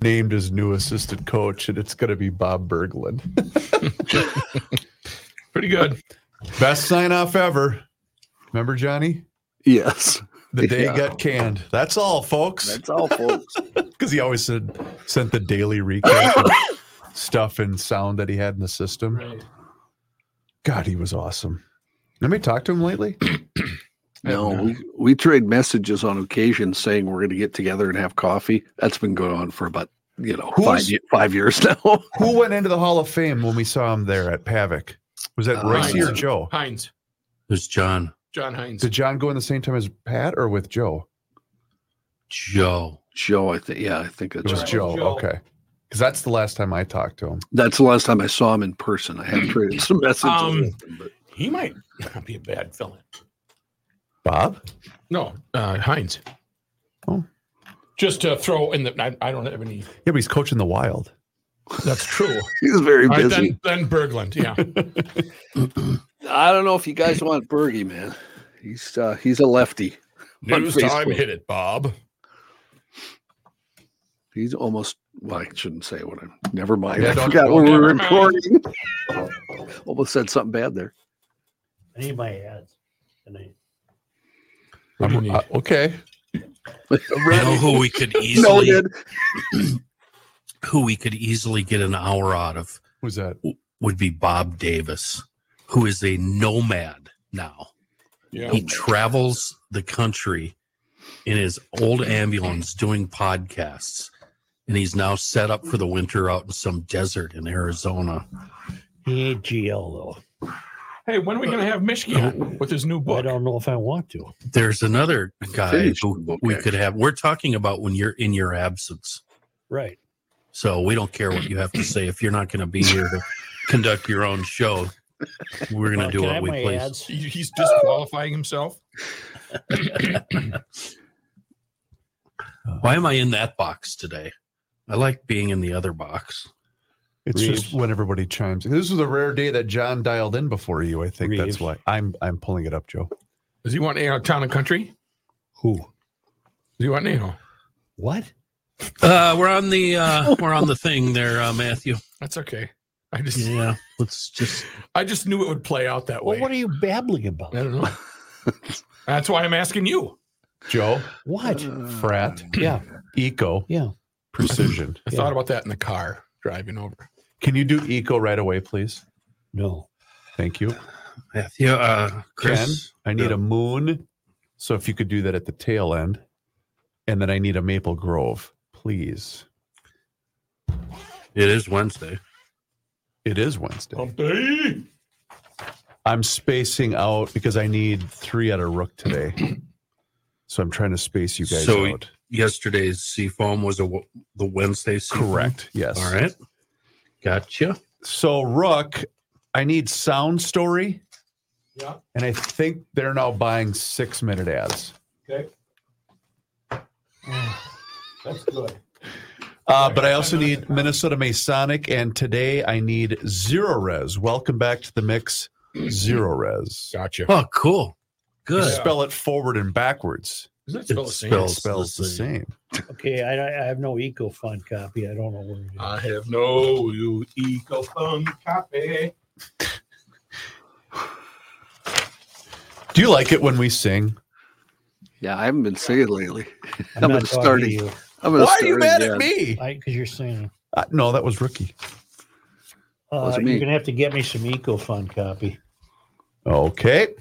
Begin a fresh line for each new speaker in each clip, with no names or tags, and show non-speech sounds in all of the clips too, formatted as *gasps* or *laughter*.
named his new assistant coach, and it's going to be Bob Berglund. *laughs*
Pretty good.
Best sign off ever. Remember, Johnny?
Yes.
The day
Yeah.
got canned. That's all, folks.
That's all, folks.
Because he always said, sent the daily recap of
*coughs*
stuff and sound that he had in the system.
Right.
God, he was awesome. Let me talk to him lately. *coughs*
No, we, we trade messages on occasion saying we're going to get together and have coffee. That's been going on for about, you know, five,
Who's-
ye- five years *laughs* now.
Who went into the Hall of Fame when we saw him there at Pavic? Was that
Uh,
Royce or
Hines.
Joe?
Hines,
There's John,
John Hines.
Did John go in the same time as Pat or with Joe?
Joe.
Joe, I think. Yeah, I think
It
that's
was
right.
Joe.
Joe.
Okay. Because that's the last time I talked to him.
That's the last time I saw him in person. I have *clears throat* traded some messages.
Um,
with him, but-
he might not be a bad villain.
Bob?
No, uh, Hines.
Oh.
Just to throw in the, I, I don't have any.
Yeah, but he's coaching the Wild.
That's true.
He's very
All right,
busy.
then, then Berglund. *laughs* Yeah.
I don't know if you guys want Bergie, man. He's uh, he's a lefty. On
News time
Facebook.
hit it, Bob.
He's almost. Well, I shouldn't say what I'm. Never mind.
Yeah,
I
don't-
forgot when we were
never mind.
recording. *laughs* almost said something bad there.
I need my ads. And I,
What do you
I'm-
need?
uh, okay.
You know who we could
No,
easily
Ned.
who we could easily get an hour out of
Who's that?
would be Bob Davis, who is a nomad now.
yeah.
He travels the country in his old ambulance doing podcasts. And he's now set up for the winter out in some desert in Arizona.
he ain't GL though.
Hey, when are we going to have Michigan with his new
I
book?
don't know if I want to.
There's another guy
Finished the
who
book,
we
actually.
could have. We're talking about when you're in your absence.
Right.
So we don't care what you have to say. If you're not going to be here to conduct your own show, we're
Well,
going to do
can I
what
have
we
my
please.
ads?
He- He's disqualifying himself.
Why am I in that box today? I like being in the other box.
It's just when everybody chimes. in. This was a rare day that John dialed in before you. I think that's
Reeves.
why I'm I'm pulling it up, Joe.
Does he want Ano town and country? Does
Who?
he want Oh, Ano?
What?
Uh, we're on
*laughs*
the uh, we're on the thing there, uh, Matthew.
That's okay. I just
Yeah, let's just.
I just knew it would play out that
Well,
way.
what are you babbling
I
about?
don't know. *laughs* That's why I'm asking you.
Joe,
What?
frat,
yeah.
eco,
Yeah.
precision.
I
Yeah.
thought about that in the car driving over.
Can you do eco right away, please?
No.
Thank you.
Matthew, uh, Chris,
I need
Yeah.
a moon. So if you could do that at the tail end, and then I need a maple grove, please.
it is Wednesday.
It is Wednesday.
Oh. Humpty.
I'm spacing out because I need three out of rook today. So I'm trying to space you guys
So-
out.
Yesterday's seafoam was a w- the Wednesday seafoam.
Correct. Yes.
All right, gotcha.
So Rook, I need Sound Story,
Yeah.
and I think they're now buying six minute ads.
Okay. That's good.
Uh, but I also need Minnesota Masonic, and today I need Zero Res. Welcome back to the mix, Zero Res.
Gotcha.
Oh, cool.
You
Good.
Spell it forward and backwards.
Is that
It
spelled the same?
It
spells-
spells the same.
Okay. I, I have no eco fund copy. I don't know where it is.
I have no you eco fun copy.
Do you like it when we sing?
Yeah, I haven't been singing lately.
I'm,
I'm
not
gonna
talking
start it.
to you.
I'm gonna
Why are you
start
mad at
again.
me?
Because you're saying
Uh, no, that was Rookie.
uh,
Wasn't
you're
me.
going to have to get me some eco fund copy.
Okay.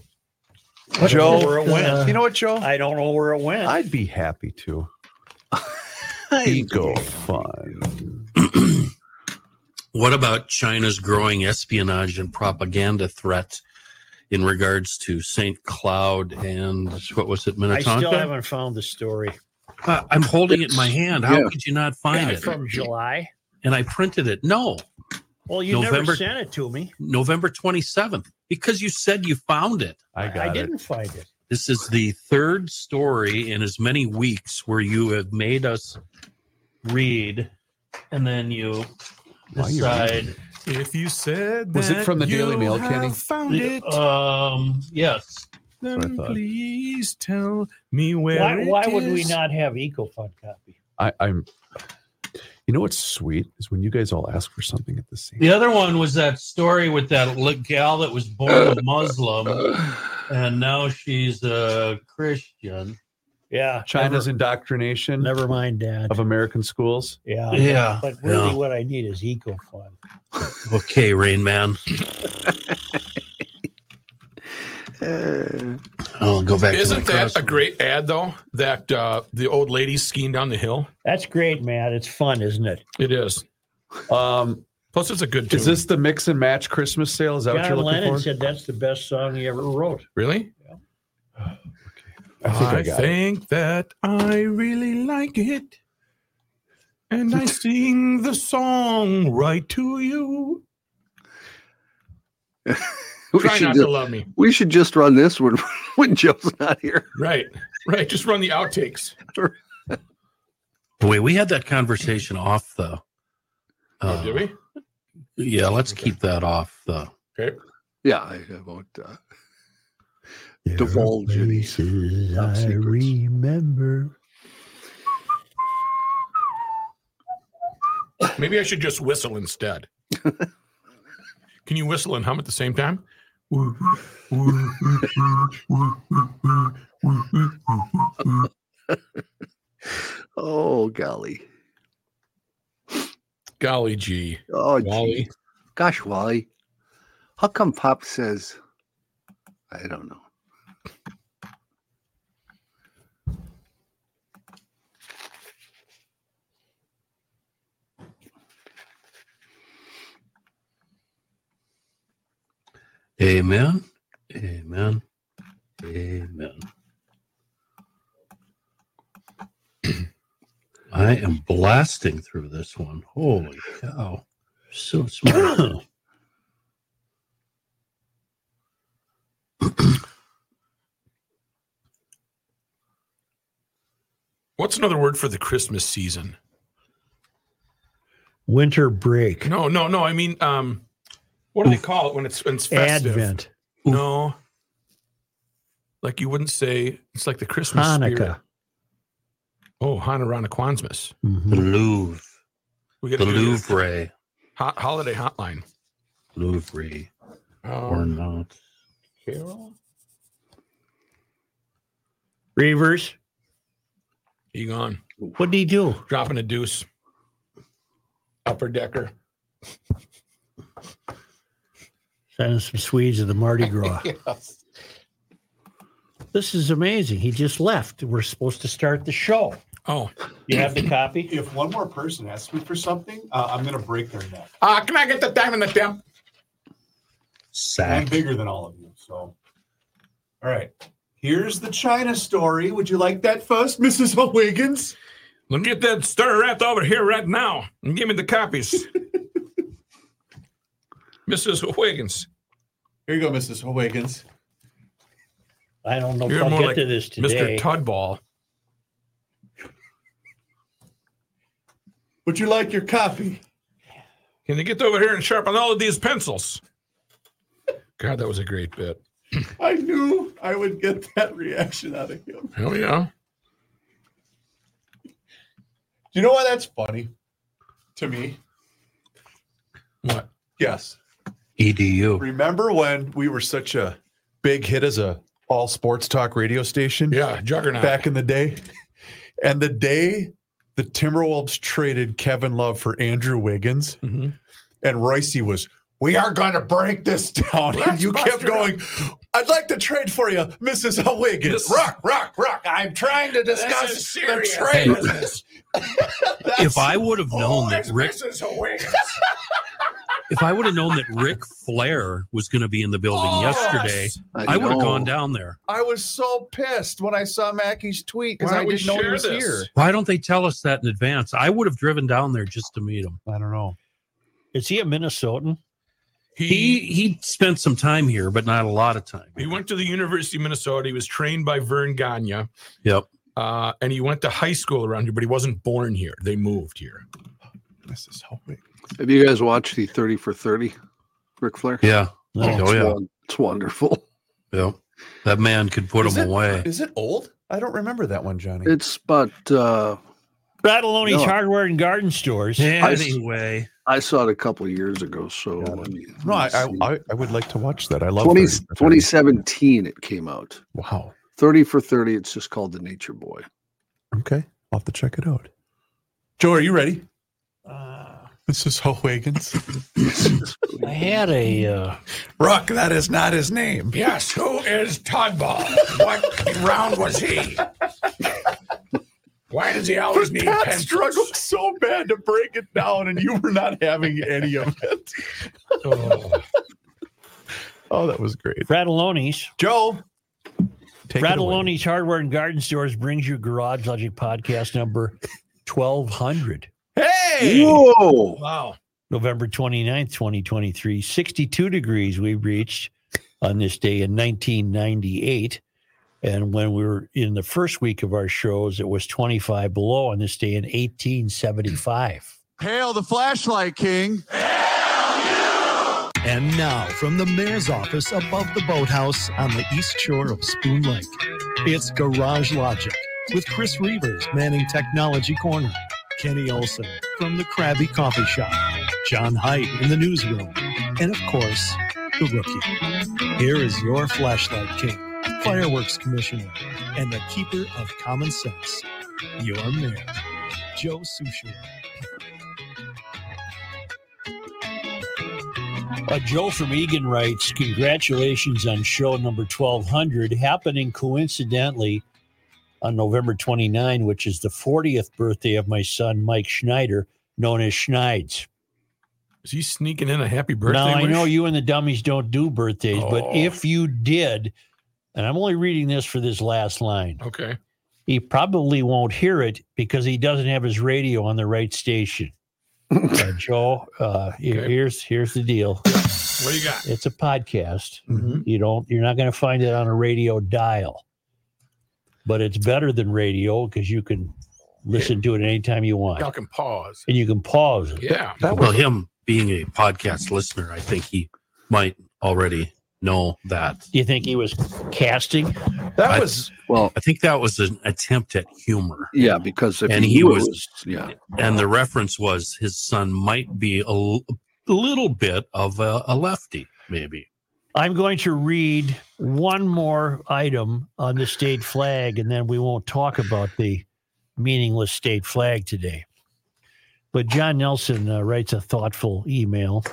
I don't
Joe,
know where it went.
you know what, Joe?
I don't know where it went.
I'd be happy to. Eco fun.
What about China's growing espionage and propaganda threat in regards to St. Cloud and what was it,
I still
Minnetonka?
haven't found the story
Uh, I'm holding it in my hand. How
Yeah.
could you not find it?
from July.
*laughs* And I printed it. No,
Well, you
November-
never sent it to me.
November 27th, because you said you found it.
I got
I
it.
didn't find it.
This is the third story in as many weeks where you have made us read and then you
Why you
decide.
If you said
Was it from the Daily Mail, Kenny?
Found
Um, yes.
what I thought.
please tell me where.
Why,
it
why would we
is.
not have eco fund copy?
I, I'm. You know what's sweet is when you guys all ask for something at the same.
The other one was that story with that li- gal that was born a
Uh,
Muslim and now she's a Christian. Yeah.
China's indoctrination
Never, never mind, Dad.
of American schools.
Yeah.
Yeah.
But really,
Yeah.
what I need is eco fun.
Okay, Rain Man.
Uh,
I'll go back. to
Isn't
my
that a
crossword.
great ad though? That uh, the old lady skiing down the hill.
That's great, man. It's fun, isn't it?
It is.
Um,
Plus, it's a good tune.
is this the mix and match Christmas sale? Is that what
John
you're looking
Lennon
for?
said that's the best song he ever wrote.
really?
I think I got it.
think that I really like it,
*laughs*
and I sing the song right to you.
we,
Try
should
not to
just,
love me.
we should just run this when *laughs* when Joe's not here.
Right, right. Just run the outtakes.
Boy, we had that conversation off the.
Oh, did we?
Yeah, let's
Okay.
keep that off the.
Okay.
Yeah, I, I won't. Uh, divulge any top secrets.
remember. Oh.
Maybe I should just
*laughs*
whistle instead. Can you whistle and hum at the same time?
Oh golly!
Golly gee.
Oh gee.
Golly.
gosh, Wally. How come Pop says? I don't know.
Amen. Amen. Amen. *clears throat* I am blasting through this one. Holy cow. So smart.
What's another word for the Christmas season?
Winter break.
No, no, no. I mean, um, what do they call it when it's when it's festive?
Advent.
No. Like you wouldn't say it's like the Christmas spirit.
Hanukkah.
Oh, Hanukkah Kwanzmas.
the
Mhm.
Louvre.
We got
The
to do this.
Louvre.
Ho- holiday hotline.
Louvre. Or
Um,
not.
Carol,
Reavers.
he gone.
What did he do?
Dropping a deuce. Upper decker.
Sending some Swedes to the Mardi Gras.
*laughs* Yes.
This is amazing. He just left. We're supposed to start the show.
Oh,
You have the copy?
If one more person asks me for something, uh, I'm going to break their neck.
uh, can I get the diamond attempt?
I'm
Sack.
bigger than all of you. So, all right. Here's the China story. Would you like that first, Mrs. O'Wiggins?
Let me get that starter wrapped over here right now and give me the copies. *laughs* Mrs. Wiggins,
Here you go, Mrs. O'Wiggins.
I don't know if
You're
I'll
more
get
like
to this today.
Mr. Tudball.
Would you like your copy?
Can you get over here and sharpen all of these pencils? God, that was a great bit.
I knew I would get that reaction out of him.
Hell yeah.
Do you know why that's funny to me?
What?
Yes.
E EDU.
Remember when we were such a big hit as a all sports talk radio station
Yeah, juggernaut.
back in the day? And the day the Timberwolves traded Kevin Love for Andrew Wiggins,
Mhm.
and Royce was, "We are going to break this down." *laughs* and
Let's
you
bust
kept
it up.
going, "I'd like to trade for you, Mrs. Wiggins."
This-
*laughs* rock, rock, rock. I'm trying to
This is
discuss the *laughs*
serious
trade.
business.
If I would have
Oh,
known that
Always
Rick
Mrs. Wiggins.
if I would have known that Rick Flair was going to be in the building
Oh,
yesterday,
yes.
I would have
know.
gone down there.
I was so pissed when I saw Mackey's tweet because
Why
I
don't we
didn't know he
share
was
this?
here.
Why don't they tell us that in advance? I would have driven down there just to meet him.
I don't know.
Is he a Minnesotan?
He
He
he spent some time here, but not a lot of time.
he went to the University of Minnesota. He was trained by Vern Gagne.
Yep.
Uh, and he went to high school around here, but he wasn't born here. They moved here.
Mrs. Wiggins.
Have you guys watched the Thirty for Thirty, Ric Flair?
Yeah.
No.
Oh,
it's,
yeah.
won- it's wonderful.
Yep. That man could put
Is
him
it-
away.
Is it old? I don't remember that one, Johnny.
It's about uh,
Rattleloni's
No.
hardware and garden stores.
Anyway,
I saw it a couple of years ago, so
Got it.
let me-
No, I,
let me
I
see.
I- I would like to watch that. I love 30
20,
for 30.
2017 it came out.
Wow.
30 for 30, it's just called The Nature Boy.
Okay, I'll have to check it out. Joe, are you ready? This is Ho Higgins.
I had a uh,
Rock, that is not his name.
Yes, who is Toddball? What round
*laughs*
was he? Why does he always need
Pat
pencils?
struggled so bad to break it down, and you were not having any of it.
Oh,
Oh, that was great.
Rattleloni's.
Joe, take it away.
Rattleloni's hardware and garden stores brings you Garage Logic podcast number 1200.
Hey!
Whoa!
Wow.
November 29th, 2023, 62 degrees we reached on this day in 1998. And when we were in the first week of our shows, it was 25 below on this day in 1875.
Hail the flashlight king.
And now, from the mayor's office above the boathouse on the east shore of Spoon Lake, it's Garage Logic with Chris Reavers manning Technology Corner, Kenny Olson from the Krabby Coffee Shop, John Height in the newsroom, and of course, the rookie. Here is your flashlight king, fireworks commissioner, and the keeper of common sense, your mayor, Joe Sushiro.
Uh, Joe from Egan writes, Congratulations on show number 1200, happening coincidentally on November 29, which is the 40th birthday of my son, Mike Schneider, known as Schneid's.
is he sneaking in a happy birthday?
Now I
wish?
know you and the dummies don't do birthdays,
Oh.
but if you did, and I'm only reading this for this last line,
Okay.
he probably won't hear it because he doesn't have his radio on the
*laughs*
right station. Uh, Joe, uh, here-
Okay.
here's here's the deal.
What do you got?
It's a podcast. You don't you're not going to find it on a radio dial, but it's better than radio because you can listen to it anytime you want,
Y'all can pause.
and you can pause. it.
Yeah.
well, him being a podcast listener, I think he might already know that.
Do you think he was casting?
That
I-
was
Well,
I think that was an attempt at humor,
yeah, because if
And he
knew it
was-
yeah,
and the reference was his son might be a, l- little bit of a, a lefty, maybe.
I'm going to read one more item on the state flag, and then we won't talk about the meaningless state flag today. But John Nelson uh, writes a thoughtful email.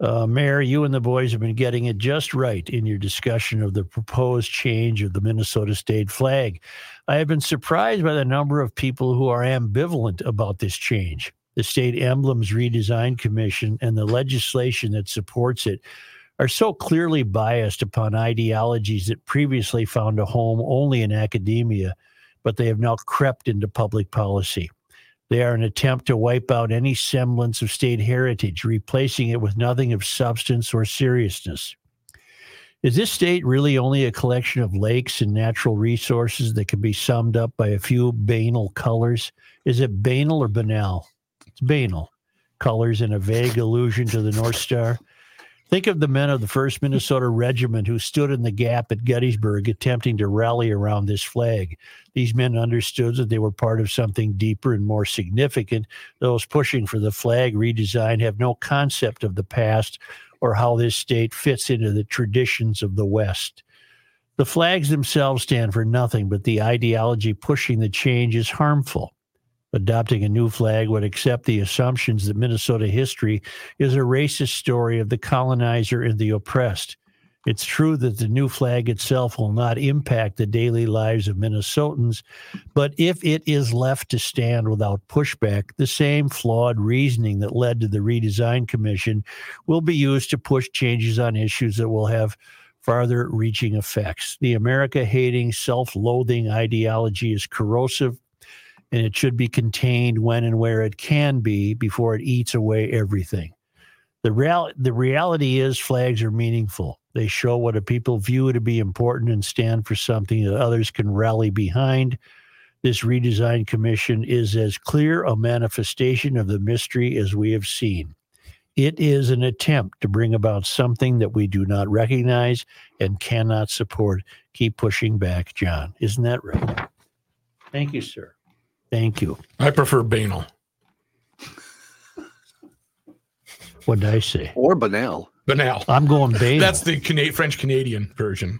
Uh, Mayor, you and the boys have been getting it just right in your discussion of the proposed change of the Minnesota state flag. I have been surprised by the number of people who are ambivalent about this change. The State Emblems Redesign Commission and the legislation that supports it are so clearly biased upon ideologies that previously found a home only in academia, but they have now crept into public policy. They are an attempt to wipe out any semblance of state heritage, replacing it with nothing of substance or seriousness. Is this state really only a collection of lakes and natural resources that can be summed up by a few banal colors? Is it banal or banal? It's banal. Colors and a vague allusion to the North Star. Think of the men of the 1st Minnesota Regiment who stood in the gap at Gettysburg attempting to rally around this flag. These men understood that they were part of something deeper and more significant. Those pushing for the flag redesign have no concept of the past or how this state fits into the traditions of the West. The flags themselves stand for nothing, but the ideology pushing the change is harmful. Adopting a new flag would accept the assumptions that Minnesota history is a racist story of the colonizer and the oppressed. It's true that the new flag itself will not impact the daily lives of Minnesotans, but if it is left to stand without pushback, the same flawed reasoning that led to the redesign commission will be used to push changes on issues that will have farther reaching effects. The America hating, self loathing ideology is corrosive and it should be contained when and where it can be before it eats away everything. The, real, the reality is, flags are meaningful. They show what a people view to be important and stand for something that others can rally behind. This redesign commission is as clear a manifestation of the mystery as we have seen. It is an attempt to bring about something that we do not recognize and cannot support. Keep pushing back, John. Isn't that right? Thank you, sir. Thank you.
I prefer banal.
What did I say?
or banal.
Banal.
I'm going Bale.
That's the Cana- French Canadian version.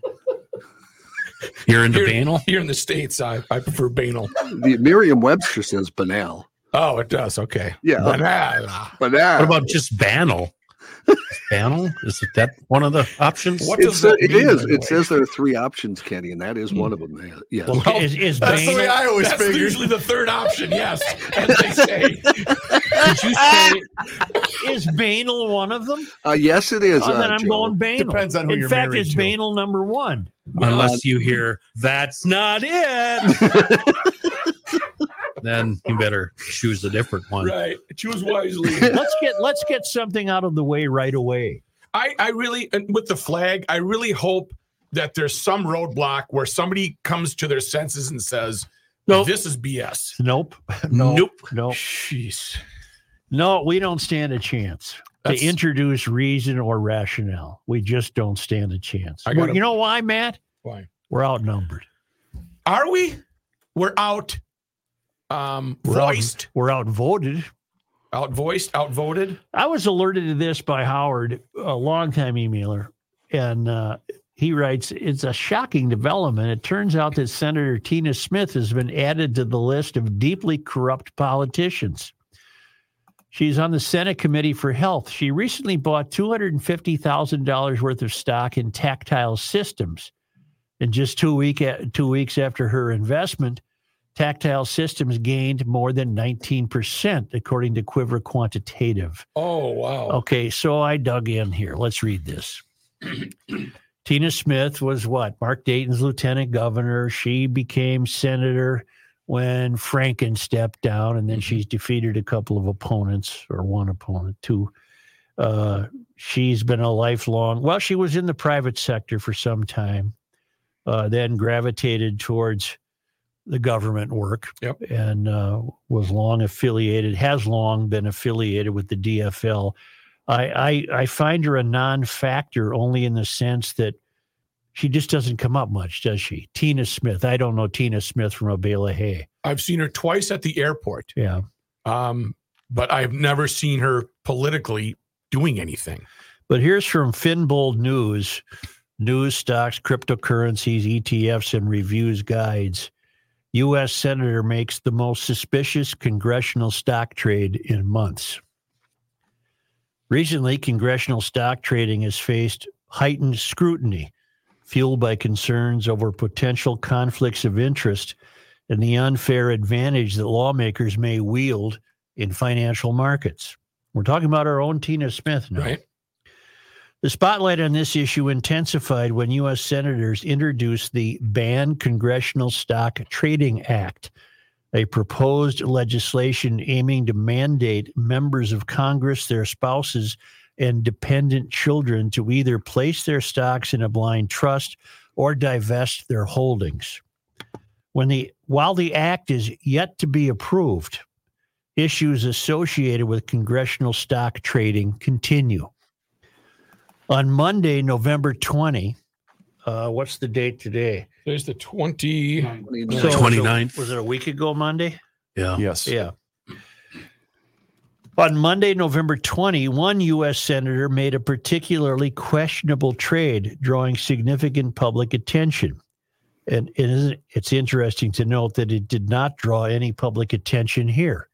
You're into
Here-
banal?
Here in the States, I, I prefer banal.
The Merriam-Webster says banal.
Oh, it does. Okay.
Yeah,
Banal.
banal.
What about just banal? Is banal? Is it that one of the options?
What
It's,
does that
it
mean,
is.
by the
It
way?
says there are three options, Kenny, and that is one of them. Yeah.
Well,
Well,
is, is
That's the way
Bane?
I always
That's
figured.
usually the third option. Yes, *laughs* as they *laughs* say.
Did you say
Is Banal one of them?
Uh, yes, it is.
Oh, then
uh,
I'm
Joe.
going Banal.
Depends on who
In
you're
fact,
married
it's
to.
Banal number one.
Unless you hear, that's not it. then you better choose a different one.
Right. Choose wisely.
Let's get let's get something out of the way right away.
I, I really, and with the flag, I really hope that there's some roadblock where somebody comes to their senses and says,
Nope.
this is BS."
Nope.
Nope.
Nope.
Jeez.
No, we don't stand a chance
That's-
to introduce reason or rationale. We just don't stand a chance.
I gotta-
Well, you know why, Matt?
Why?
We're outnumbered.
Are we? We're out. Um,
We're out-
voiced,
We're outvoted.
outvoiced, outvoted.
I was alerted to this by Howard, a longtime emailer, and uh, he writes, "It's a shocking development. It turns out that Senator Tina Smith has been added to the list of deeply corrupt politicians. She's on the Senate Committee for Health. She recently bought two hundred and fifty thousand dollars worth of stock in Tactile Systems, and just two week two weeks after her investment." Tactile systems gained more than 19%, according to Quiver Quantitative.
Oh wow.
Okay, so I dug in here. Let's read this. *clears throat* Tina Smith was what? Mark Dayton's lieutenant governor. She became senator when Franken stepped down, and then
Mm-hmm.
she's defeated a couple of opponents or one opponent, two. Uh, she's been a lifelong, well, she was in the private sector for some time, uh, then gravitated towards the government work
Yep.
and uh, was long affiliated, has long been affiliated with the DFL. I, I I find her a non-factor only in the sense that she just doesn't come up much, does she? Tina Smith. I don't know Tina Smith from Abela Hay.
I've seen her twice at the airport,
Yeah.
um, but I've never seen her politically doing anything.
But here's from Finbold News, news stocks, cryptocurrencies, ETFs, and reviews guides. U.S. Senator makes the most suspicious congressional stock trade in months. Recently, congressional stock trading has faced heightened scrutiny, fueled by concerns over potential conflicts of interest and the unfair advantage that lawmakers may wield in financial markets. We're talking about our own Tina Smith now.
Right.
The spotlight on this issue intensified when U.S. senators introduced the Ban Congressional Stock Trading Act, a proposed legislation aiming to mandate members of Congress, their spouses, and dependent children to either place their stocks in a blind trust or divest their holdings. When the while the act is yet to be approved, issues associated with congressional stock trading continue on Monday, November 20. Uh, what's the date today?
There's the twenty.
So-
So,
29th.
Was it a week ago Monday?
Yeah.
Yes.
Yeah. On Monday, November 20, one U.S. senator made a particularly questionable trade, drawing significant public attention. And it is, it's interesting to note that it did not draw any public attention here.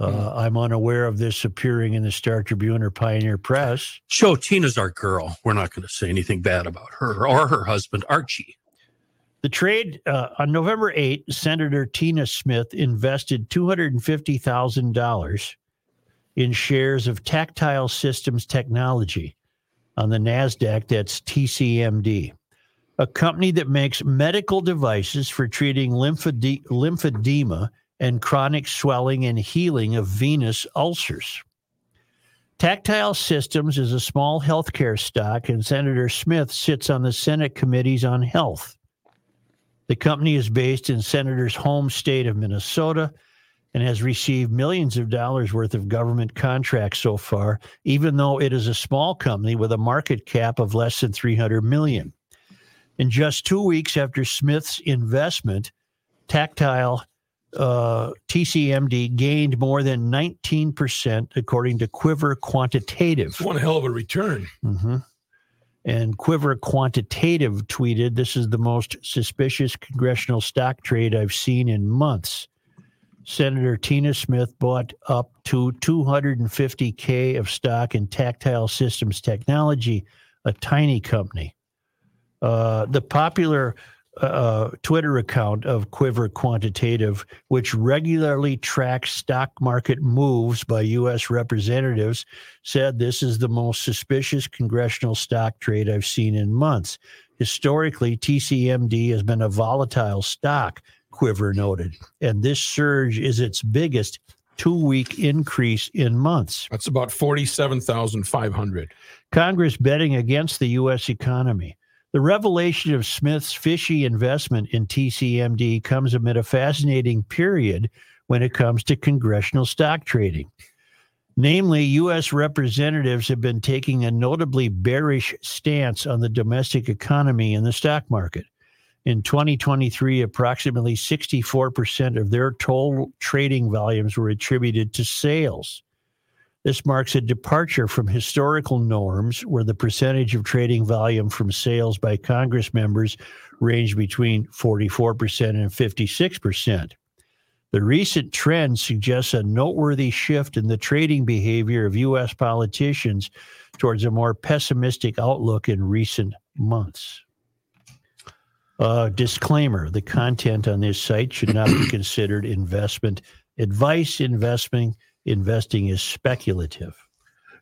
Uh, I'm unaware of this appearing in the Star Tribune or Pioneer Press.
So Tina's our girl. We're not going to say anything bad about her or her husband, Archie.
The trade uh, on November 8, Senator Tina Smith invested $250,000 in shares of Tactile Systems Technology on the NASDAQ, that's TCMD, a company that makes medical devices for treating lymphede- lymphedema and chronic swelling and healing of venous ulcers. Tactile Systems is a small healthcare stock, and Senator Smith sits on the Senate Committees on Health. The company is based in Senator's home state of Minnesota and has received millions of dollars worth of government contracts so far, even though it is a small company with a market cap of less than 300 million. In just 2 weeks after Smith's investment, Tactile uh, TCMD gained more than 19%, according to Quiver Quantitative.
It's one hell of a return.
hmm And Quiver Quantitative tweeted, This is the most suspicious congressional stock trade I've seen in months. Senator Tina Smith bought up to 250K of stock in Tactile Systems Technology, a tiny company. Uh, the popular uh, Twitter account of Quiver Quantitative, which regularly tracks stock market moves by U.S. representatives, said this is the most suspicious congressional stock trade I've seen in months. Historically, TCMD has been a volatile stock, Quiver noted, and this surge is its biggest two week increase in months.
That's about 47,500.
Congress betting against the U.S. economy. The revelation of Smith's fishy investment in TCMD comes amid a fascinating period when it comes to congressional stock trading. Namely, U.S. representatives have been taking a notably bearish stance on the domestic economy and the stock market. In 2023, approximately 64% of their total trading volumes were attributed to sales. This marks a departure from historical norms where the percentage of trading volume from sales by Congress members ranged between 44% and 56%. The recent trend suggests a noteworthy shift in the trading behavior of U.S. politicians towards a more pessimistic outlook in recent months. Uh, disclaimer the content on this site should not be considered investment advice, investing investing is speculative.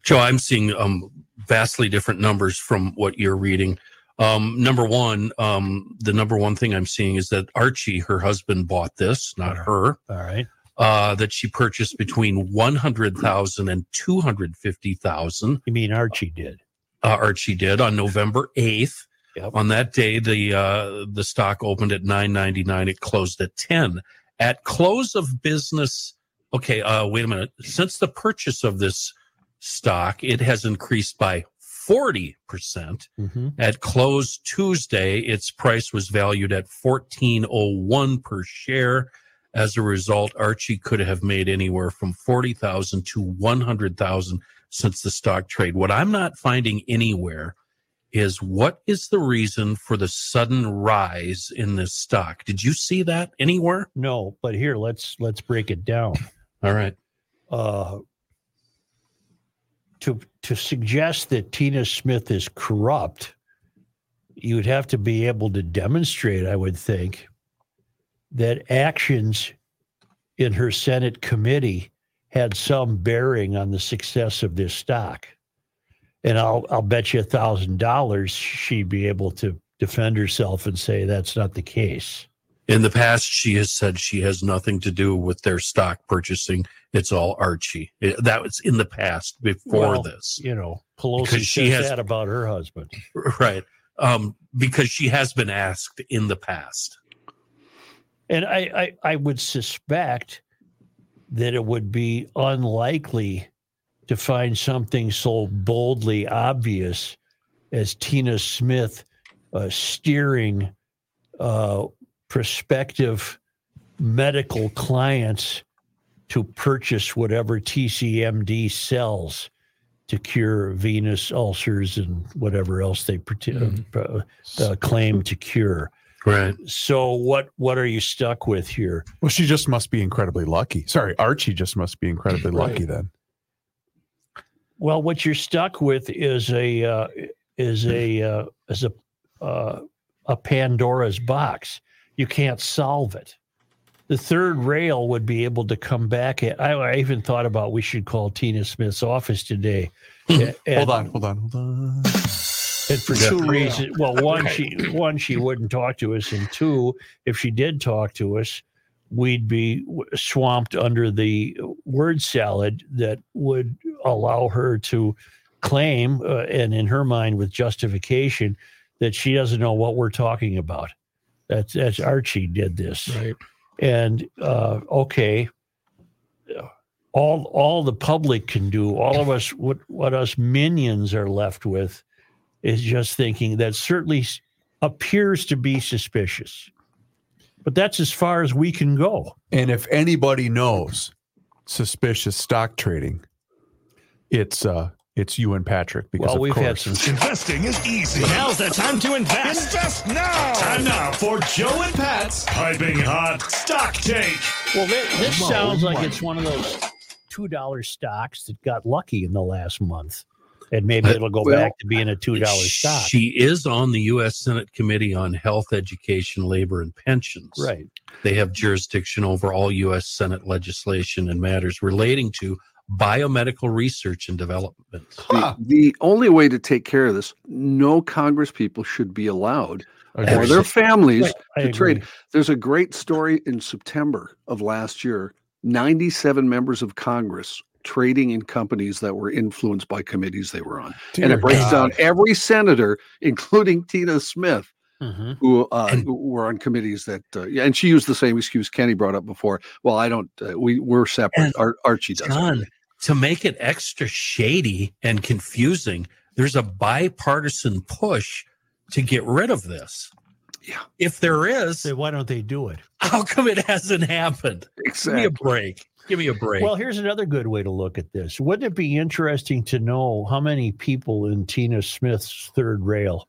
Joe, I'm seeing um, vastly different numbers from what you're reading. Um, number one, um, the number one thing I'm seeing is that Archie, her husband, bought this, not her,
All right.
uh, that she purchased between 100,000 and 250,000.
You mean Archie did?
Uh, Archie did on November 8th.
Yep.
On that day, the uh, the stock opened at 9.99. It closed at 10. At close of business, okay, uh, wait a minute. Since the purchase of this stock, it has increased by 40 percent.
Mm-hmm.
At close Tuesday, its price was valued at 1401 per share. As a result, Archie could have made anywhere from 40,000 to 100,000 since the stock trade. What I'm not finding anywhere is what is the reason for the sudden rise in this stock? Did you see that anywhere?
No, but here let's let's break it down.
All right.
Uh, to to suggest that Tina Smith is corrupt, you would have to be able to demonstrate, I would think, that actions in her Senate committee had some bearing on the success of this stock. And I'll I'll bet you a thousand dollars she'd be able to defend herself and say that's not the case.
In the past, she has said she has nothing to do with their stock purchasing. It's all Archie. It- that was in the past before
Well,
this.
You know, Pelosi
Because she
says
has-
that about her husband.
right um because she has been asked in the past
And I, I, I would suspect that it would be unlikely to find something so boldly obvious as Tina Smith uh, steering uh, prospective medical clients to purchase whatever TCMD sells to cure venous ulcers and whatever else they pretend, uh, claim to cure
right
so what what are you stuck with here
Well, she just must be incredibly lucky. Sorry, Archie just must be incredibly lucky then.
well what you're stuck with is a uh, is a uh, is a uh, a pandora's box you can't solve it the third rail would be able to come back at, I, I even thought about we should call tina smith's office today and,
Hmm. Hold on, hold on, hold on.
and for
Yeah.
two reasons well one she one she wouldn't talk to us and two if she did talk to us we'd be w- swamped under the word salad that would allow her to claim uh, and in her mind with justification that she doesn't know what we're talking about that's that's archie did this
Right.
and uh, okay all all the public can do all of us what what us minions are left with is just thinking that certainly s- appears to be suspicious But that's as far as we can go.
And if anybody knows suspicious stock trading, it's uh it's you and Patrick because
Well,
of
we've
course.
had some
Investing is easy.
Now's the time to invest.
Invest now.
Time now for Joe and Pat's piping hot stock take.
Well, this, this sounds like it's one of those two dollar stocks that got lucky in the last month, and maybe
Uh,
it'll go
well,
back to being a two dollar stock.
She is on the U.S. Senate Committee on Health, Education, Labor, and Pensions.
Right.
They have jurisdiction over all U.S. Senate legislation and matters relating to biomedical research and development.
Huh.
The, the only way to take care of this, no Congress people should be allowed or
Agreed.
their families
Right, I
to trade.
agree.
There's a great story in September of last year 97 members of Congress trading in companies that were influenced by committees they were on. and
Dear
it breaks
God.
down every senator, including Tina Smith,
Mm-hmm.
who, uh,
And-
who were on committees that, uh, yeah, and she used the same excuse Kenny brought up before. Well, I don't, uh, we, we're separate.
And-
Ar- Archie does.
John, to make it extra shady and confusing, there's a bipartisan push to get rid of this.
Yeah.
If there is,
So why don't they do it?
how come it hasn't happened? Give me
Exactly.
a break. Give me a break.
Well, here's another good way to look at this. Wouldn't it be interesting to know how many people in Tina Smith's third rail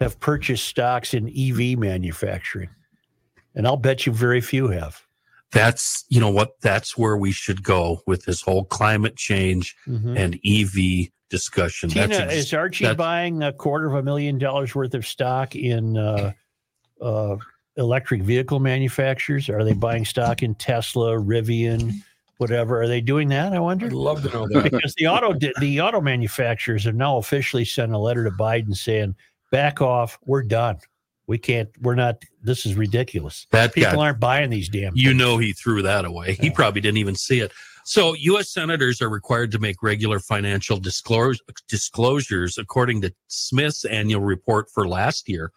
have purchased stocks in EV manufacturing? And I'll bet you very few have.
that's you know what that's where we should go with this whole climate change
Mhm.
and EV discussion. that's
Tina,
ex-
is Archie
that's-
buying a quarter of a million dollars worth of stock in uh, uh, electric vehicle manufacturers? Are they buying stock in Tesla, Rivian, whatever? Are they doing that? I wonder.
I'd love to know that.
Because the auto di- the auto manufacturers have now officially sent a letter to Biden saying, "Back off. We're done. We can't. We're not. This is ridiculous.
that
People
guy,
aren't buying these damn."
you
things."
know he threw that away. He
Yeah.
probably didn't even see it. So U.S. senators are required to make regular financial disclose, disclosures according to Smith's annual report for last year.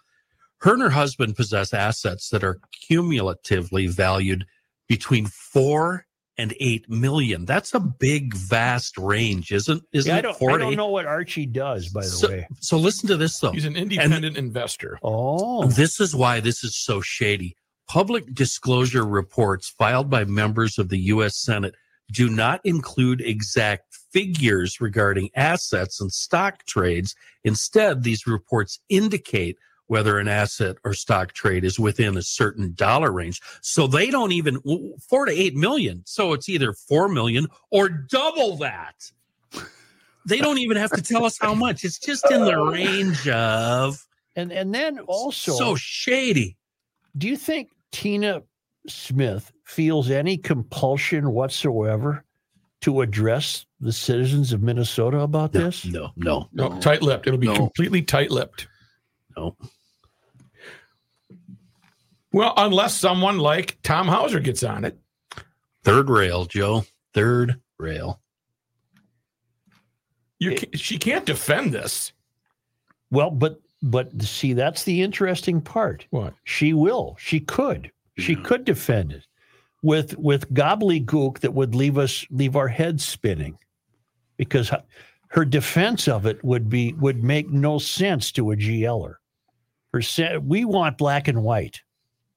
Her and her husband possess assets that are cumulatively valued between four and eight million. That's a big, vast range, isn't isn't
Yeah, I
it?
don't. I
40?
don't know what Archie does, by the way.
So listen to this though.
He's an independent investor.
Oh,
This is why this is so shady. Public disclosure reports filed by members of the U.S. Senate do not include exact figures regarding assets and stock trades. Instead, these reports indicate whether an asset or stock trade is within a certain dollar range. So they don't even four to eight million. So it's either four million or double that. They don't even have to tell us how much. It's just in the range of
and and then also
so shady.
do you think Tina Smith feels any compulsion whatsoever to address the citizens of Minnesota about this?
No, no.
No,
No.
tight lipped. It'll be
No.
completely tight lipped.
No.
Well, unless someone like Tom Hauser gets on it.
Third rail, Joe. Third rail.
You ca she can't defend this.
Well, but but see, that's the interesting part.
What?
She will. She could. She could defend it with with gobbledygook that would leave us leave our heads spinning, because h- her defense of it would be would make no sense to a GLer. Her se- we want black and white.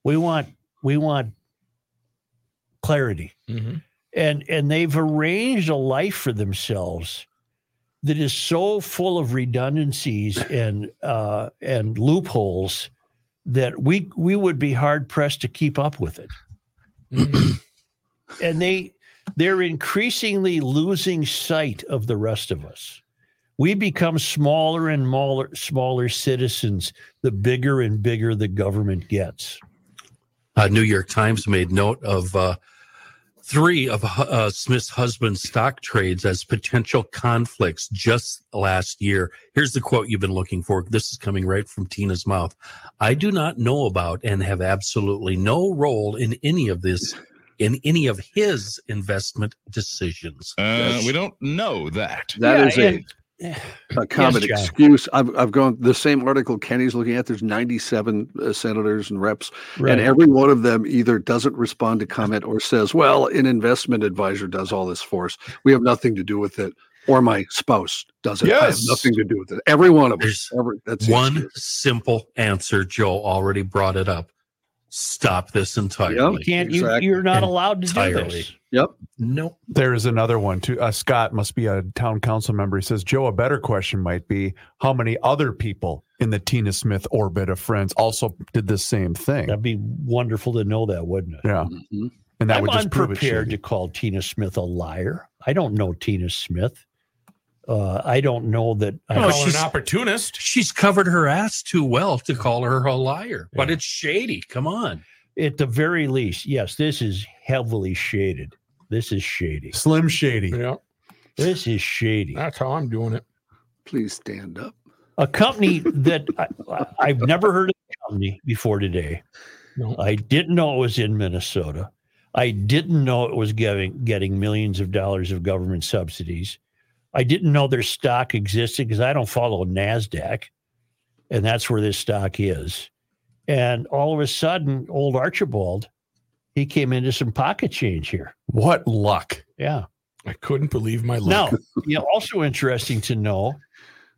We want we want clarity and and they've arranged a life for themselves that is so full of redundancies and uh, and loopholes that we we would be hard pressed to keep up with it. and they they're increasingly losing sight of the rest of us. We become smaller and smaller, smaller citizens the bigger and bigger the government gets.
Uh, New York Times made note of uh, three of hu- uh, Smith's husband's stock trades as potential conflicts just last year. Here's the quote you've been looking for. This is coming right from Tina's mouth. I do not know about and have absolutely no role in any of this, in any of his investment decisions.
Uh, we don't know that.
That is
Yeah, and-
a, a common
John.
excuse. I've, I've gone the same article Kenny's looking at. There's 97 uh, senators and reps, and every one of them either doesn't respond to comment or says, "Well, an investment advisor does all this for us. We have nothing to do with it, or my spouse does it. I have
Yes.
nothing to do with it." Every one of them.
There's
Every, that's the
one
excuse.
simple answer. Joe already brought it up. stop this entirely.
You can't.
Exactly.
You, you're not allowed to do
Entirely.
this.
Nope.
There's another one too. Uh, Scott must be a town council member. He says, Joe, a better question might be how many other people in the Tina Smith orbit of friends also did the same thing?
That'd be wonderful to know that, wouldn't it?
Yeah.
Mhm.
And that
I'm
would just prove it.
unprepared
shitty.
to call Tina Smith a liar. I don't know Tina Smith. Uh, I don't know that. I
No,
Call
don't-
her
she's-
an opportunist.
She's covered her ass too well to call her a liar, but it's shady. Come on.
at the very least, yes, this is heavily shaded. This is shady.
Slim Shady.
Yeah,
This is shady.
that's how I'm doing it.
Please stand up.
A company that I, I- I've never heard of the company before today.
No.
I didn't know it was in Minnesota. I didn't know it was getting getting millions of dollars of government subsidies. I didn't know their stock existed because I don't follow Nasdaq, and that's where this stock is. And all of a sudden, old Archibald, he came into some pocket change here.
What luck.
Yeah.
I couldn't believe my
Now,
luck.
you know, also interesting to know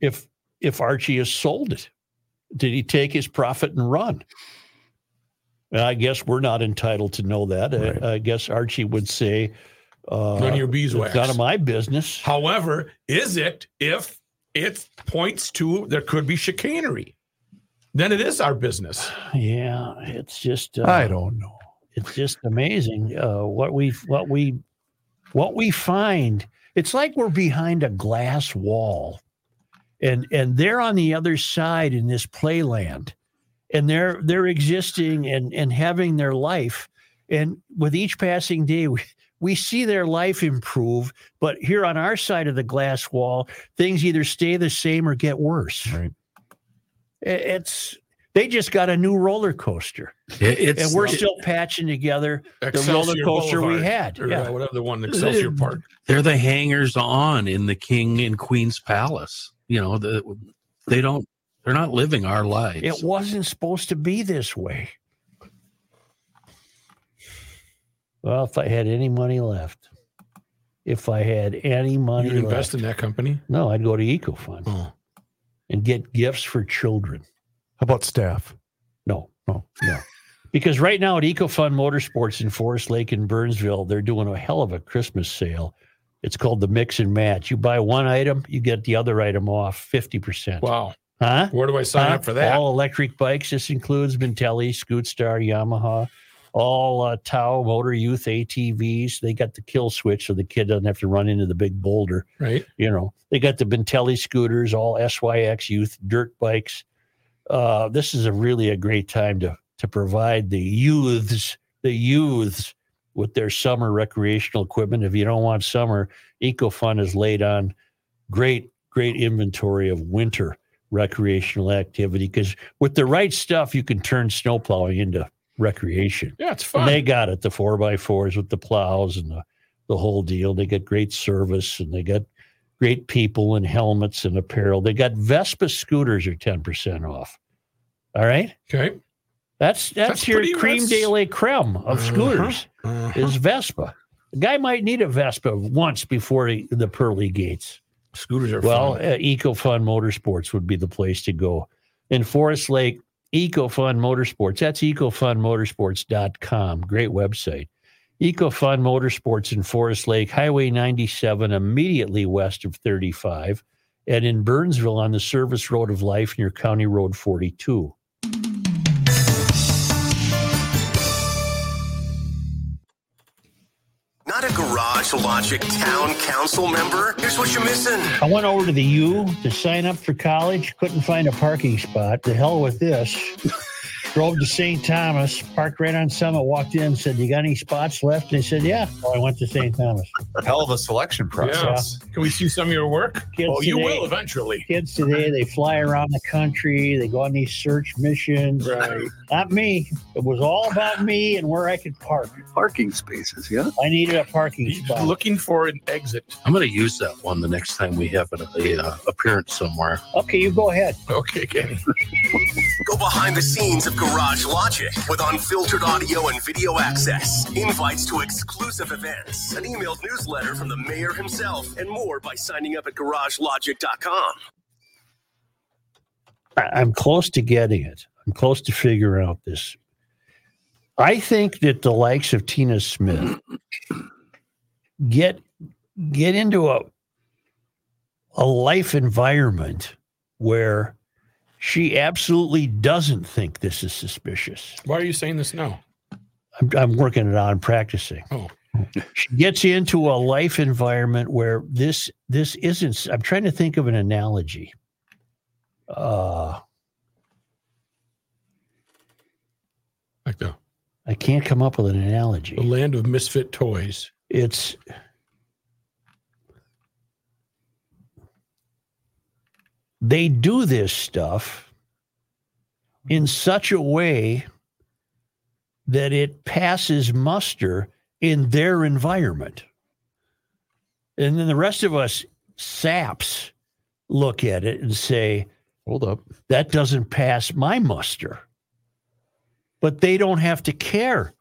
if if Archie has sold it. Did he take his profit and run? And I guess we're not entitled to know that. I-
Right.
I, guess Archie would say, uh,
None of your
"It's
beeswax.
none of my business."
However, is it if it points to there could be chicanery? Then it is our business.
Yeah, it's just uh,
I don't know.
it's just amazing uh, what we what we what we find. It's like we're behind a glass wall, and and they're on the other side in this playland, and they're they're existing and and having their life, and with each passing day we. We see their life improve, but here on our side of the glass wall, things either stay the same or get worse.
Right.
I- It's they just got a new roller coaster
It- it's
and we're still patching together the roller
Excelsior
coaster we
Boulevard,
had.
Or uh,
Yeah.
whatever the one,
*laughs*
Excelsior Park.
they're the hangers on in the king and queen's palace. You know, the, they don't. They're not living our lives.
It wasn't supposed to be this way. Well, if I had any money left, if I had any money
You'd invest in
left,
that company?
no, I'd go to EcoFund
Oh.
and get gifts for children.
How about staff?
No, no, no. because right now at EcoFund Motorsports in Forest Lake and Burnsville, they're doing a hell of a Christmas sale. It's called the mix and match. You buy one item, you get the other item off 50%.
Wow.
Huh?
Where do I sign
Huh?
up for that?
All electric bikes. This includes Bentelli, Scootstar, Yamaha, all uh, Tau Motor Youth ATVs. They got the kill switch so the kid doesn't have to run into the big boulder
right?
you know they got the bentelli scooters all syx youth dirt bikes uh, this is a really a great time to to provide the youths the youths with their summer recreational equipment if you don't want summer ecofun has laid on great great inventory of winter recreational activity because with the right stuff you can turn snow plowing into recreation
Yeah, it's fun.
and they got it the four by fours with the plows and the, the whole deal. They got great service and they got great people and helmets and apparel. They got Vespa scooters are 10% off. All right.
okay.
That's that's,
That's
your
pretty-
cream
that's-
de la creme
Uh-huh.
of scooters
Uh-huh.
is Vespa. The guy might need a Vespa once before he, the pearly gates.
Scooters are
Well,
fun.
uh, EcoFun Motorsports would be the place to go. In Forest Lake, EcoFun Motorsports. That's ecofunmotorsports.com. Great website. EcoFun Motorsports in Forest Lake, Highway 97, immediately west of 35, and in Burnsville on the service road of life near County Road 42.
Not a Garage Logic Town Council member? Here's what you're missing.
I went over to the U to sign up for college, couldn't find a parking spot. The hell with this. *laughs* Drove to St. Thomas, parked right on Summit, walked in, said, You got any spots left? They said, Yeah. So I went to St. Thomas.
Hell of a selection process.
Can we see some of your
*laughs*
work?
Kids
oh, you
today-
will eventually.
Kids today, they fly around the country, they go on these search missions.
Right.
Not me. It was all about me and where I could park.
Parking spaces, yeah?
I needed a parking
He's
spot.
looking for an exit. *laughs*
I'm going to use that one the next time we have an a, uh, appearance somewhere.
Okay, you go ahead.
Okay, Kenny.
Go behind the scenes of Garage Logic with unfiltered audio and video access, invites to exclusive events, an emailed newsletter from the mayor himself, and more by signing up at garagelogic.com.
I- I'm close to getting it. I'm close to figuring out this. I think that the likes of Tina Smith get get into a a life environment where she absolutely doesn't think this is suspicious.
Why are you saying this now?
I'm, I'm working it out and practicing.
Oh.
She gets into a life environment where this this isn't. I'm trying to think of an analogy. Uh,
Like the,
I can't come up with an analogy.
the land of misfit toys.
it's they do this stuff in such a way that it passes muster in their environment. And then the rest of us saps look at it and say,
Hold up.
that doesn't pass my muster. But they don't have to care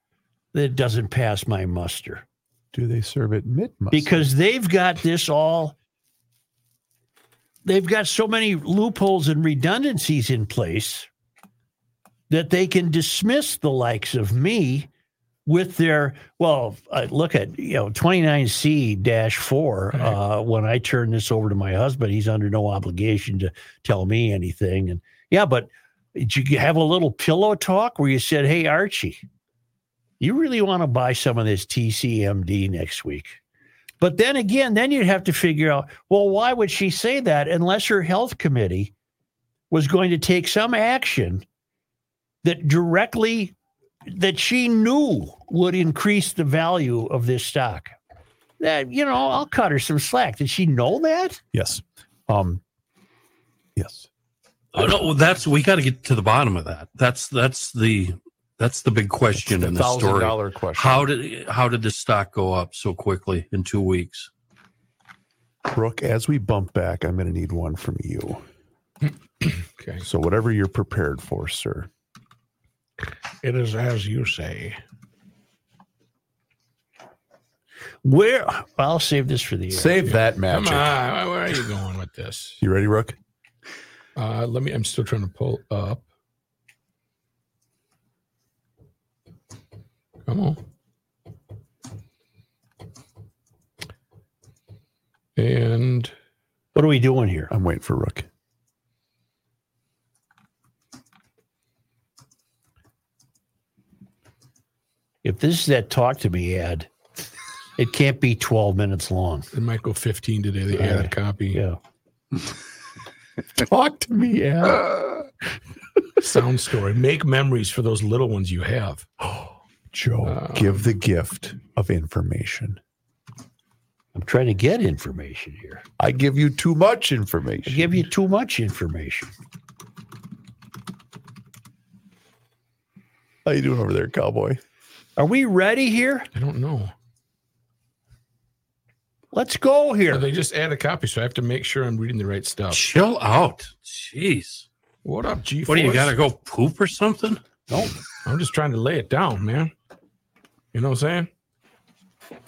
that it doesn't pass my muster
Do they serve it mid
because they've got this all they've got so many loopholes and redundancies in place that they can dismiss the likes of me with their well uh, look at you know 29c-4 uh, when i turn this over to my husband he's under no obligation to tell me anything and yeah but did you have a little pillow talk where you said hey archie you really want to buy some of this tcmd next week but then again, then you'd have to figure out, well, why would she say that unless her health committee was going to take some action that directly that she knew would increase the value of this stock? That you know, I'll cut her some slack. Did she know that?
Yes. Um. Yes.
Oh, no, that's we got to get to the bottom of that. That's that's the that's the big question in the
thousand
story.
dollar question.
How did how did the stock go up so quickly in two weeks?
Brooke, as we bump back, I'm going to need one from you.
Okay.
So whatever you're prepared for, sir.
It is as you say.
Where I'll save this for the air.
Save that
Come
magic.
on. Where are you going with this?
You ready, Rook?
Uh, let me. I'm still trying to pull up. Come on. And
What are we doing here?
I'm waiting for
*laughs*
Rook.
If this is that talk to me ad, it can't be 12 minutes long.
it might go 15 today. They added
Right.
copy.
Yeah.
Talk to me, yeah.
*laughs* Sound story. Make memories for those little ones you have.
*sighs* Joe,
Uh,
give the gift of information.
I'm trying to get information here.
I give you too much
I
information.
give you too much information.
How you doing over there, cowboy?
Are we ready here?
I don't know.
Let's go
Or
here.
they just add a copy, so I have to make sure I'm reading the right
Oh.
stuff.
Chill out. Jeez.
What up, G?
What do you gotta go poop or something?
I'm just trying to lay it down, man. You know what I'm saying?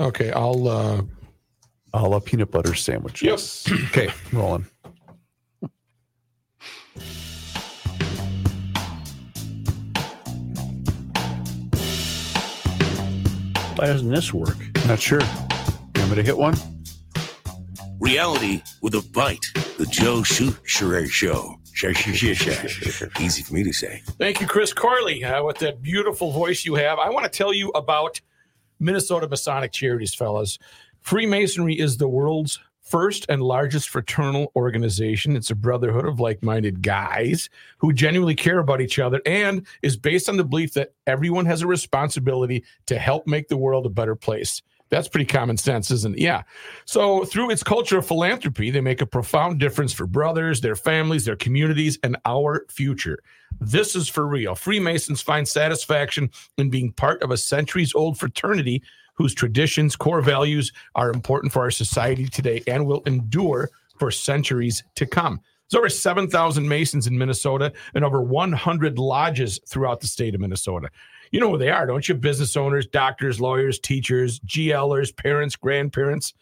Okay, I'll uh
A la peanut butter sandwich.
Yes.
Okay, rolling.
Why doesn't this work?
Not sure. You want me to hit one?
Reality with a bite. The Joe Schusterer Show. Sh- sh- sh- sh-
*laughs*
Easy for me to say.
Thank you, Chris Corley, uh, with that beautiful voice you have. I want to tell you about Minnesota Masonic Charities, fellas. Freemasonry is the world's first and largest fraternal organization. It's a brotherhood of like minded guys who genuinely care about each other and is based on the belief that everyone has a responsibility to help make the world a better place. That's pretty common sense, isn't it? Yeah. So, through its culture of philanthropy, they make a profound difference for brothers, their families, their communities, and our future. This is for real. Freemasons find satisfaction in being part of a centuries old fraternity whose traditions, core values are important for our society today and will endure for centuries to come. There's over 7,000 Masons in Minnesota and over 100 lodges throughout the state of Minnesota. You know who they are, don't you? Business owners, doctors, lawyers, teachers, GLers, parents, grandparents.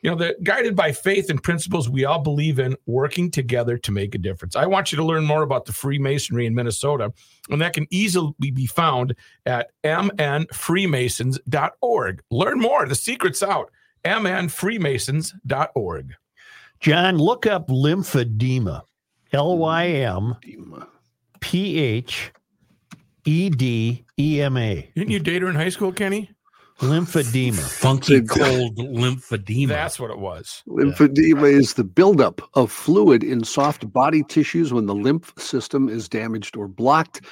You know, they're guided by faith and principles we all believe in, working together to make a difference. I want you to learn more about the Freemasonry in Minnesota, and that can easily be found at mnfreemasons.org. Learn more. The secret's out. mnfreemasons.org.
John, look up lymphedema. L Y M P H E D E M A.
Didn't you date her in high school, Kenny?
Lymphedema.
Funky cold lymphedema.
That's what it was.
Lymphedema is the buildup of fluid in soft body tissues when the lymph system is damaged or blocked.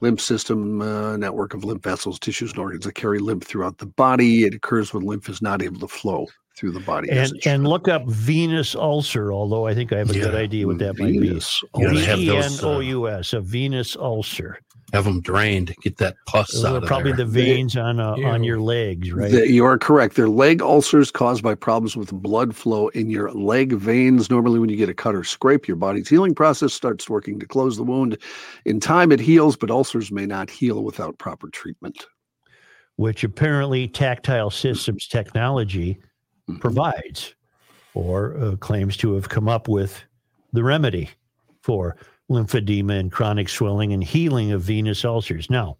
Lymph system, uh, network of lymph vessels, tissues, and organs that carry lymph throughout the body. It occurs when lymph is not able to flow through the body. as
And
it
and look up venous ulcer, although I think I have a good idea what that might be.
Venous
Yeah, they have
V E N
those, uh,
O U S, a venous ulcer.
Have them drained. Get that pus
Those
out
are
of
probably
there.
the veins on uh, on your legs, right?
That you are correct. They're leg ulcers caused by problems with blood flow in your leg veins. Normally, when you get a cut or scrape, your body's healing process starts working to close the wound. In time, it heals, but ulcers may not heal without proper treatment.
Which apparently tactile systems technology provides, or uh, claims to have come up with the remedy for lymphedema and chronic swelling and healing of venous ulcers. Now,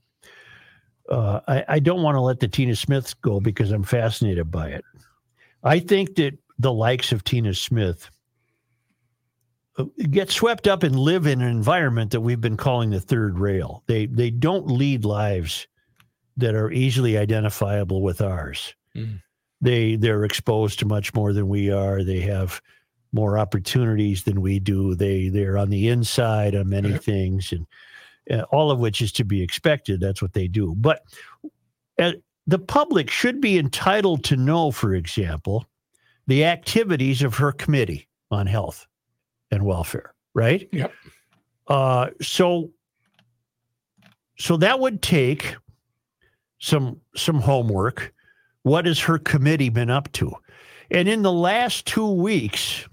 uh, I, I don't want to let the Tina Smiths go because I'm fascinated by it. I think that the likes of Tina Smith uh, get swept up and live in an environment that we've been calling the third rail. They they don't lead lives that are easily identifiable with ours.
Mm.
They they're exposed to much more than we are. They have more opportunities than we do. They they're on the inside on many things and uh, all of which is to be expected. That's what they do. But uh, the public should be entitled to know, for example, the activities of her committee on health and welfare, right?
Yep.
Uh, so, so that would take some some homework. What has her committee been up to? And in the last two weeks,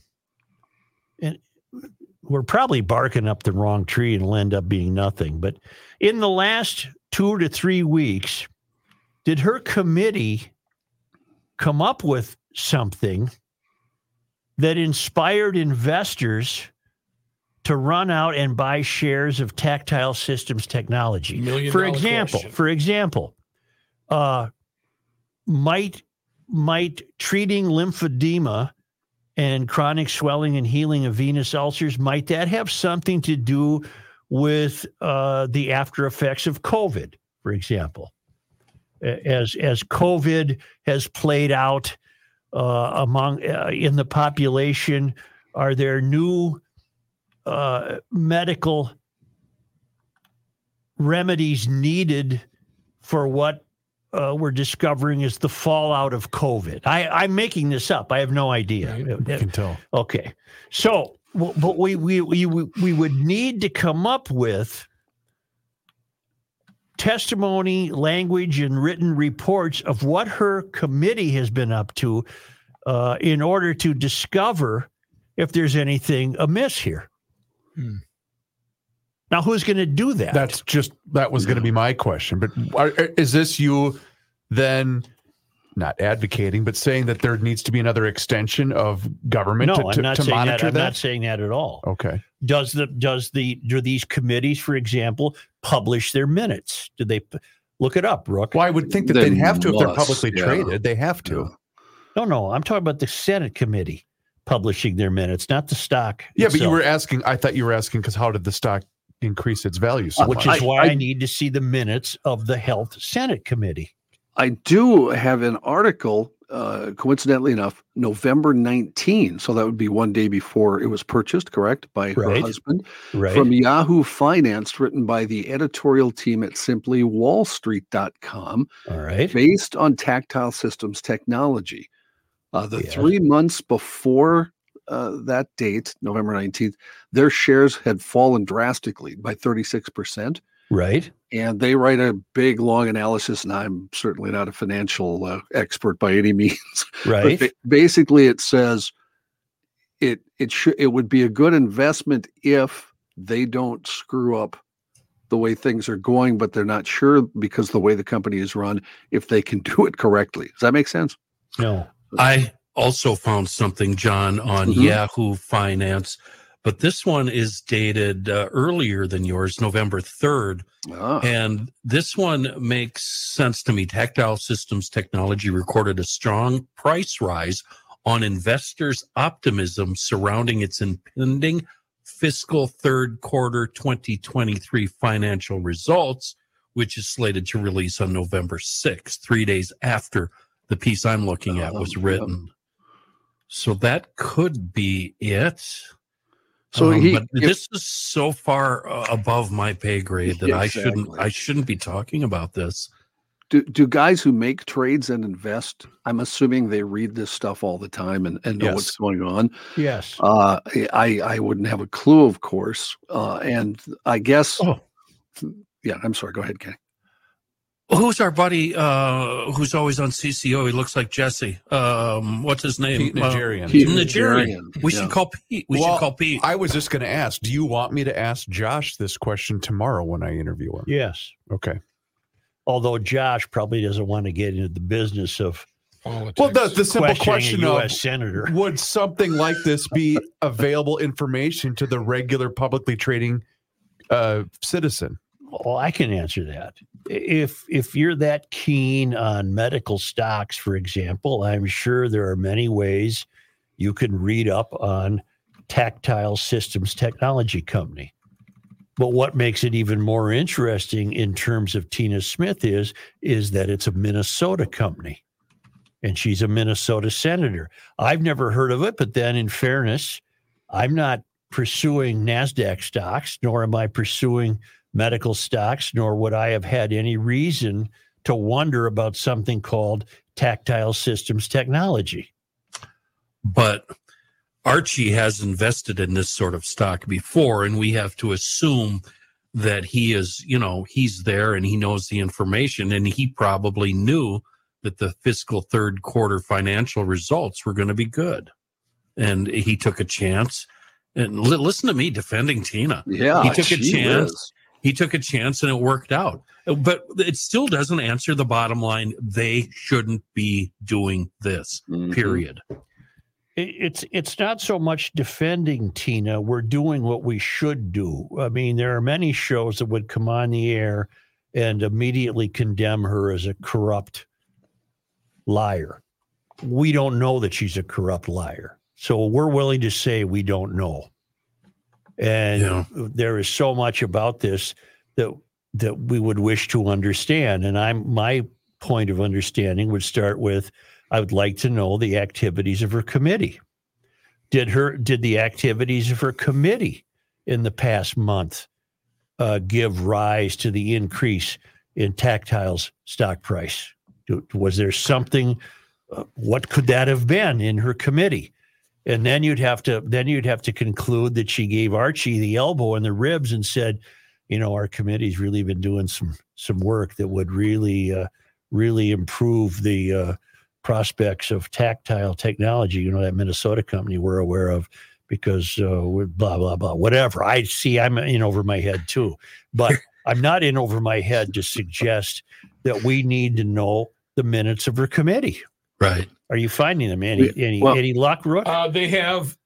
and we're probably barking up the wrong tree and it'll end up being nothing. But in the last two to three weeks, did her committee come up with something that inspired investors to run out and buy shares of tactile systems technology?
Million
for
dollar
example,
question.
for example, uh, might might treating lymphedema and chronic swelling and healing of venous ulcers might that have something to do with uh, the after effects of COVID, for example? A- As as COVID has played out uh, among uh, in the population, are there new uh, medical remedies needed for what uh, we're discovering is the fallout of COVID. I, I'm making this up. I have no idea.
You can tell.
Okay. So, w- but we, we we we we would need to come up with testimony, language, and written reports of what her committee has been up to uh, in order to discover if there's anything amiss here.
Hmm.
Now, who's going to do that?
That's just that was going to be my question. But are, is this you then not advocating, but saying that there needs to be another extension of government
no,
to, to,
I'm not
to
saying that.
monitor Oh.
I'm not saying that at all.
okay,
does the does the do these committees for example publish their minutes do they p- look it up rook
well, I would think that
They
they would have to if they're
must,
publicly
yeah.
traded. They have to.
no no i'm talking about the senate committee publishing their minutes not the stock
Yeah, but you
itself,
were asking. I thought you were asking because how did the stock increase its value so
which
much?
is why Uh, I, need to see the minutes of the health senate committee
I do have an article, uh, coincidentally enough, November 19. So that would be one day before it was purchased, correct? By her
Right.
husband.
right
from Yahoo Finance, written by the editorial team at simplywallstreet.com,
all right
based on tactile systems technology. Uh, the
Yeah.
three months before uh, that date, November 19th, their shares had fallen drastically by 36%.
right
And they write a big, long analysis, and I'm certainly not a financial uh, expert by any *laughs* means. But
right
ba- basically, it says it it should it would be a good investment if they don't screw up the way things are going, but they're not sure *laughs* because the way the company is run if they can do it correctly. Does that make sense?
no
I also found something, John, on
Mhm.
Yahoo Finance, but this one is dated uh, earlier than yours, November 3rd.
Ah,
And this one makes sense to me. Tactile Systems Technology recorded a strong price rise on investors' optimism surrounding its impending fiscal third quarter 2023 financial results, which is slated to release on November 6th, three days after the piece I'm looking at was
Um,
written. So that could be it.
So
Um,
he-
but
if-
this is so far uh, above my pay grade that I shouldn't
Exactly.
I shouldn't be talking about this.
do, do guys who make trades and invest, I'm assuming they read this stuff all the time and, and know what's
Yes.
going on.
Yes.
Uh, I, I wouldn't have a clue, of course. Uh, and I guess,
Oh.
yeah, I'm sorry. Go ahead, Kenny.
Who's our buddy uh who's always on CCO? He looks like Jesse. Um what's his name?
Pete
Uh,
Nigerian.
Pete
Pete
Nigerian.
Nigerian,
We
yeah.
should call Pete. We
Well,
should call Pete.
I was just going to ask, do you want me to ask Josh this question tomorrow when I interview him?
Yes.
Okay.
Although Josh probably doesn't want to get into the business of
Politics.
Well, the, the simple
questioning
question
a
of
U.S. senator.
*laughs* would something like this be available information to the regular publicly trading uh, citizen?
Well, I can answer that. If if you're that keen on medical stocks, for example, I'm sure there are many ways you can read up on Tactile Systems Technology Company. But what makes it even more interesting in terms of Tina Smith is is that it's a Minnesota company. And she's a Minnesota senator. I've never heard of it, but then in fairness, I'm not pursuing NASDAQ stocks, nor am I pursuing medical stocks, nor would I have had any reason to wonder about something called tactile systems technology.
but Archie has invested in this sort of stock before, and we have to assume that he is, you know, he's there and he knows the information, and he probably knew that the fiscal third quarter financial results were going to be good, and he took a chance. And li- listen to me defending Tina.
*laughs* Yeah.
He took a
gee
chance.
whiz.
He took a chance and it worked out. But it still doesn't answer the bottom line. They shouldn't be doing this,
Mhm.
period.
It- It's it's not so much defending Tina. We're doing what we should do. I mean, there are many shows that would come on the air and immediately condemn her as a corrupt liar. We don't know that she's a corrupt liar, so we're willing to say we don't know. And
Yeah.
there is so much about this that that we would wish to understand. And I'm my point of understanding would start with I would like to know the activities of her committee. Did her did the activities of her committee in the past month uh, give rise to the increase in tactiles stock price? Do- Was there something? Uh, what could that have been in her committee? And then you'd have to then you'd have to conclude that she gave Archie the elbow and the ribs and said, you know, our committee's really been doing some some work that would really uh, really improve the uh, prospects of tactile technology, you know, that Minnesota company we're aware of because uh, we're blah, blah, blah, whatever. I see I'm in over my head too, but I'm not in over my head to suggest that we need to know the minutes of her committee.
Right.
Are you finding them? Any, any,
well-
any luck, Rook?
Uh, they have.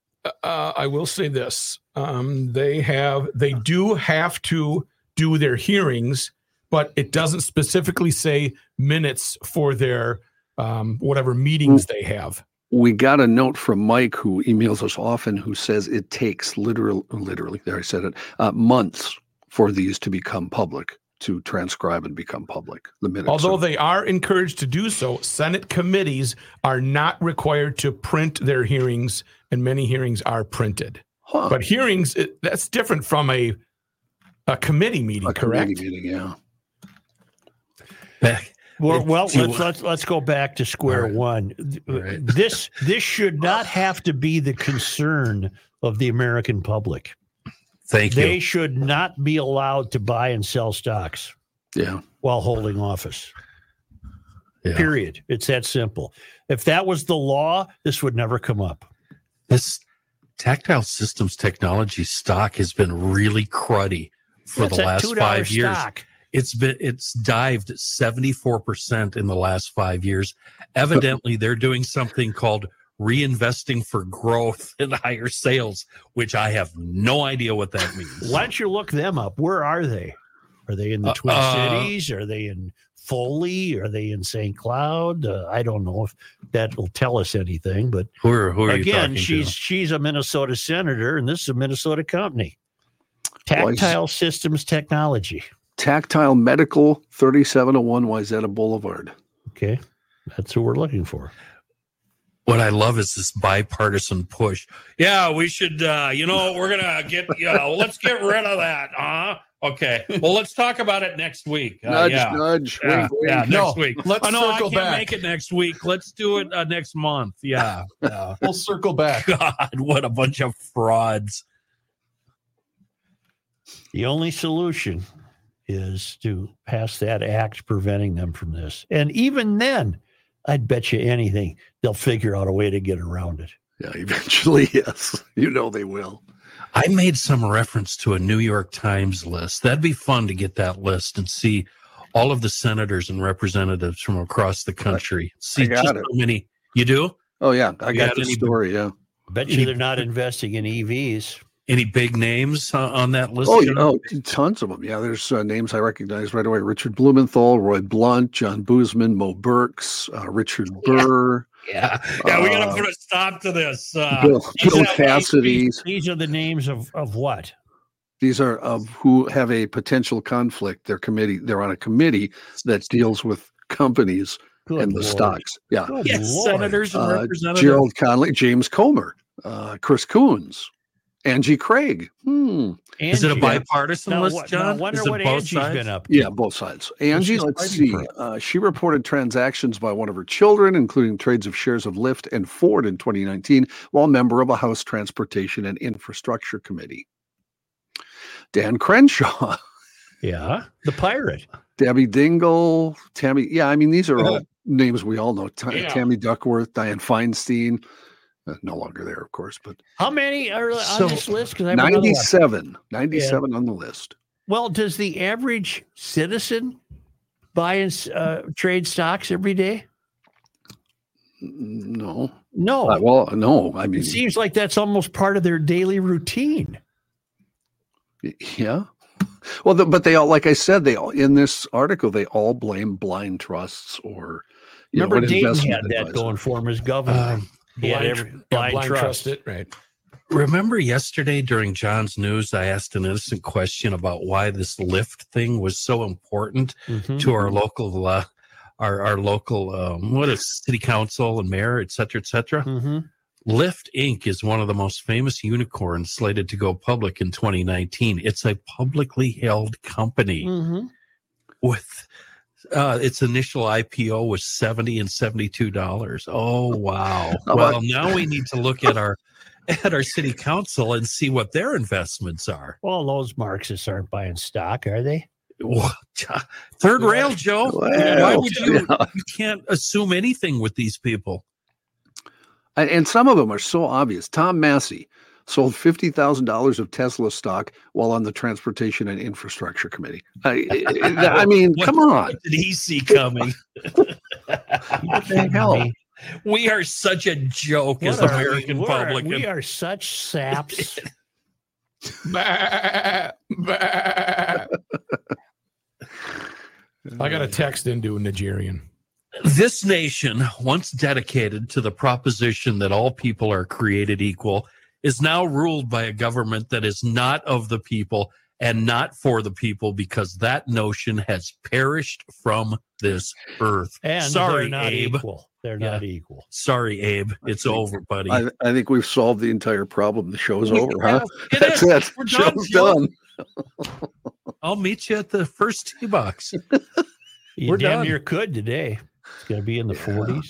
Uh, I will say this: um, they have. They do have to do their hearings, but it doesn't specifically say minutes for their um, whatever meetings they have.
we got a note from Mike who emails us often who says it takes literal literally there I said it uh, months for these to become public to transcribe and become public the minutes
Although
of-
they are encouraged to do so, Senate committees are not required to print their hearings, and many hearings are printed.
Huh,
But hearings, it, that's different from a a committee meeting,
a
correct?
committee meeting, yeah
Back,
Well, well
Do you
let's,
wa-
let's let's go back to square
All right.
one. Th-
All right.
This this should not have to be the concern of the American public.
Thank you.
They should not be allowed to buy and sell stocks.
yeah
while holding office.
Yeah.
Period. It's that simple. If that was the law, this would never come up.
This tactile systems technology stock has been really cruddy for
That's
the
a
last
$2
five years.
stock.
It's been it's dived 74% in the last five years. Evidently, they're doing something called reinvesting for growth and higher sales, which I have no idea what that means.
Why don't you look them up? Where are they? Are they in the
Uh,
Twin
uh,
Cities? Are they in Foley? Are they in St. Cloud? Uh, I don't know if that will tell us anything, but
Who are, who are you
again,
talking
she's
to?
she's a Minnesota senator, and this is a Minnesota company.
Why is-
Tactile Systems Technology.
Tactile Medical, 3701 Wyzetta Boulevard.
Okay, that's who we're looking for.
What I love is this bipartisan push. Yeah, we should. Uh, you know, we're gonna get. Yeah, well, let's get rid of that. Uh okay. Well, let's talk about it next week. Uh,
Nudge,
yeah.
nudge.
Yeah,
wink, wink.
yeah,
No,
next week.
let's
*laughs* oh, no, I
circle
can't
back.
make it next week. Let's do it uh, next month. Yeah. yeah.
We'll circle back.
*laughs* God, what a bunch of frauds.
The only solution is to pass that act preventing them from this. And even then, I'd bet you anything they'll figure out a way to get around it.
Yeah, *laughs* eventually, yes. You know they will.
I made some reference to a New York Times list. That'd be fun to get that list and see all of the senators and representatives from across the country. See
got
just
it.
how many you do?
Oh, yeah. I
You
got
had
the
any-
story. Yeah.
Bet you they're not investing in E EVs.
Any big names uh, on that list?
Oh, you
Jim?
know, tons of them. Yeah, there's uh, names I recognize right away Richard Blumenthal, Roy Blunt, John Boozman, Mo Burks, uh, Richard Burr,
Yeah, yeah, we gotta
Uh,
put a stop to this. Uh,
Bill,
is
Bill
that
Cassidy.
These are the names of, of what?
These are of who have a potential conflict. Their committee, they're on a committee that deals with companies
Good
and the
Lord.
stocks. Yeah.
*laughs*
Good
yes,
Lord.
senators and
Uh,
representatives.
Gerald Conley, James Comer, uh, Chris Coons, Angie Craig. Hmm.
is it a
Angie.
bipartisan
Now,
list,
what- now I
John?
wonder
is it
what
both
Angie's
sides?
been up to.
Yeah, both sides. Angie,
she's
let's
fighting
see.
for it.
Uh, she reported transactions by one of her children, including trades of shares of Lyft and Ford in 2019, while member of a House Transportation and Infrastructure Committee. Dan Crenshaw, *laughs*
Yeah, the pirate.
Debbie Dingle, Tammy. Yeah, I mean, these are all names we all know. Ta-
Yeah.
Tammy Duckworth, Diane Feinstein, uh, no longer there, of course, but
How many are on
So,
this list? Because I have another one.
97, 97 on the list.
Well, does the average citizen buy and s- uh, trade stocks every day?
N- No.
No.
Uh, well, no. I mean,
It seems like that's almost part of their daily routine.
Yeah. Well, the, but they all, like I said, they all in this article they all blame blind trusts or you know,
Remember,
an
Dayton had
investment
that
advisor.
going for him as governor.
Um,
he had
blind
every,
tr- yeah,
blind,
blind
trust.
it, right?
remember yesterday during John's news, I asked an innocent question about why this Lyft thing was so important
Mhm.
to our local, uh, our our local, um, what is city council and mayor, et cetera, et cetera.
Mhm.
Lyft Inc. is one of the most famous unicorns slated to go public in 2019. It's a publicly held company
Mhm.
with uh, its initial IPO was 70 and 72 dollars. Oh wow.
How
Well, now we need to look at our *laughs* at our city council and see what their investments are.
Well, those Marxists aren't buying stock, are they?
What? Third rail, Joe. Why
Well,
would you
yeah.
you can't assume anything with these people?
And, and some of them are so obvious. Tom Massey sold fifty thousand dollars of Tesla stock while on the Transportation and Infrastructure Committee. I, I, I
*laughs*
mean,
What-
come on.
What did he *laughs* see coming?
*laughs* What the hell?
we are such a joke as
What are we-
American
we are-
public.
we are such
*laughs*
saps.
Bah, *laughs* bah. I got a text into a Nigerian.
This nation, once dedicated to the proposition that all people are created equal, is now ruled by a government that is not of the people and not for the people because that notion has perished from this earth.
And
Sorry,
they're not
Abe.
equal. They're
Yeah.
not equal.
Sorry, Abe. It's
think-
over, buddy.
I, I think we've solved the entire problem. The show's
We
over,
have-
huh? *laughs*
It
That's
is.
it.
We're done,
Show's
Joe.
done.
I'll meet you at the first tee
*laughs*
box.
You
We're
damn
done.
near could today. It's going to be in the
Yeah,
40s. you know?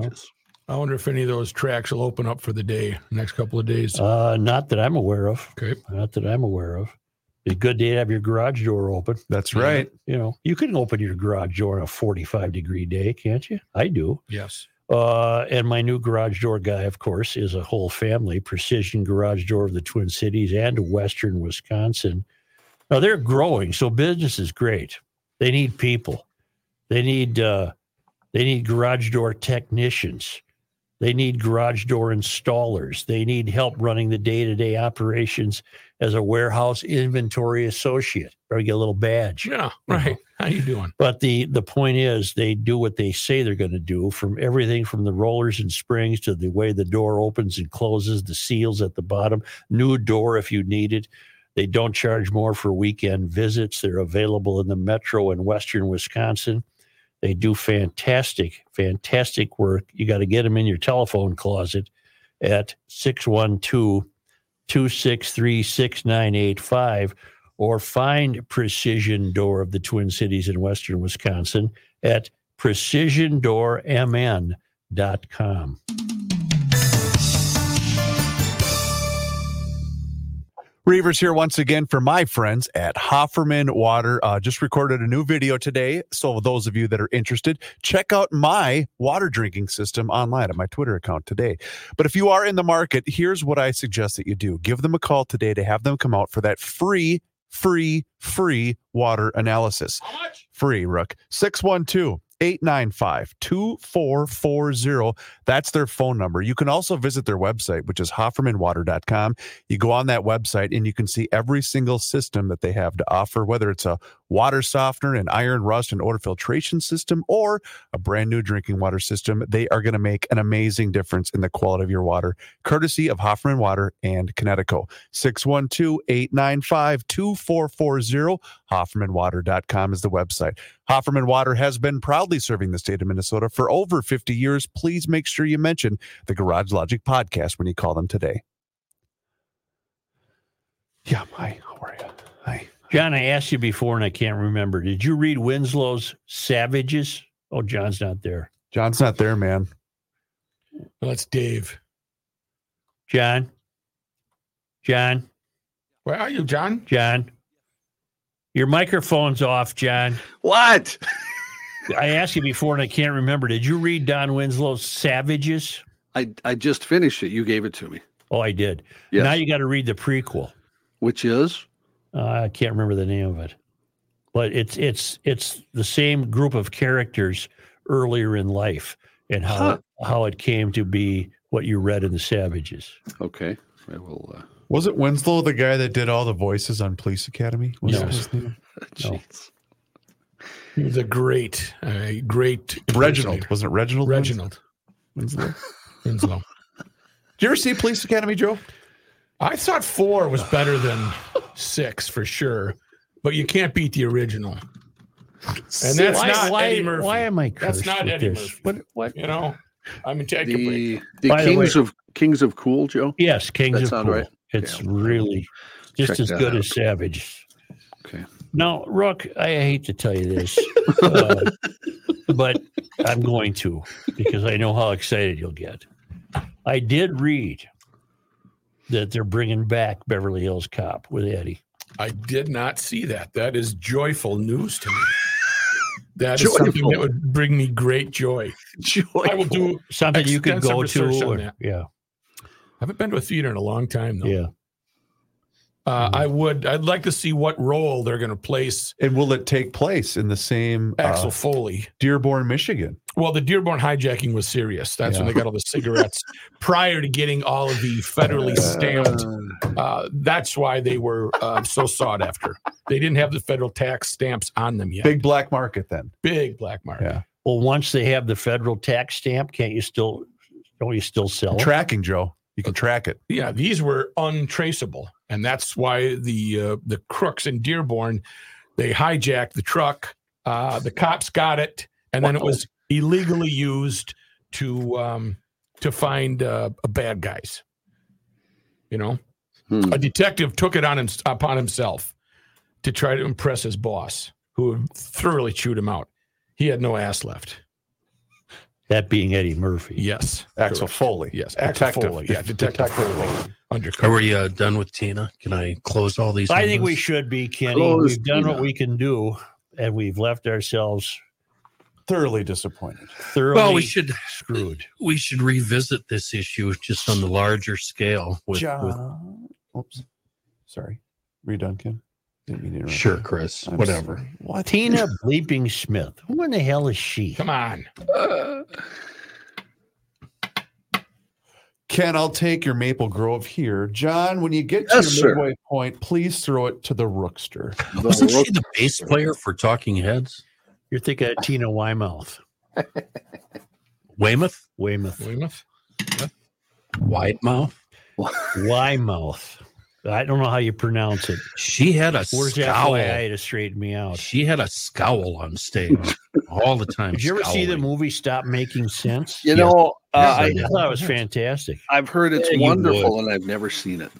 Gorgeous.
I wonder if any of those tracks will open up for the day, next couple of days.
Uh, not that I'm aware of.
Okay.
Not that I'm aware of. Be good day to have your garage door open.
That's right.
You know, you can open your garage door on a 45 degree day, can't you? I do.
Yes.
Uh, and my new garage door guy, of course, is a whole family precision garage door of the Twin Cities and Western Wisconsin. Now they're growing, so business is great. They need people. They need uh, they need garage door technicians. They need garage door installers. They need help running the day to day operations as a warehouse inventory associate. Probably get a little badge.
Yeah,
uh-huh.
right. How you doing?
But the the point is, they do what they say they're going to do. From everything from the rollers and springs to the way the door opens and closes, the seals at the bottom, new door if you need it. They don't charge more for weekend visits. They're available in the metro in western Wisconsin. They do fantastic, fantastic work. You got to get them in your telephone closet at 612 263 6985 or find Precision Door of the Twin Cities in Western Wisconsin at precisiondoormn.com.
Reavers here once again for my friends at Hofferman Water. Uh, just recorded a new video today. So, those of you that are interested, check out my water drinking system online at my Twitter account today. But if you are in the market, here's what I suggest that you do give them a call today to have them come out for that free, free, free water analysis.
How much?
Free, Rook. 612- 895 2440. That's their phone number. You can also visit their website, which is hoffermanwater.com. You go on that website and you can see every single system that they have to offer, whether it's a water softener, an iron rust and odor filtration system, or a brand new drinking water system. They are going to make an amazing difference in the quality of your water, courtesy of Hofferman Water and Connecticut. 612 895 2440. HoffermanWater.com is the website. Hofferman Water has been proudly serving the state of Minnesota for over 50 years. Please make sure you mention the Garage Logic podcast when you call them today. Yeah, hi, how are you? Hi.
John, I asked you before and I can't remember. Did you read Winslow's Savages? Oh, John's not there.
John's not there, man.
Well, that's Dave.
John? John?
Where are you, John?
John? Your microphone's off, John.
What?
I asked you before and I can't remember. Did you read Don Winslow's Savages?
I, I just finished it. You gave it to me,
Oh, I did.
Yes.
Now you got to read the prequel.
which is
Uh, I can't remember the name of it, but it's it's it's the same group of characters earlier in life and how
Huh.
how it came to be what you read in the Savages.
okay. I will.
*laughs*
Uh,
Was it Winslow, the guy that did all the voices on Police Academy? Was
No.
that his name?
jeez.
He was a great, uh, great
Reginald. Wasn't it Reginald?
Reginald
Winslow.
Winslow.
Did you ever see Police Academy, Joe?
I thought four was better
*laughs*
than six for sure, but you can't beat the original. And that's
why,
not
why,
Eddie Murphy.
why am I
That's
cursed
not
with
Eddie
this?
Murphy.
What what?
you know, I mean, take a break.
The, the
By the
kings of kings of cool,
*laughs*
Joe.
Yes, Kings
That
of
sound
Cool.
right?
It's
Yeah.
really just
Check
as
that
good
out.
as Savage.
Okay.
Now, Rook, I hate to tell you
*laughs*
this, uh, but I'm going to because I know how excited you'll get. I did read that they're bringing back Beverly Hills Cop with Eddie.
I did not see that. That is joyful news to me. That is something
Joyful.
that would bring me great joy.
Joy.
I will do.
Something you could
Extensive
go
research
to.
on
or-
that.
yeah,
I haven't been to a theater in a long time, though.
yeah.
Uh, I would. I'd like to see what role they're going to place
And will it take place in the same
Axel
uh,
Foley.
Dearborn, Michigan?
Well, the Dearborn hijacking was serious. That's when they got all the cigarettes prior to getting all of the federally stamped. Uh, that's why they were uh, so sought after. They didn't have the federal tax stamps on them yet. Big,
Big black market then.
black market.
Yeah.
Well, once they have the federal tax stamp, can't you still? Don't you still sell? it?
Tracking, Joe. You can track it.
Yeah, these were untraceable, and that's why the uh, the crooks in Dearborn they hijacked the truck. Uh, the cops got it, and then it was illegally used to um, to find uh, bad guys. You know,
Hmm.
a detective took it on him, upon himself to try to impress his boss, who thoroughly chewed him out. He had no ass left.
That being Eddie Murphy.
Yes,
Axel Foley.
Yes, Axel Foley. Yeah, Detective Foley.
Are
Undercover.
we uh, done with Tina? Can I close all these?
I think we
windows?
should be, Kenny.
Close,
we've done what
Tina.
we can do, and we've left ourselves
Thoroughly disappointed.
thoroughly
Well, we should
screwed.
we should revisit this issue just on the larger scale with, with
John. Oops. Sorry. Reduncan. Didn't mean to interrupt.
sure,
you.
Chris,
I'm
whatever.
sorry. What?
*laughs* Tina Bleeping Smith. Who in the hell is she?
Come on.
Ken, I'll take your Maple Grove here. John, when you get to
Yes,
your
sir.
midway point, please throw it to the Rookster.
Wasn't she the bass player for Talking Heads?
You're thinking of Tina Weymouth.
Weymouth?
Weymouth.
Weymouth?
Widemouth?
Weymouth. I don't know how you pronounce it.
She had a
Where's that
scowl.
FYI to straighten me out?
She had a scowl
*laughs*
on stage all the time.
Did you ever see the
scowling.
movie Stop Making Sense?
You know, uh,
I,
I,
thought it was fantastic.
I've heard it's
Yeah, you
wonderful, and I've never seen it.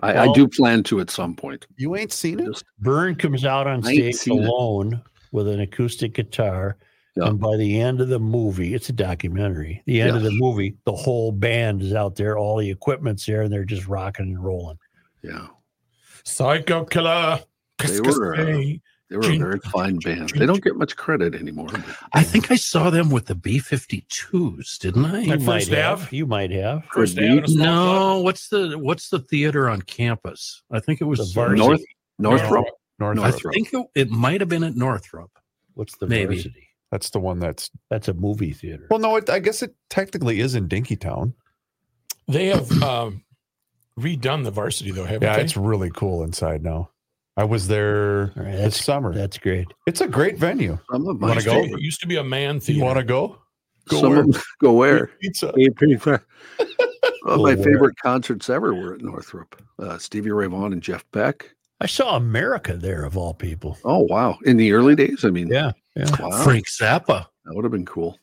I, I
Well-
do plan to at some point.
You ain't seen it?
Byrne comes out on
I ain't
stage
seen it.
alone with an acoustic guitar.
Yeah.
And by the end of the movie, it's a documentary. The end of the movie, the whole band is out there, all the equipment's there, and they're just rocking and rolling.
Yeah,
Psycho killer.
They were, uh,
Hey.
they were a
Jing-
very fine band. They don't get much credit anymore. but-
I think I saw them with the B 52s, didn't I?
You
At
might
First
have.
Ave?
You might have.
First
Could be.
Avenue Small Club.
No, what's the what's the theater on campus? I think it was
The Varsity.
North, Northrop.
I
Northrop.
Northrop.
think it, it might have been at Northrop.
What's the
Maybe.
varsity?
That's the one that's.
That's a movie theater.
Well, no, it, I guess it technically is in Dinkytown.
They have um, redone the varsity though, haven't
Yeah,
they?
it's really cool inside now. I was there
All right,
this
that's
summer.
that's great.
It's a great venue.
Some of
wanna
my
go?
It used to be a man
You
theater.
want to go? Go
Some
where?
of, go where?
Pizza.
One of my
Go where?
favorite concerts ever were at Northrop. Uh, Stevie Ray Vaughan and Jeff Beck.
I saw America there of all people.
Oh wow! In the early days, I mean,
Yeah, yeah.
wow,
Frank Zappa.
that would have been cool.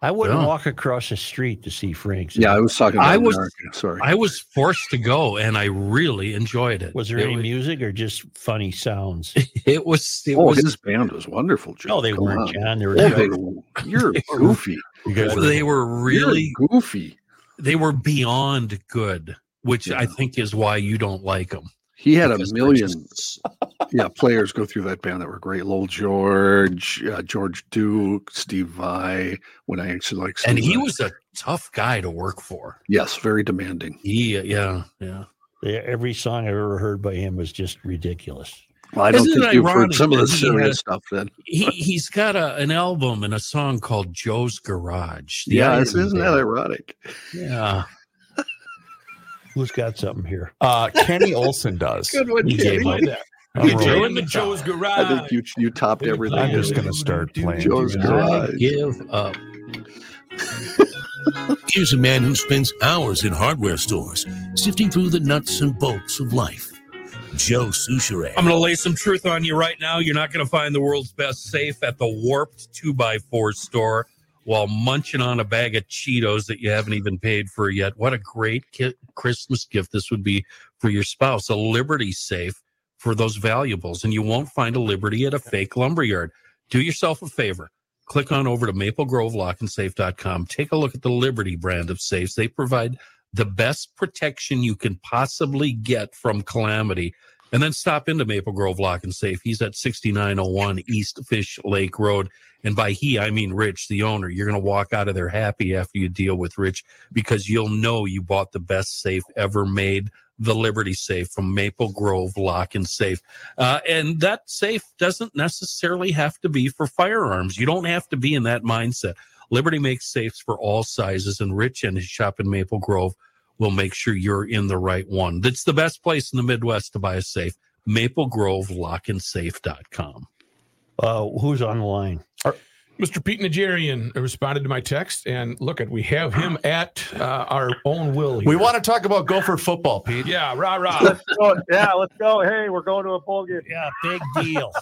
I wouldn't
Yeah.
walk across the street to see Frank's.
Yeah, I was talking. About
I was-
America, sorry.
I was forced to go, and I really enjoyed it.
Was there
it
any
was,
music or just
*laughs*
funny sounds?
It was. It
oh,
was
his band was wonderful. Joe.
No, they
Come
weren't,
on.
John. They were
Oh,
jokes.
they were-
*laughs*
you're goofy.
You guys were
they were really.
You're goofy.
They were beyond good, which I
Yeah.
think is why you don't like them.
He had a
Because they're
million
just- *laughs*
yeah, players go through that band that were great. Lowell George, uh, George Duke, Steve Vai. When I actually like,
and
Steve
he
Vai.
was a tough guy to work for.
yes, very demanding.
He, yeah, yeah.
They- Every song I ever heard by him was just ridiculous.
Well, I don't
Isn't it
think you've heard
ironic
some of
that
the
he
serious
had-
stuff then.
He he's got a, an album and a song called Joe's Garage. The
Yeah,
irony
isn't that
there.
ironic?
Yeah.
Who's got something here?
Uh, Kenny Olson does.
*laughs* one,
You
Kenny.
gave up.
I'm,
Joe
right.
in the Joe's garage.
I think you you topped everything.
I'm just gonna start playing.
Joe's
I
garage.
give up.
Here's a man who spends hours in hardware stores sifting through the nuts and bolts of life. Joe Souchere.
I'm going to lay some truth on you right now. You're not going to find the world's best safe at the warped 2x4 store while munching on a bag of Cheetos that you haven't even paid for yet. What a great ki- Christmas gift this would be for your spouse a Liberty safe for those valuables. And you won't find a Liberty at a fake lumberyard. Do yourself a favor. Click on over to maplegrovelockandsafe.com. Take a look at the Liberty brand of safes. They provide the best protection you can possibly get from calamity. And then stop into Maple Grove Lock and Safe. He's at 6901 East Fish Lake Road. And by he, I mean Rich, the owner. You're going to walk out of there happy after you deal with Rich because you'll know you bought the best safe ever made, the Liberty Safe from Maple Grove Lock and Safe. Uh, and that safe doesn't necessarily have to be for firearms. You don't have to be in that mindset. Liberty makes safes for all sizes, and Rich and his shop in Maple Grove will make sure you're in the right one. That's the best place in the Midwest to buy a safe. MapleGroveLockandSafe.com.
Uh, who's on the line?
Mr. Pete Nigerian responded to my text, and look at we
*gasps*
have him at uh, our own will.
We want to talk about Gopher football, Pete.
to, yeah,
*laughs*
rah rah.
yeah, let's go. Hey, we're going to a bowl game.
Yeah, big
*laughs*
deal.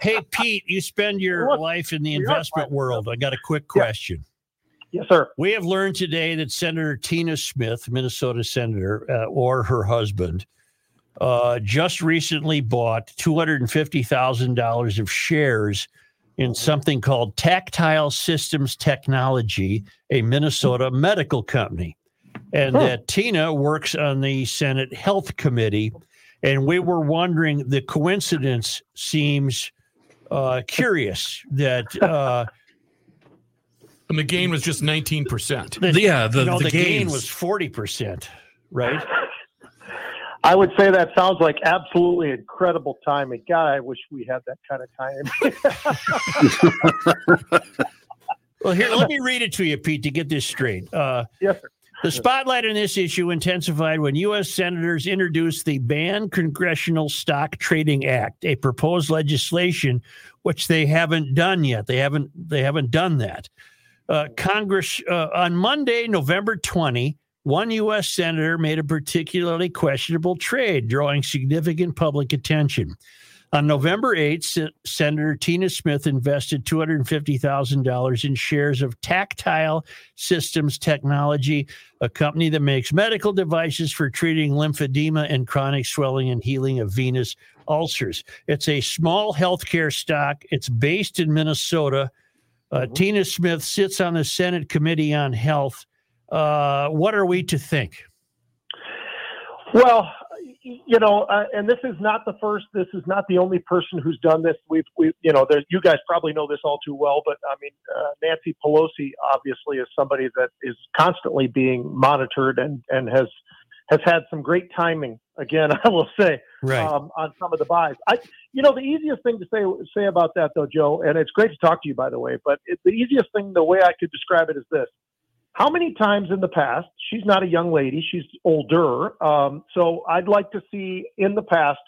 hey, Pete, you spend your
What?
life in the
We are
investment world. I got a quick question.
Yes, sir.
We have learned today that Senator Tina Smith, Minnesota senator, uh, or her husband, uh, just recently bought $250,000 of shares in something called Tactile Systems Technology, a Minnesota medical company. And that Tina works on the Senate Health Committee. And we were wondering the coincidence seems uh, curious that. Uh,
and the gain was just 19 percent.
that
Yeah, the,
you know,
the,
the, gain
games.
was 40%, right?
I would say that sounds like absolutely incredible timing. God, I wish we had that kind of time.
*laughs* Well, here, let me read it to you, Pete, to get this straight. Uh,
yes, sir.
The spotlight on this issue intensified when U.S. senators introduced the Ban Congressional Stock Trading Act, a proposed legislation which they haven't done yet. They haven't they haven't done that. Uh, Congress uh, on Monday, November 20, one U.S. senator made a particularly questionable trade, drawing significant public attention. On November 8, Sen- Senator Tina Smith invested $250,000 in shares of Tactile Systems Technology, a company that makes medical devices for treating lymphedema and chronic swelling and healing of venous ulcers. It's a small healthcare stock, it's based in Minnesota. Uh, Tina Smith sits on the Senate Committee on Health. Uh, what are we to think?
Well, you know, uh, and this is not the first. This is not the only person who's done this. We've, we, you know, there's, you guys probably know this all too well. But I mean, uh, Nancy Pelosi obviously is somebody that is constantly being monitored and and has has had some great timing. Again, *laughs* I will say,
Right.
um, on some of the buys. I, you know, the easiest thing to say say about that though, Joe, and it's great to talk to you by the way. But it, the easiest thing, the way I could describe it is this: How many times in the past? She's not a young lady; she's older. Um, so I'd like to see in the past.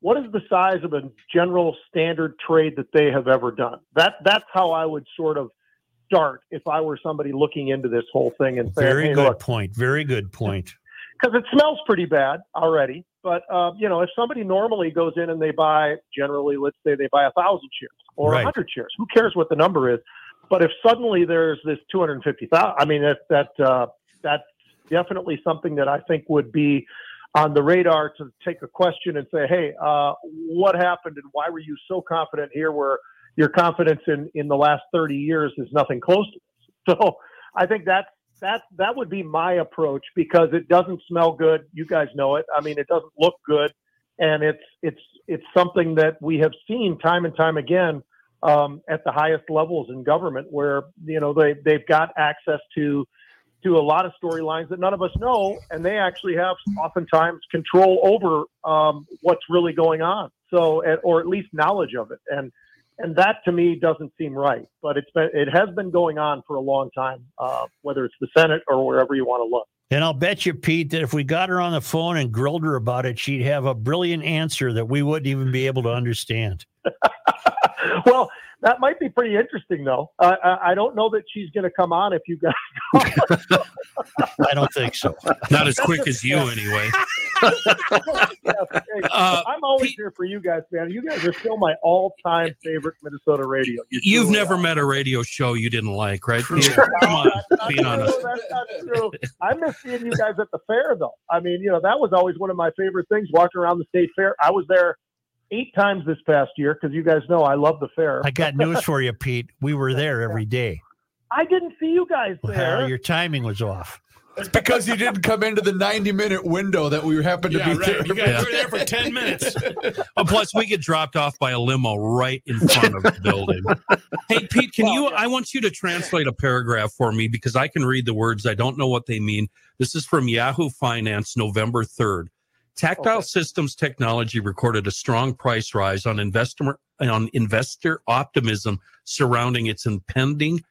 What is the size of a general standard trade that they have ever done? That that's how I would sort of start if I were somebody looking into this whole thing and saying,
Very
"Hey,
good
look,
point. Very
*laughs*
good point.
because it smells pretty bad already. But um, you know, if somebody normally goes in and they buy, generally, let's say they buy a thousand shares or a
Right.
hundred shares, who cares what the number is? But if suddenly there's this two hundred fifty thousand, I mean, that that uh, that's definitely something that I think would be on the radar to take a question and say, hey, uh, what happened and why were you so confident here? Where your confidence in in the last thirty years is nothing close to this. *laughs* So I think that's that that would be my approach because it doesn't smell good. You guys know it. I mean, it doesn't look good, and it's it's it's something that we have seen time and time again um, at the highest levels in government, where you know they they've got access to to a lot of storylines that none of us know, and they actually have oftentimes control over um, what's really going on. So, and- or at least knowledge of it, and and that to me doesn't seem right. But it's been it has been going on for a long time, uh, whether it's the Senate or wherever you want to look.
And I'll bet you, Pete, that if we got her on the phone and grilled her about it, she'd have a brilliant answer that we wouldn't even be able to understand.
Well, that might be pretty interesting, though. Uh, I, I don't know that she's going to come on if you guys.
I don't think so.
Not as quick as you, anyway.
Hey, I'm always here for you guys, man. You guys are still my all-time favorite Minnesota radio. You
You've
truly
never
are.
met a radio show you didn't like, right?
True.
Peter? Come on, being
No,
honest.
*laughs* that's not true. I miss seeing you guys at the fair, though. I mean, you know, that was always one of my favorite things. Walking around the state fair, I was there eight times this past year because you guys know I love the fair.
I got news for you, Pete. We were there every day.
I didn't see you guys there.
Well, your timing was off.
It's because you didn't come into the 90 minute window that we happened to
Yeah,
be
right. You
there.
guys were
*laughs*
there for 10 minutes.
Oh, plus, we get dropped off by a limo right in front of the building. Hey, Pete, can you? I want you to translate a paragraph for me because I can read the words. I don't know what they mean. This is from Yahoo Finance, November 3rd. Tactile Systems Technology recorded a strong price rise on investor on investor optimism surrounding its impending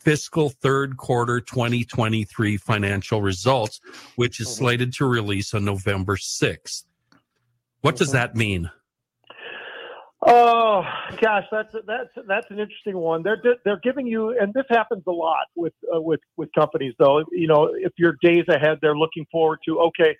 fiscal third quarter 2023 financial results, which is slated to release on November 6th. What does that mean?
Oh gosh, that's that's that's an interesting one. They're they're giving you, and this happens a lot with uh, with with companies though. You know, if you're days ahead, they're looking forward to okay.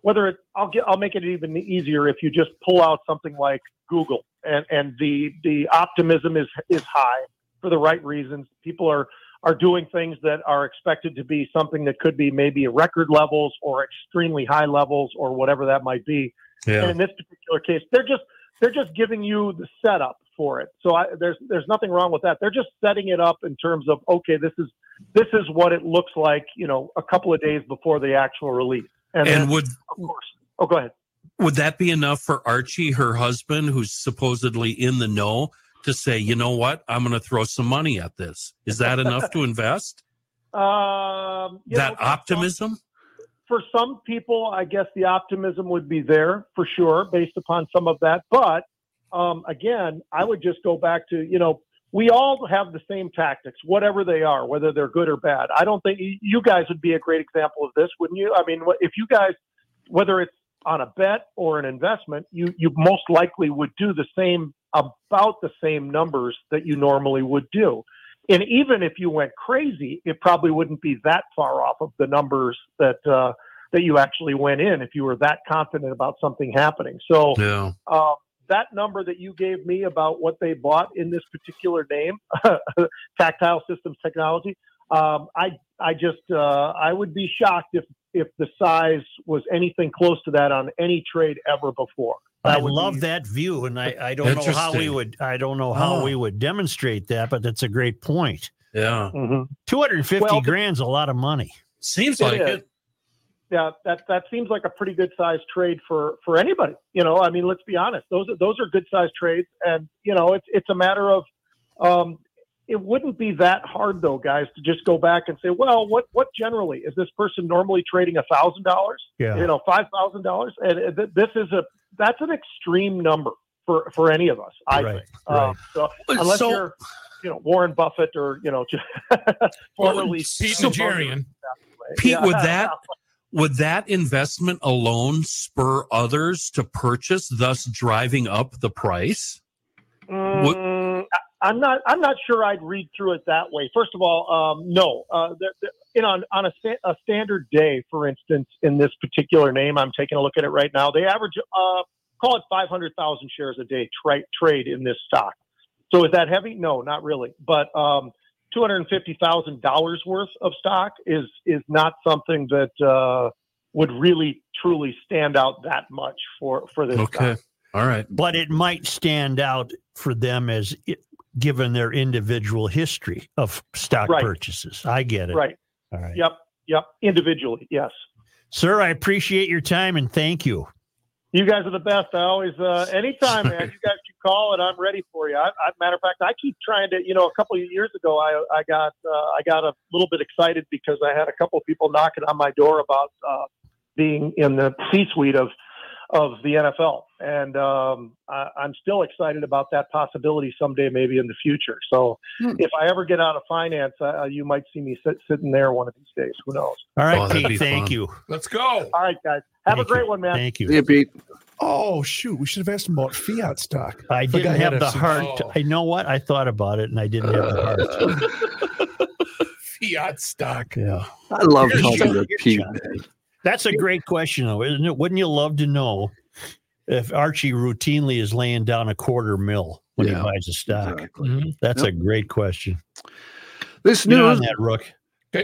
Whether it, I'll get, I'll make it even easier if you just pull out something like Google, and and the the optimism is is high for the right reasons. People are are doing things that are expected to be something that could be maybe record levels or extremely high levels or whatever that might be.
Yeah.
And in this particular case, they're just they're just giving you the setup for it. So I, there's there's nothing wrong with that. They're just setting it up in terms of okay, this is this is what it looks like, you know, a couple of days before the actual release.
And,
then-
would
oh, go ahead.
Would that be enough for Archie, her husband, who's supposedly in the know, to say, you know what, I'm going to throw some money at this? Is that enough to
*laughs*
invest?
um, you
that
know,
optimism?
for some people, I guess the optimism would be there for sure, based upon some of that. But um, again, I would just go back to you know we all have the same tactics, whatever they are, whether they're good or bad. I don't think you guys would be a great example of this, wouldn't you? I mean, if you guys, whether it's on a bet or an investment, you you most likely would do the same about the same numbers that you normally would do. And even if you went crazy, it probably wouldn't be that far off of the numbers that uh, that you actually went in if you were that confident about something happening. So
Yeah.
uh, that number that you gave me about what they bought in this particular name, *laughs* Tactile Systems Technology, um, I I just uh, I would be shocked if if the size was anything close to that on any trade ever before.
I love that view, and I, I don't know how we
Interesting.
would I don't know how
Oh.
we would demonstrate that, but that's a great point.
Yeah.
hundred and fifty
Well, the-
grand's a lot of money.
Seems
It like is. it. Yeah, that that seems like a pretty good sized trade for for anybody. You know, I mean, let's be honest; those are those are good sized trades, and you know, it's it's a matter of. Um, it wouldn't be that hard though, guys, to just go back and say, well, what what generally is this person normally trading a thousand dollars?
Yeah.
you know, five thousand dollars, and uh, th- this is a that's an extreme number for for any of us. I
Right,
think. Um, so
But
unless
so-
you're, you know, Warren Buffett or you know, *laughs* just formerly
Pete
Warren
Najarian.
Buffett.
Pete,
Yeah.
would that would that investment alone spur others to purchase, thus driving up the price? What-
Mm, I- I'm not. I'm not sure I'd read through it that way. First of all, um, no. Uh, there, there- you know, on, on a, sta- a standard day, for instance, in this particular name, I'm taking a look at it right now. They average, uh, call it 500,000 shares a day tra- trade in this stock. So is that heavy? No, not really. But um, two hundred and fifty thousand dollars worth of stock is is not something that uh, would really truly stand out that much for for this.
Okay.
stock.
All right.
But it might stand out for them as it, given their individual history of stock
Right.
purchases. I get it.
Right.
All right.
Yep. Yep. Individually, yes.
Sir, I appreciate your time and thank you.
You guys are the best. I always,
*laughs*
uh, anytime, man. You guys can call, and I'm ready for you. I, I, matter of fact, I keep trying to. You know, a couple of years ago, I, I got, uh, I got a little bit excited because I had a couple of people knocking on my door about uh, being in the C-suite of, of the NFL, and um, I, I'm still excited about that possibility someday, maybe in the future. So,
Hmm.
if I ever get out of finance, uh, you might see me sit, sitting there one of these days. Who knows?
All right,
Oh, that'd be
Pete. Thank
fun.
you.
Let's go.
All right, guys. Have
Thank
a great one, man.
Thank you.
Yeah,
*laughs*
Pete.
Oh shoot, we should have asked him about fiat stock.
I
Forgot
didn't
he had
have the
FC.
heart.
Oh.
I know what I thought about it, and I didn't have the
*laughs* uh,
heart.
Fiat stock.
Yeah,
I love
Here's
talking
John-
to
here's
Pete.
John. that's a great question, though, isn't it? Wouldn't you love to know if Archie routinely is laying down a quarter mil when
Yeah,
he buys a stock?
Exactly.
That's
Yep.
a great question.
This
Get on
news
that, Rook.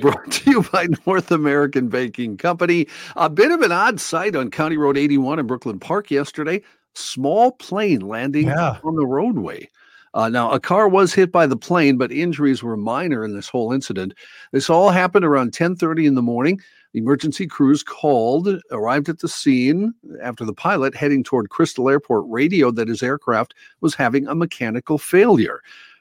Brought to you by *laughs* North American Banking Company. A bit of an odd sight on County Road 81 in Brooklyn Park yesterday. Small plane landing
Yeah.
on the roadway. Uh, now, a car was hit by the plane, but injuries were minor in this whole incident. This all happened around 10:30 in the morning. The emergency crews called, arrived at the scene after the pilot heading toward Crystal Airport radioed that his aircraft was having a mechanical failure.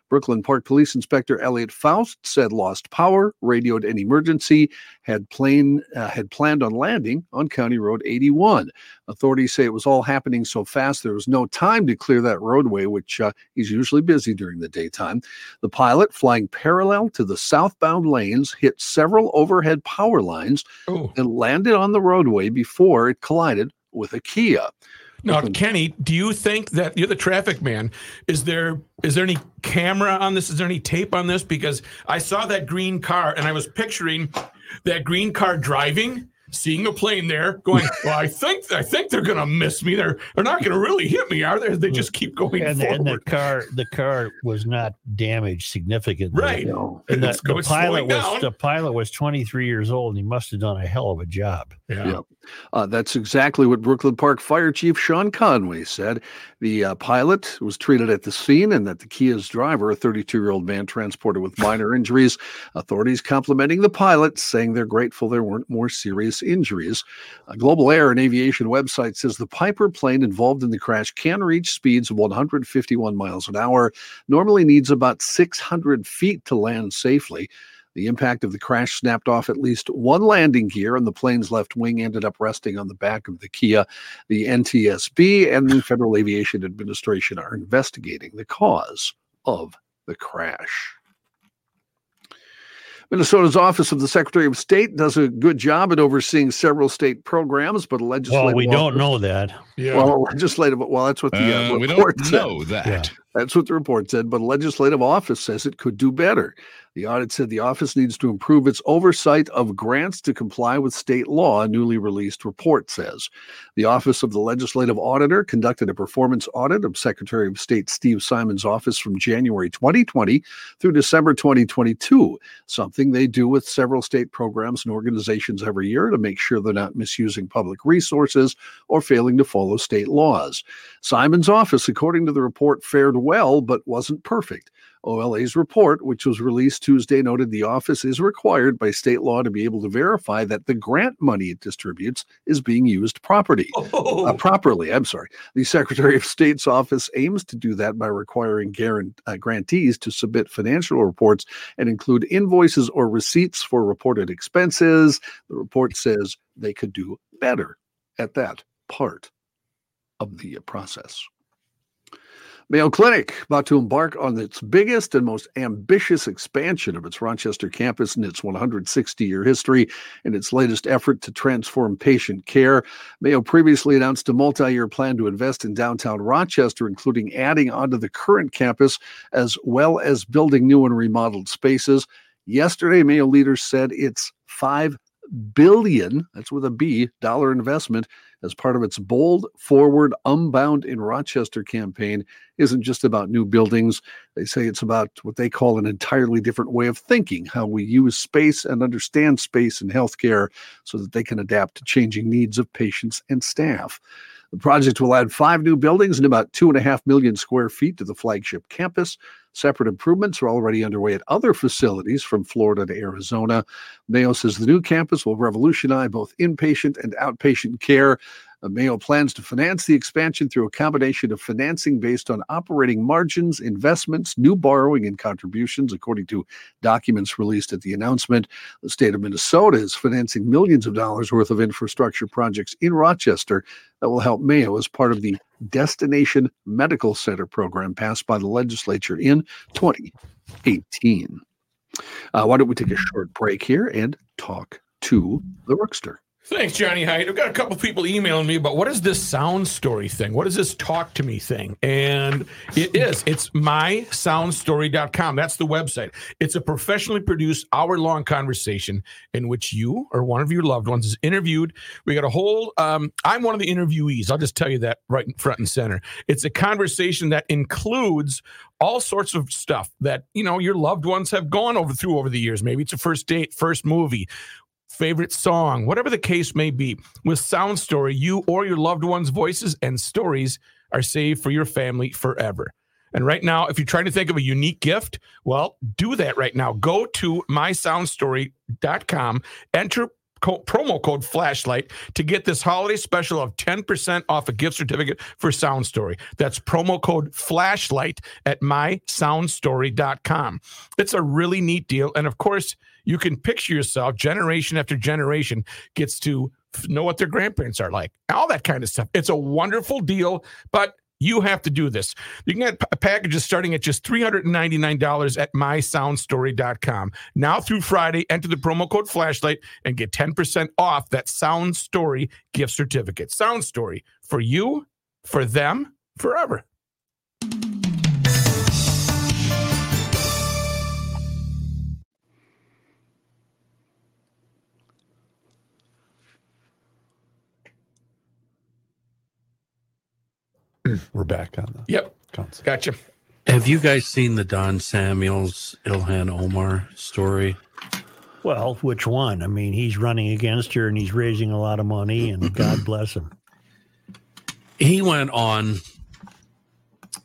Brooklyn Park Police Inspector Elliot Faust said lost power, radioed an emergency, had plane uh, had planned on landing on County Road 81. Authorities say it was all happening so fast there was no time to clear that roadway, which uh, is usually busy during the daytime. The pilot, flying parallel to the southbound lanes, hit several overhead power lines
Oh.
and landed on the roadway before it collided with a Kia.
Now, Kenny, do you think that you're the traffic man? Is there is there any camera on this? Is there any tape on this? Because I saw that green car and I was picturing that green car driving, seeing a plane there,
*laughs*
going, "Well, I think I think they're gonna miss me. They're they're not gonna really hit me, are they? They just keep going
And,
forward."
and the car, the car was not damaged significantly.
Right.
You know,
And the,
It's go-
the
it's
pilot
slowing down.
was the pilot was 23 years old, and he must have done a hell of a job.
yeah.
Yeah. Uh, that's exactly what Brooklyn Park Fire Chief Sean Conway said. The uh, pilot was treated at the scene and that the Kia's driver, a 32 year old man transported with minor injuries. Authorities complimenting the pilot, saying they're grateful there weren't more serious injuries. A Global Air and Aviation website says the Piper plane involved in the crash can reach speeds of 151 miles an hour, normally needs about 600 feet to land safely. The impact of the crash snapped off at least one landing gear, and the plane's left wing ended up resting on the back of the Kia. The NTSB and the Federal Aviation Administration are investigating the cause of the crash. Minnesota's Office of the Secretary of State does a good job at overseeing several state programs, but a legislative
Well, we
office-
don't know that.
Well, legislative. Well, that's what the uh,
Uh, we don't
report said.
know that. Yeah.
That's what the report said. But a legislative office says it could do better. The audit said the office needs to improve its oversight of grants to comply with state law. A newly released report says the office of the legislative auditor conducted a performance audit of Secretary of State Steve Simon's office from January 2020 through December 2022. Something they do with several state programs and organizations every year to make sure they're not misusing public resources or failing to follow state laws. Simon's office, according to the report, fared well but wasn't perfect. OLA's report, which was released Tuesday, noted the office is required by state law to be able to verify that the grant money it distributes is being used property,
Oh.
uh, properly. I'm sorry. The Secretary of State's office aims to do that by requiring guaran- uh, grantees to submit financial reports and include invoices or receipts for reported expenses. The report says they could do better at that part of the uh, process. Mayo Clinic about to embark on its biggest and most ambitious expansion of its Rochester campus in its 160 year history in its latest effort to transform patient care. Mayo previously announced a multi year plan to invest in downtown Rochester, including adding onto the current campus as well as building new and remodeled spaces. Yesterday, Mayo leaders said it's five billion that's with a b dollar investment as part of its bold forward unbound in rochester campaign isn't just about new buildings they say it's about what they call an entirely different way of thinking how we use space and understand space in healthcare so that they can adapt to changing needs of patients and staff the project will add five new buildings and about two and a half million square feet to the flagship campus. Separate improvements are already underway at other facilities from Florida to Arizona. Mayo says the new campus will revolutionize both inpatient and outpatient care. Uh, Mayo plans to finance the expansion through a combination of financing based on operating margins, investments, new borrowing, and contributions, according to documents released at the announcement. The state of Minnesota is financing millions of dollars worth of infrastructure projects in Rochester that will help Mayo as part of the Destination Medical Center program passed by the legislature in 2018. Uh, why don't we take a short break here and talk to the Rookster?
Thanks, Johnny Hyde. I've got a couple people emailing me about what is this sound story thing? What is this talk to me thing? And it is. It's mysoundstory.com. That's the website. It's a professionally produced hour long conversation in which you or one of your loved ones is interviewed. We got a whole, um, I'm one of the interviewees. I'll just tell you that right in front and center. It's a conversation that includes all sorts of stuff that, you know, your loved ones have gone over through over the years. Maybe it's a first date, first movie favorite song, whatever the case may be. With Sound Story, you or your loved one's voices and stories are saved for your family forever. And right now, if you're trying to think of a unique gift, well, do that right now. Go to mysoundstory.com, enter co- promo code flashlight to get this holiday special of 10% off a gift certificate for Sound Story. That's promo code flashlight at mysoundstory.com. It's a really neat deal. And of course, you can picture yourself generation after generation gets to f- know what their grandparents are like, all that kind of stuff. It's a wonderful deal, but you have to do this. You can get p- packages starting at just $399 at mysoundstory.com. Now through Friday, enter the promo code flashlight and get 10% off that Sound Story gift certificate. Sound Story for you, for them, forever.
We're back on the
Yep. *laughs*
concept.
Gotcha.
Have you guys seen the Don Samuels Ilhan Omar story?
Well, which one? I mean, he's running against her and he's raising a lot of money, *laughs* and God bless him.
he went on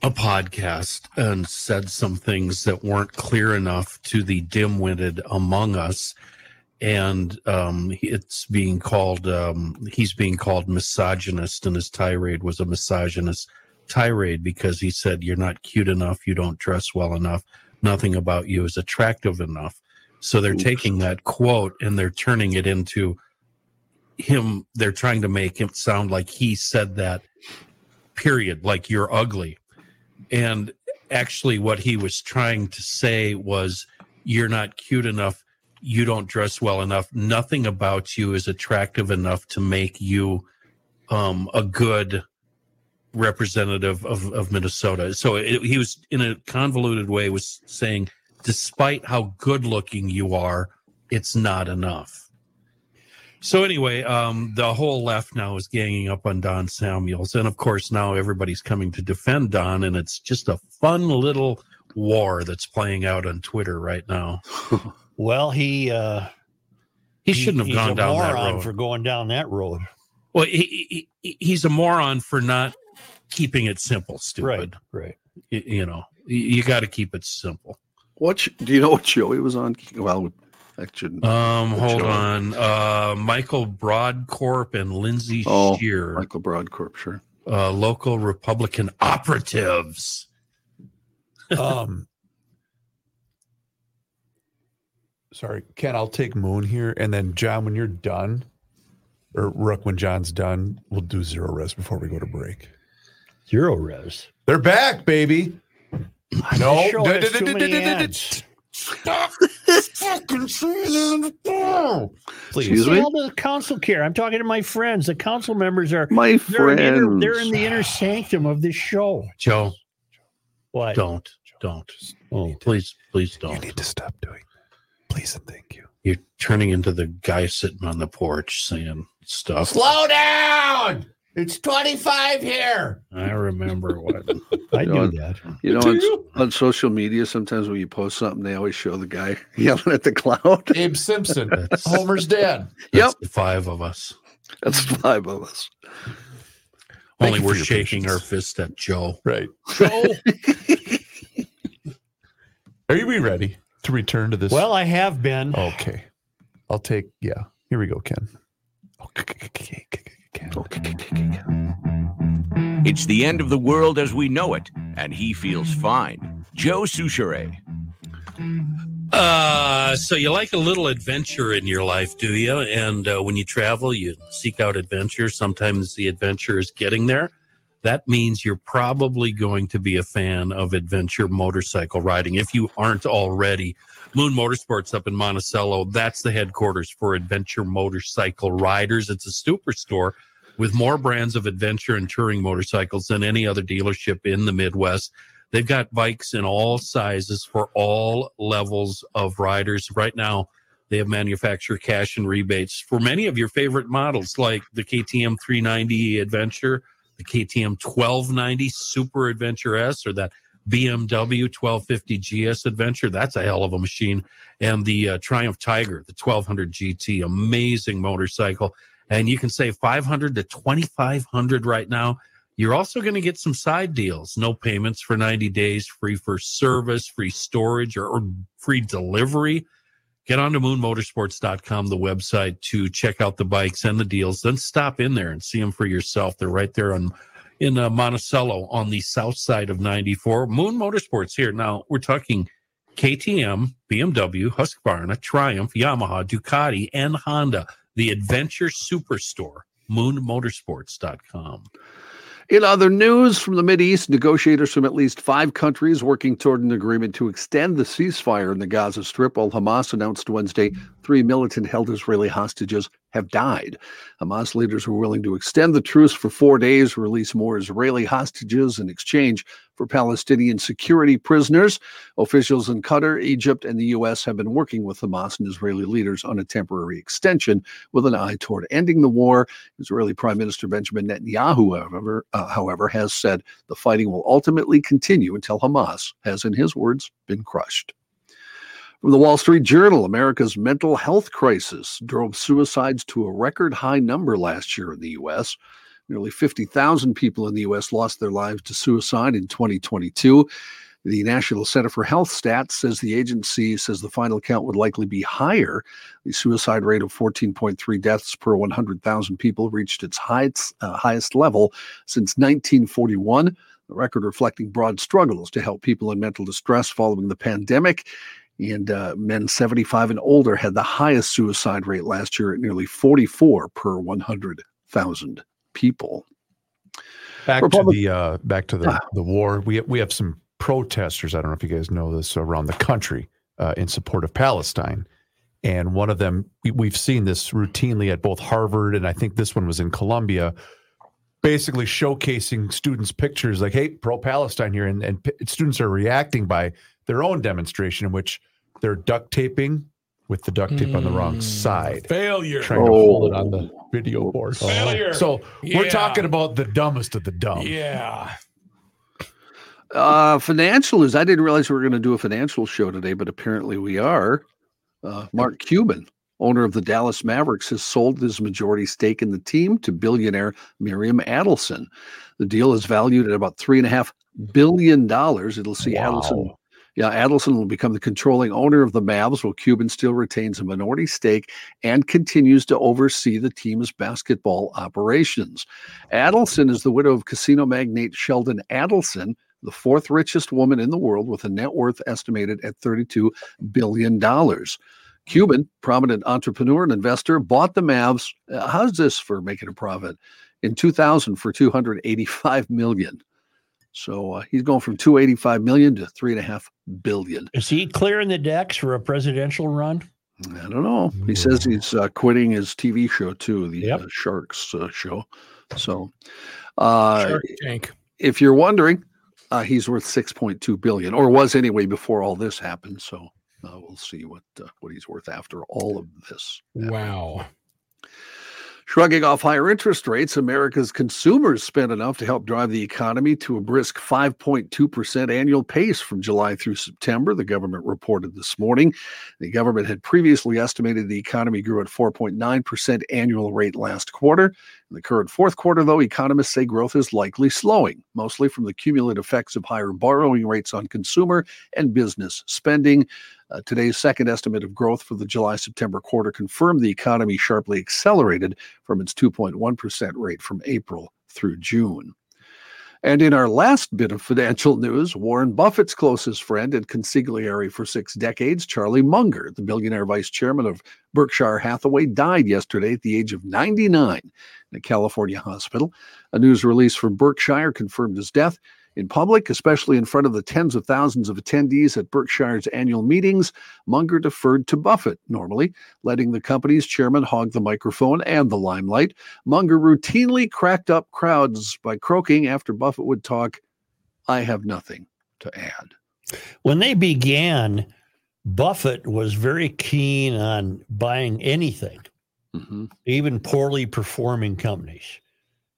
a podcast and said some things that weren't clear enough to the dim-witted among us and um, it's being called um, he's being called misogynist and his tirade was a misogynist tirade because he said you're not cute enough you don't dress well enough nothing about you is attractive enough so they're taking that quote and they're turning it into him they're trying to make him sound like he said that period like you're ugly and actually what he was trying to say was you're not cute enough you don't dress well enough nothing about you is attractive enough to make you um, a good representative of, of minnesota so it, he was in a convoluted way was saying despite how good looking you are it's not enough so anyway, um, the whole left now is ganging up on Don Samuels, and of course now everybody's coming to defend Don, and it's just a fun little war that's playing out on Twitter right now.
well, he uh,
he shouldn't have gone
he's a
down that
moron
road.
for going down that road.
well, he, he he's a moron for not keeping it simple, stupid.
Right,
right. You, know, you, you got to keep it simple.
What sh- do you know? What show he was on? Well, I shouldn't.
Um,
Good
hold
show.
on. Uh, Michael Broadcorp and Lindsay
Oh,
Shear,
Michael Broadcorp, sure.
uh, local Republican operatives.
Um, sorry, Ken, I'll take Moon here. And then, John, when you're done, or Rook, when John's done, we'll do zero res before we go to break.
Zero res.
They're back, baby. No.
This show has too many ads.
Please.
Please. All the council care. I'm talking to my friends. The council members are
My
they're in the inner-
friends.
they're in the inner sanctum of this show.
Joe,
What?
don't, don't. Oh, please, please don't. You need
to stop doing that. Please and thank you.
You're turning into the guy sitting on the porch saying stuff.
Slow down. It's 25 here.
I remember what.
I
do
that.
You know,
Do
on,
you?
on social media, sometimes when you post something, they always show the guy *laughs* yelling at the cloud. *laughs*
Abe Simpson,
That's-
Homer's dad.
yep,
The five of us.
that's five of us.
Only
you for
we're
your
shaking our fist at Joe.
Right.
Joe.
Are you we ready to return to this?
well, I have been.
okay. I'll take, yeah. Here we go, Ken. Okay, Ken.
It's the end of the world as we know it, and he feels fine. Joe Souchere.
Uh, so you like a little adventure in your life, do you? And uh, when you travel, you seek out adventure. Sometimes the adventure is getting there. That means you're probably going to be a fan of adventure motorcycle riding if you aren't already. Moon Motorsports up in Monticello, that's the headquarters for adventure motorcycle riders. It's a superstore with more brands of adventure and touring motorcycles than any other dealership in the Midwest. They've got bikes in all sizes for all levels of riders. Right now, they have manufacturer cash and rebates for many of your favorite models, like the KTM 390 Adventure, the KTM 1290 Super Adventure S, or that BMW 1250 GS Adventure. That's a hell of a machine. And the uh, Triumph Tiger, the 1200 GT, amazing motorcycle. And you can save 500 to 2500 right now. You're also going to get some side deals, no payments for 90 days, free first service, free storage, or, or free delivery. Get on to moonmotorsports.com, the website, to check out the bikes and the deals. Then stop in there and see them for yourself. They're right there on in uh, Monticello on the south side of 94. Moon Motorsports here. Now we're talking KTM, BMW, Husqvarna, Triumph, Yamaha, Ducati, and Honda. The Adventure Superstore, moonmotorsports.com.
In other news from the Mideast, negotiators from at least five countries working toward an agreement to extend the ceasefire in the Gaza Strip, while Hamas announced Wednesday three militant held Israeli hostages have died. Hamas leaders were willing to extend the truce for four days, release more Israeli hostages in exchange for Palestinian security prisoners. Officials in Qatar, Egypt, and the U.S. have been working with Hamas and Israeli leaders on a temporary extension with an eye toward ending the war. Israeli Prime Minister Benjamin Netanyahu, however, uh, however, has said the fighting will ultimately continue until Hamas has, in his words, been crushed. From the Wall Street Journal, America's mental health crisis drove suicides to a record high number last year in the U.S. Nearly 50,000 people in the U.S. lost their lives to suicide in 2022. The National Center for Health Stats says the agency says the final count would likely be higher. The suicide rate of 14.3 deaths per 100,000 people reached its highest, uh, highest level since 1941. The record reflecting broad struggles to help people in mental distress following the pandemic. And uh, men 75 and older had the highest suicide rate last year at nearly 44 per 100,000 people.
Back
Republic-
to the uh, back to the, the war. We we have some protesters. I don't know if you guys know this around the country uh, in support of Palestine. And one of them, we, we've seen this routinely at both Harvard and I think this one was in Columbia, basically showcasing students' pictures like, hey, pro Palestine here. And, and p- students are reacting by their own demonstration in which they're duct taping with the duct tape on the wrong
Hmm.
side.
Failure.
Trying to hold it on the video board.
Failure.
So we're
Yeah.
talking about the dumbest of the dumb.
Yeah.
Uh, financial news. I didn't realize we were going to do a financial show today, but apparently we are. Uh, Mark Cuban, owner of the Dallas Mavericks, has sold his majority stake in the team to billionaire Miriam Adelson. The deal is valued at about three and a half billion dollars. It'll see Adelson. Yeah, Adelson will become the controlling owner of the Mavs, while Cuban still retains a minority stake and continues to oversee the team's basketball operations. Adelson is the widow of casino magnate Sheldon Adelson, the fourth richest woman in the world with a net worth estimated at $32 billion. Cuban, prominent entrepreneur and investor, bought the Mavs. uh, how's this for making a profit? In 2000 for 285 million. So uh, he's going from 285 million to three and a half billion.
Is he clearing the decks for a presidential run?
I don't know. He says he's uh, quitting his TV show too, the uh, Sharks uh, show. So, uh,
Shark Tank.
if you're wondering, uh, he's worth 6.2 billion, or was anyway before all this happened. So uh, we'll see what uh, what he's worth after all of this.
Wow.
Shrugging off higher interest rates, America's consumers spent enough to help drive the economy to a brisk 5.2% annual pace from July through September, the government reported this morning. The government had previously estimated the economy grew at 4.9% annual rate last quarter. In the current fourth quarter, though, economists say growth is likely slowing, mostly from the cumulative effects of higher borrowing rates on consumer and business spending. Uh, today's second estimate of growth for the July September quarter confirmed the economy sharply accelerated from its 2.1% rate from April through June. And in our last bit of financial news, Warren Buffett's closest friend and consigliere for six decades, Charlie Munger, the billionaire vice chairman of Berkshire Hathaway, died yesterday at the age of 99 in a California hospital. A news release from Berkshire confirmed his death. In public, especially in front of the tens of thousands of attendees at Berkshire's annual meetings, Munger deferred to Buffett normally, letting the company's chairman hog the microphone and the limelight. Munger routinely cracked up crowds by croaking after Buffett would talk, I have nothing to add.
When they began, Buffett was very keen on buying anything, even poorly performing companies.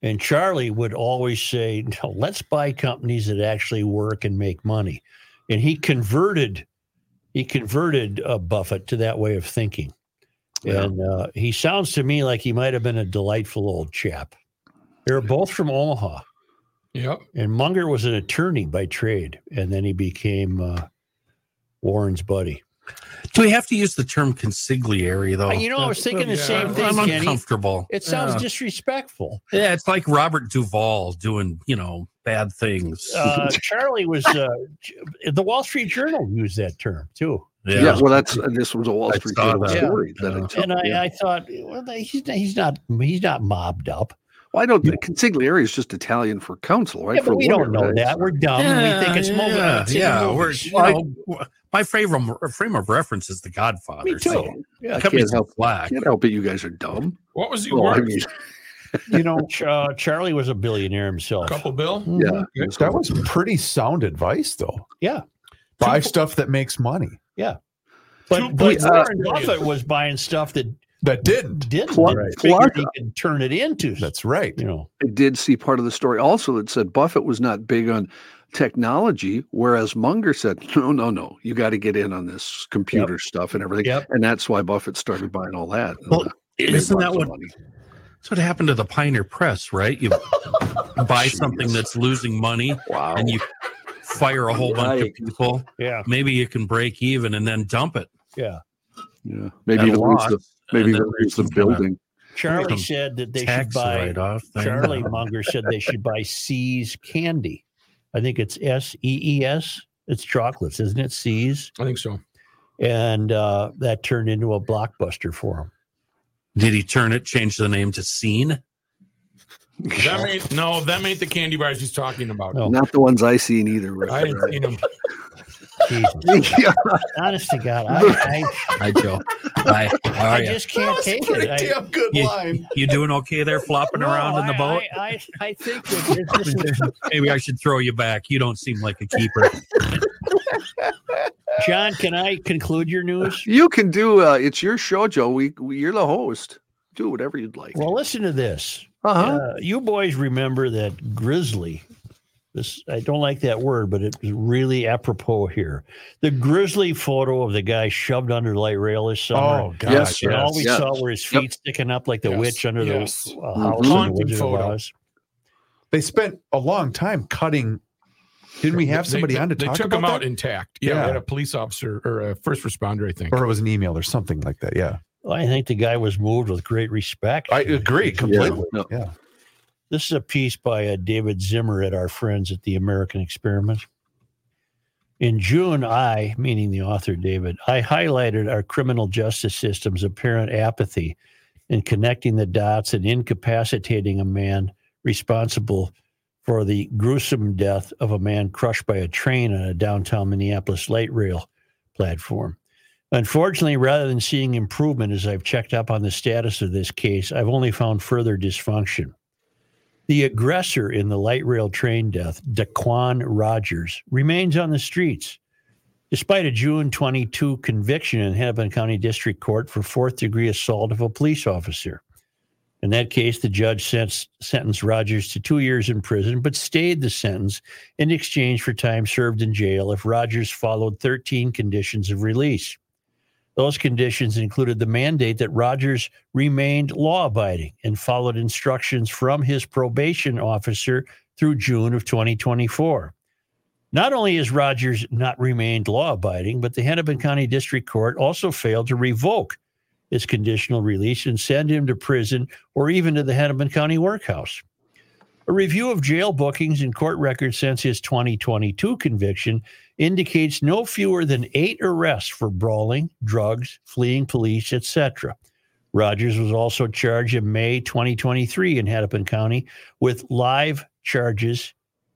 And Charlie would always say, no, let's buy companies that actually work and make money. And he converted, he converted uh, Buffett to that way of thinking. And uh, he sounds to me like he might have been a delightful old chap. They're both from Omaha.
Yep.
And Munger was an attorney by trade, and then he became uh, Warren's buddy.
Do we have to use the term consigliere though?
Uh, you know, I was thinking the
Yeah.
same thing,
I'm
Kenny.
uncomfortable.
It sounds
Yeah. *laughs*
disrespectful.
Yeah, it's like Robert Duvall doing, you know, bad things. *laughs*
Uh, Charlie was uh, J- the Wall Street Journal used that term too.
Yeah, well, that's this was a Wall
I
Street
saw
Journal
that.
story that
Oh,
I told.
and I,
yeah.
I thought, well, they- he's not, he's not he's not mobbed up.
Well, I don't. Consigliere is just Italian for council, right?
Yeah, but
for
we don't know
lawyer, right?
that. We're dumb. we think it's
yeah,
movies.
Yeah,
It's in
yeah.
movies.
We're, you know, w- my frame of, frame of reference is The Godfather.
Me too. Yeah,
yeah,
I can't
company's in
help.
black.
Can't help it. You guys are dumb.
What was he
Oh,
Well, I
worth?
mean,
*laughs*
you know, Ch- uh, Charlie was a billionaire
*laughs*
himself. Mm-hmm.
Couple bill?
Mm-hmm.
yeah,
That was pretty sound advice, though.
Yeah,
Buy stuff that makes money.
yeah. But, but Warren
Uh,
Buffett was buying stuff that
That didn't.
didn't
Plus-
that
plus-
figured he could turn it into.
That's right.
You know,
I did see part of the story also that said Buffett was not big on technology, whereas Munger said, *laughs* "No, no, no, you got to get in on this computer stuff and everything,"
Yep.
and that's why Buffett started buying all that. and,
*clears throat* Well,
uh, made
isn't that
lots of
what,
money.
that's what happened to the Pioneer Press, right? You buy something that's losing money
Wow.
and you fire a whole bunch of people.
yeah,
Maybe you can break even and then dump it.
yeah.
Yeah, maybe
at a
even lose
loss,
the maybe
and
even
then
lose the
there's some kind of
building. *laughs*
Charlie
Some
said that they should
tax
buy.
write-off thing. *laughs*
Charlie Munger said they should buy C's candy. I think it's S E E S. It's chocolates, isn't it? C's,
I think so.
and uh, that turned into a blockbuster for him.
Did he turn it, change the name to Scene?
Them ain't, no, them ain't the candy bars he's talking about.
*laughs* Not the ones I seen
*laughs*
either. Rick.
I ain't seen them.
*laughs*
Honest to God,
Oh,
I,
Hi, Joe. Hi. How
I,
are
I
you?
just can't take it. I,
good
you, you doing okay there, flopping
No,
around in the
I-
boat?
I, I, I
*laughs*
think that this is
Maybe I should throw you back. You don't seem like a keeper.
John, can I conclude your news?
You can do. Uh, it's your show, Joe. We, we you're the host. Do whatever you'd like. Uh-huh.
Well, listen to this. Uh, you boys remember that grizzly. This I don't like that word, but it's really apropos here. The grizzly photo of the guy shoved under light rail this summer.
Oh, God, Yes,
And all
yes,
we
yes.
saw were his feet sticking up like the
Yes,
witch under
yes.
the uh,
Mhm.
house. in The
Haunting
Wizard of
photo.
Oz.
They spent a long time cutting. Didn't we have
They-
somebody
they,
on to
they
talk
took
about
them out
that?
intact. Yeah,
Yeah.
we had a police officer or a first responder, I think.
or it was an email or something like that. Yeah,
I think the guy was moved with great respect.
I agree completely.
Yeah.
yeah.
This is a piece by uh, David Zimmer at our friends at the American Experiment. In June, I, meaning the author David, I highlighted our criminal justice system's apparent apathy in connecting the dots and incapacitating a man responsible for the gruesome death of a man crushed by a train on a downtown Minneapolis light rail platform. Unfortunately, rather than seeing improvement as I've checked up on the status of this case, I've only found further dysfunction. The aggressor in the light rail train death, Daquan Rogers, remains on the streets. Despite a June 22 conviction in Hennepin County District Court for fourth degree assault of a police officer. In that case, the judge sent, sentenced Rogers to two years in prison, but stayed the sentence in exchange for time served in jail if Rogers followed 13 conditions of release. Those conditions included the mandate that Rogers remained law abiding and followed instructions from his probation officer through June of 2024. Not only has Rogers not remained law abiding, but the Hennepin County District Court also failed to revoke his conditional release and send him to prison or even to the Hennepin County Workhouse. A review of jail bookings and court records since his 2022 conviction indicates no fewer than eight arrests for brawling, drugs, fleeing police, etc. Rogers was also charged in May 2023 in Hennepin County with live charges,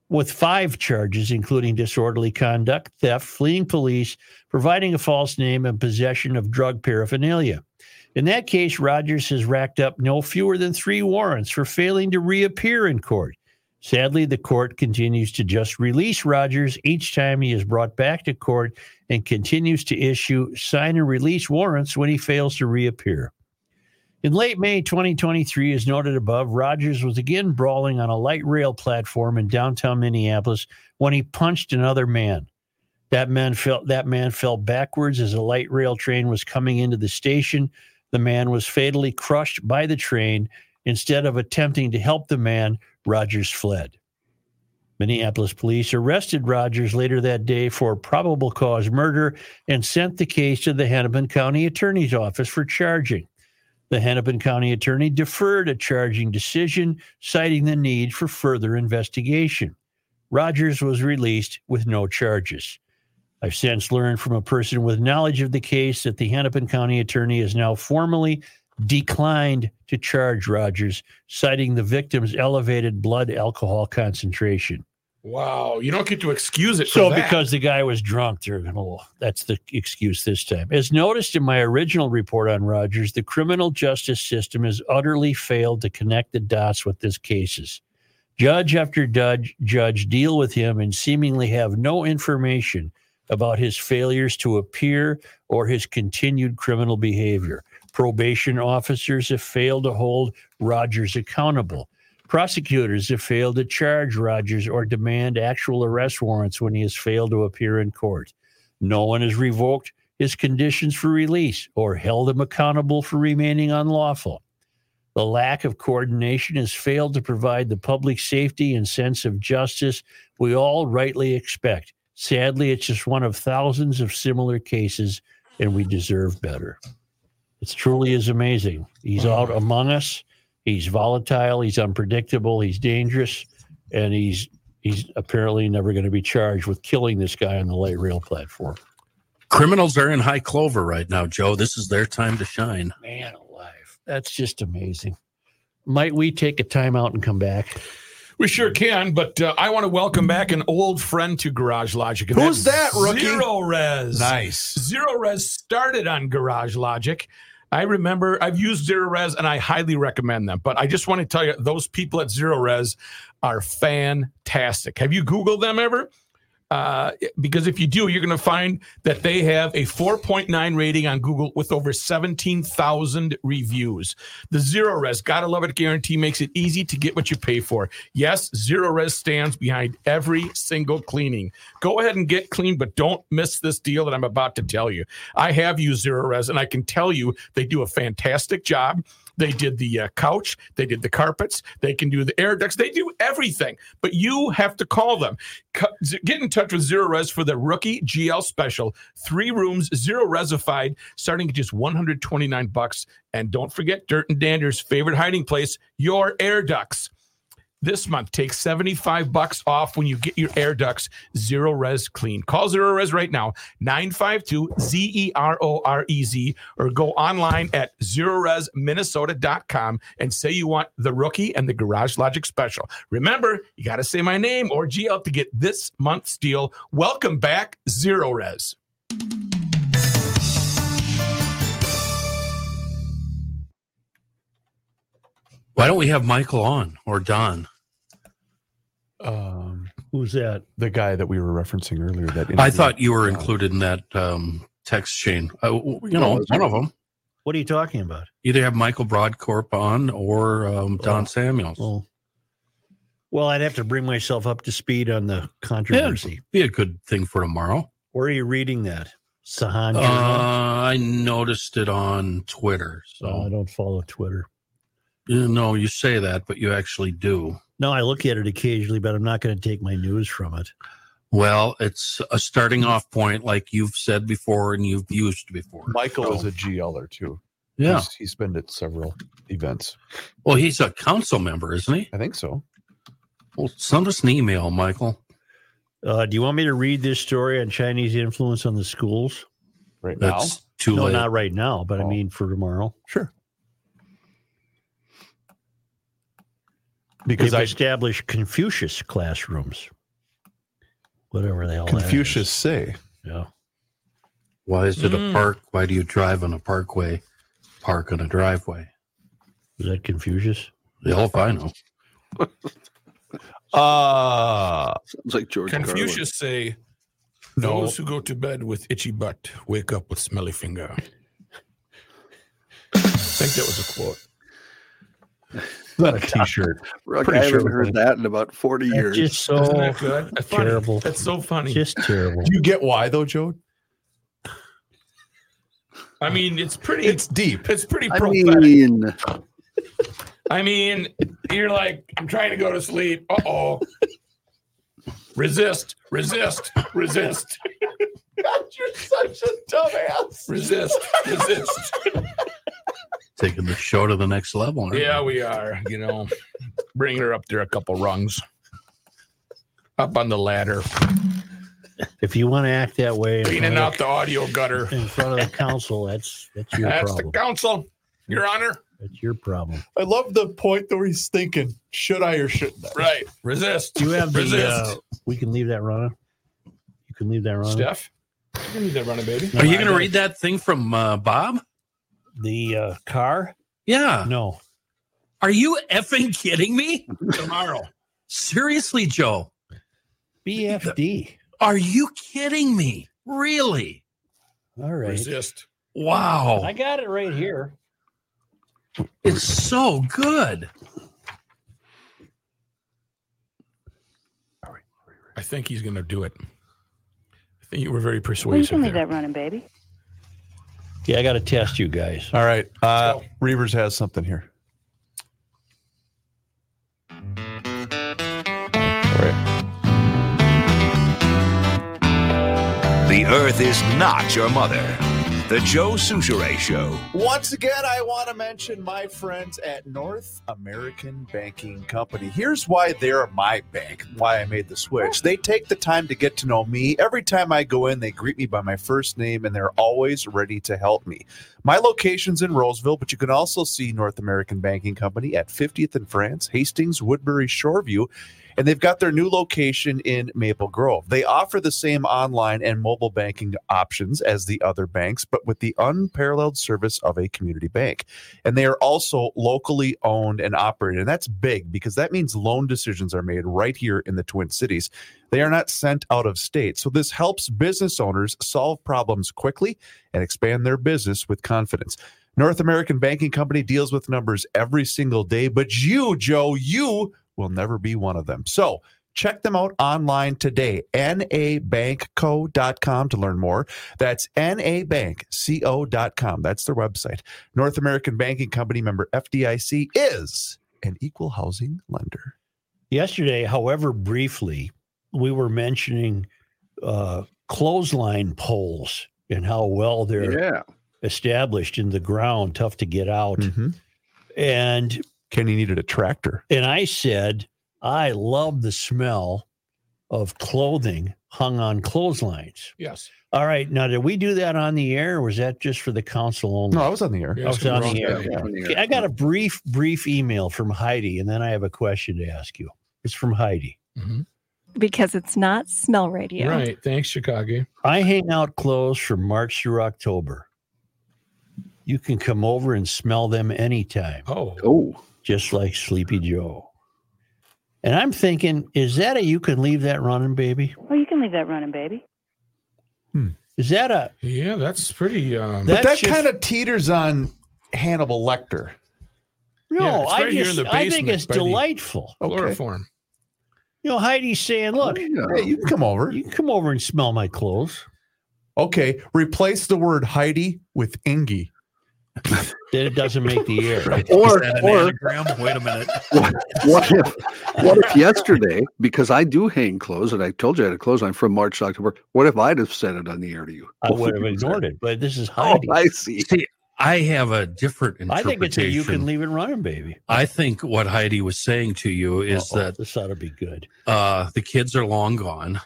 with five charges, including disorderly conduct, theft, fleeing police, providing a false name, and possession of drug paraphernalia. In that case, Rogers has racked up no fewer than three warrants for failing to reappear in court. Sadly, the court continues to just release Rogers each time he is brought back to court and continues to issue sign and release warrants when he fails to reappear. In late May 2023, as noted above, Rogers was again brawling on a light rail platform in downtown Minneapolis when he punched another man. That man fell that man fell backwards as a light rail train was coming into the station. The man was fatally crushed by the train. Instead of attempting to help the man, Rogers fled. Minneapolis police arrested Rogers later that day for probable cause murder and sent the case to the Hennepin County Attorney's Office for charging. The Hennepin County Attorney deferred a charging decision, citing the need for further investigation. Rogers was released with no charges. I've since learned from a person with knowledge of the case that the Hennepin County attorney has now formally declined to charge Rogers, citing the victim's elevated blood alcohol concentration.
Wow, you don't get to excuse it.
So,
for that.
because the guy was drunk, they're going to, that's the excuse this time. As noticed in my original report on Rogers, the criminal justice system has utterly failed to connect the dots with this cases. Judge after judge, judge deal with him and seemingly have no information about his failures to appear or his continued criminal behavior. Probation officers have failed to hold Rogers accountable. Prosecutors have failed to charge Rogers or demand actual arrest warrants when he has failed to appear in court. No one has revoked his conditions for release or held him accountable for remaining unlawful. The lack of coordination has failed to provide the public safety and sense of justice we all rightly expect. Sadly, it's just one of thousands of similar cases, and we deserve better. It truly is amazing. He's out among us. He's volatile. He's unpredictable. He's dangerous, and he's he's apparently never going to be charged with killing this guy on the light rail platform.
Criminals are in high clover right now, Joe. This is their time to shine.
Man alive, that's just amazing. might we take a timeout and come back?
We sure can, but uh, I want to welcome back an old friend to Garage Logic. and
Who's
that's
that, rookie?
Zero Res.
Nice.
Zero Res started on Garage Logic. I remember I've used Zero Res and I highly recommend them. But I just want to tell you, those people at Zero Res are fantastic. Have you Googled them ever? Uh, because if you do, you're going to find that they have a 4.9 rating on Google with over 17,000 reviews. The Zero Res, gotta love it guarantee makes it easy to get what you pay for. Yes, Zero Res stands behind every single cleaning. Go ahead and get clean, but don't miss this deal that I'm about to tell you. I have used Zero Res, and I can tell you they do a fantastic job. They did the uh, couch. They did the carpets. They can do the air ducts. They do everything, but you have to call them. Co- z- Get in touch with Zero Res for the rookie GL special. Three rooms, zero resified, starting at just 129 bucks. And don't forget Dirt and Dander's favorite hiding place, your air ducts this month. Take 75 bucks off when you get your air ducts zero res clean. Call zero res right now, 952 Z E R O R E Z, or go online at zeroresminnesota.com and say you want the rookie and the Garage Logic special. Remember, you got to say my name or GL to get this month's deal. Welcome back, zero res.
Why don't we have Michael on or Don?
Um,
Who's that?
the guy that we were referencing earlier. That
I
interviewed-
thought you were included in that um, text chain. Uh, w- you know, one of them.
What are you talking about?
Either have Michael Broadcorp on or um, Don Samuels.
Well, well, I'd have to bring myself up to speed on the controversy.
be a good thing for tomorrow.
Where are you reading that? Sahan.
Uh,
Journal?
I noticed it on Twitter.
Oh, I
So
don't follow Twitter.
you Uh, no, you say that, but you actually do.
No, I look at it occasionally, but I'm not going to take my news from it.
Well, it's a starting off point, like you've said before and you've used before.
Michael
So-
is a GLer too.
Yeah.
He's, he's been at several events.
Well, he's a council member, isn't he?
I think so.
Well, send us an email, Michael.
Uh, do you want me to read this story on Chinese influence on the schools?
Right
That's too
no,
late.
not right now, but I mean for tomorrow.
Sure. Because
They've
I
established Confucius classrooms, whatever the hell that is.
Confucius say
Yeah.
Why is it
Mm.
a park? Why do you drive on a parkway? Park on a driveway.
Is that Confucius?
The hell if I know.
Uh
Sounds like George Carlin.
Confucius say,
No.
Those who go to bed with itchy butt wake up with smelly finger. *laughs* I think that was a quote.
not a T-shirt.
Rock,
Pretty
I haven't
sure-
heard that in about 40
That's
years.
just
Isn't
so
that good? That's funny.
terrible.
That's so funny.
Just terrible.
Do you get why though, Joe?
I mean, it's pretty.
It's
It's
deep.
it's pretty
I
prophetic. I mean,
mean,
you're like, I'm trying to go to sleep. Uh oh. Resist, resist, resist,
You're such a dumbass.
resist, resist.
Taking the show to the next level. aren't
Yeah,
we?
we are. You know, bring her up there a couple rungs, up on the ladder,
If you want to act that way in
cleaning
front,
out the audio gutter.
of, in front of the council, that's that's your
That's the
problem.
council, Your Honor.
that's your problem.
I love the point though. He's thinking, should I or shouldn't I?
Right, resist.
You have the. Uh,
resist.
we can leave that running. You can leave that running.
Steph, you need that running baby.
Are you going to read that thing from uh, Bob?
The uh, car?
Yeah.
No.
Are you effing kidding me?
*laughs* tomorrow?
Seriously, Joe.
BFD.
Are you kidding me? Really?
All right.
Resist.
I
Wow.
got it right here.
It's so good.
I think he's going to do it. I think you were very
Well, you
persuasive.
can leave
there.
that running, baby.
Yeah, I got to test you guys.
All right. Uh
Let's
Reavers has something here.
The Earth is not your mother. The Joe Souchere Show.
Once again, I want to mention my friends at North American Banking Company. Here's why they're my bank, why I made the switch. They take the time to get to know me. Every time I go in, they greet me by my first name and they're always ready to help me. My location's in Roseville, but you can also see North American Banking Company at 50th and France, Hastings, Woodbury, Shoreview, and they've got their new location in Maple Grove. They offer the same online and mobile banking options as the other banks, but with the unparalleled service of a community bank. And they are also locally owned and operated. And that's big because that means loan decisions are made right here in the Twin Cities. They are not sent out of state. So this helps business owners solve problems quickly and expand their business with confidence. North American Banking Company deals with numbers every single day, but you, Joe, you will never be one of them. So check them out online today, nabankco.com to learn more. That's nabankco.com. That's their website. North American Banking Company member FDIC is an equal housing lender.
Yesterday, however briefly, we were mentioning uh, clothesline poles and how well they're
Yeah.
established in the ground, tough to get out.
Mm-hmm.
And
Kenny needed a tractor.
And I said, I love the smell of clothing hung on clotheslines.
Yes.
All right. Now, did we do that on the air or was that just for the council only?
No, I was on the air.
I was on the air.
Yeah, on the air.
Okay, I got a brief, brief email from Heidi, and then I have a question to ask you. It's from Heidi.
because it's not smell radio.
Thanks, Chicago.
I hang out clothes from March through October. You can come over and smell them anytime.
Oh.
Oh.
Just like Sleepy Joe. And I'm thinking, is that a you can leave that running, baby?
Well, you can leave that running, baby.
Is that a
Yeah, that's pretty. Um,
But that kind of teeters on Hannibal Lecter.
No,
Yeah, it's
I
right
just
here in the
I think
basement
it's
by the-
delightful.
Chloroform.
You know, Heidi's saying, "Look, *laughs*
Hey, you can come over. You
can come over and smell my clothes."
Okay, replace the word Heidi with Ingy.
then it doesn't make
*laughs*
the air.
Or- or-
Wait a minute.
what, what if what if yesterday because i do hang clothes and i told you i had a clothes line from march to october what if i'd have said it on the air to you Oh,
I would have
*laughs*
ignored it, but this
Oh,
is Heidi.
I see.
I have a different
I
interpretation.
think it's a you can leave it running, baby.
I think what Heidi was saying to you is
Uh-oh,
that
this ought to be good. Oh,
Uh, the kids are long gone.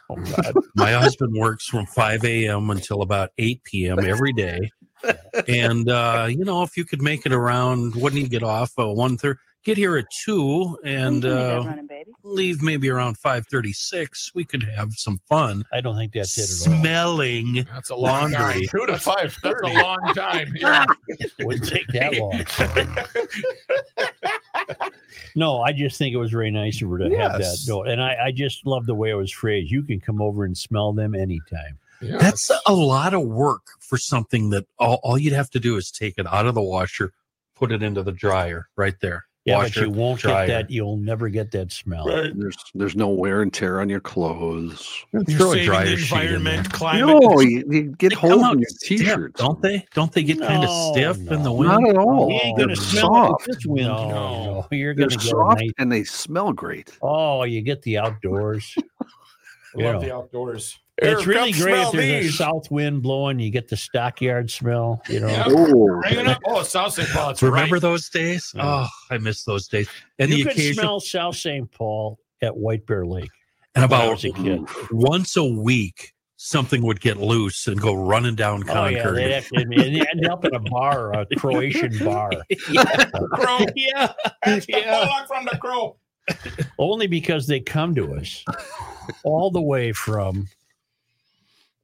My husband works from 5 a.m. until about 8 p.m. every day. And, uh, you know, if you could make it around, wouldn't you get off uh, 1 Get here at 2 and uh, leave maybe around 5.36. We could have some fun.
I don't think that's it at all.
Smelling
That's
a laundry.
Two to five. That's a long time. Yeah.
Wouldn't take that long.
*laughs*
no, I just think it was very nice of her to have that.
Yes.
No, and I, I just love the way it was phrased. You can come over and smell them anytime.
That's a lot of work for something that all, all you'd have to do is take it out of the washer, put it into the dryer right there.
Yeah,
washer,
but you won't
dryer.
get that. You'll never get that smell.
there's there's no wear and tear on your clothes
You're Throw a saving dryer the sheet in there. environment, climate.
no you, you get holes in your
stiff,
t-shirts
don't they? Don't they get kind
No,
of stiff in the wind?
not at
Oh,
all
You ain't
they're
gonna smell it
soft
with this wind. No, no, you're
they're
gonna get a
soft
nice-
and they smell great
Oh, you get
*laughs*
the outdoors. You
Love
know.
the outdoors.
it's really great if there's a south wind blowing. You get the stockyard smell. You know.
Yeah. Hanging up. Oh, South St. Paul. It's
Remember
right.
those days? Oh, I miss those days. And the
you could
occasional
smell South St. Paul at White Bear Lake.
and
when I
about
was a kid.
once a week, something would get loose and go running down
Oh yeah,
Concord.
they'd actually and they end up in a bar,
*laughs*
a Croatian bar.
Crow.
yeah.
That's the bullock from the crow.
Only because they come to us all the way from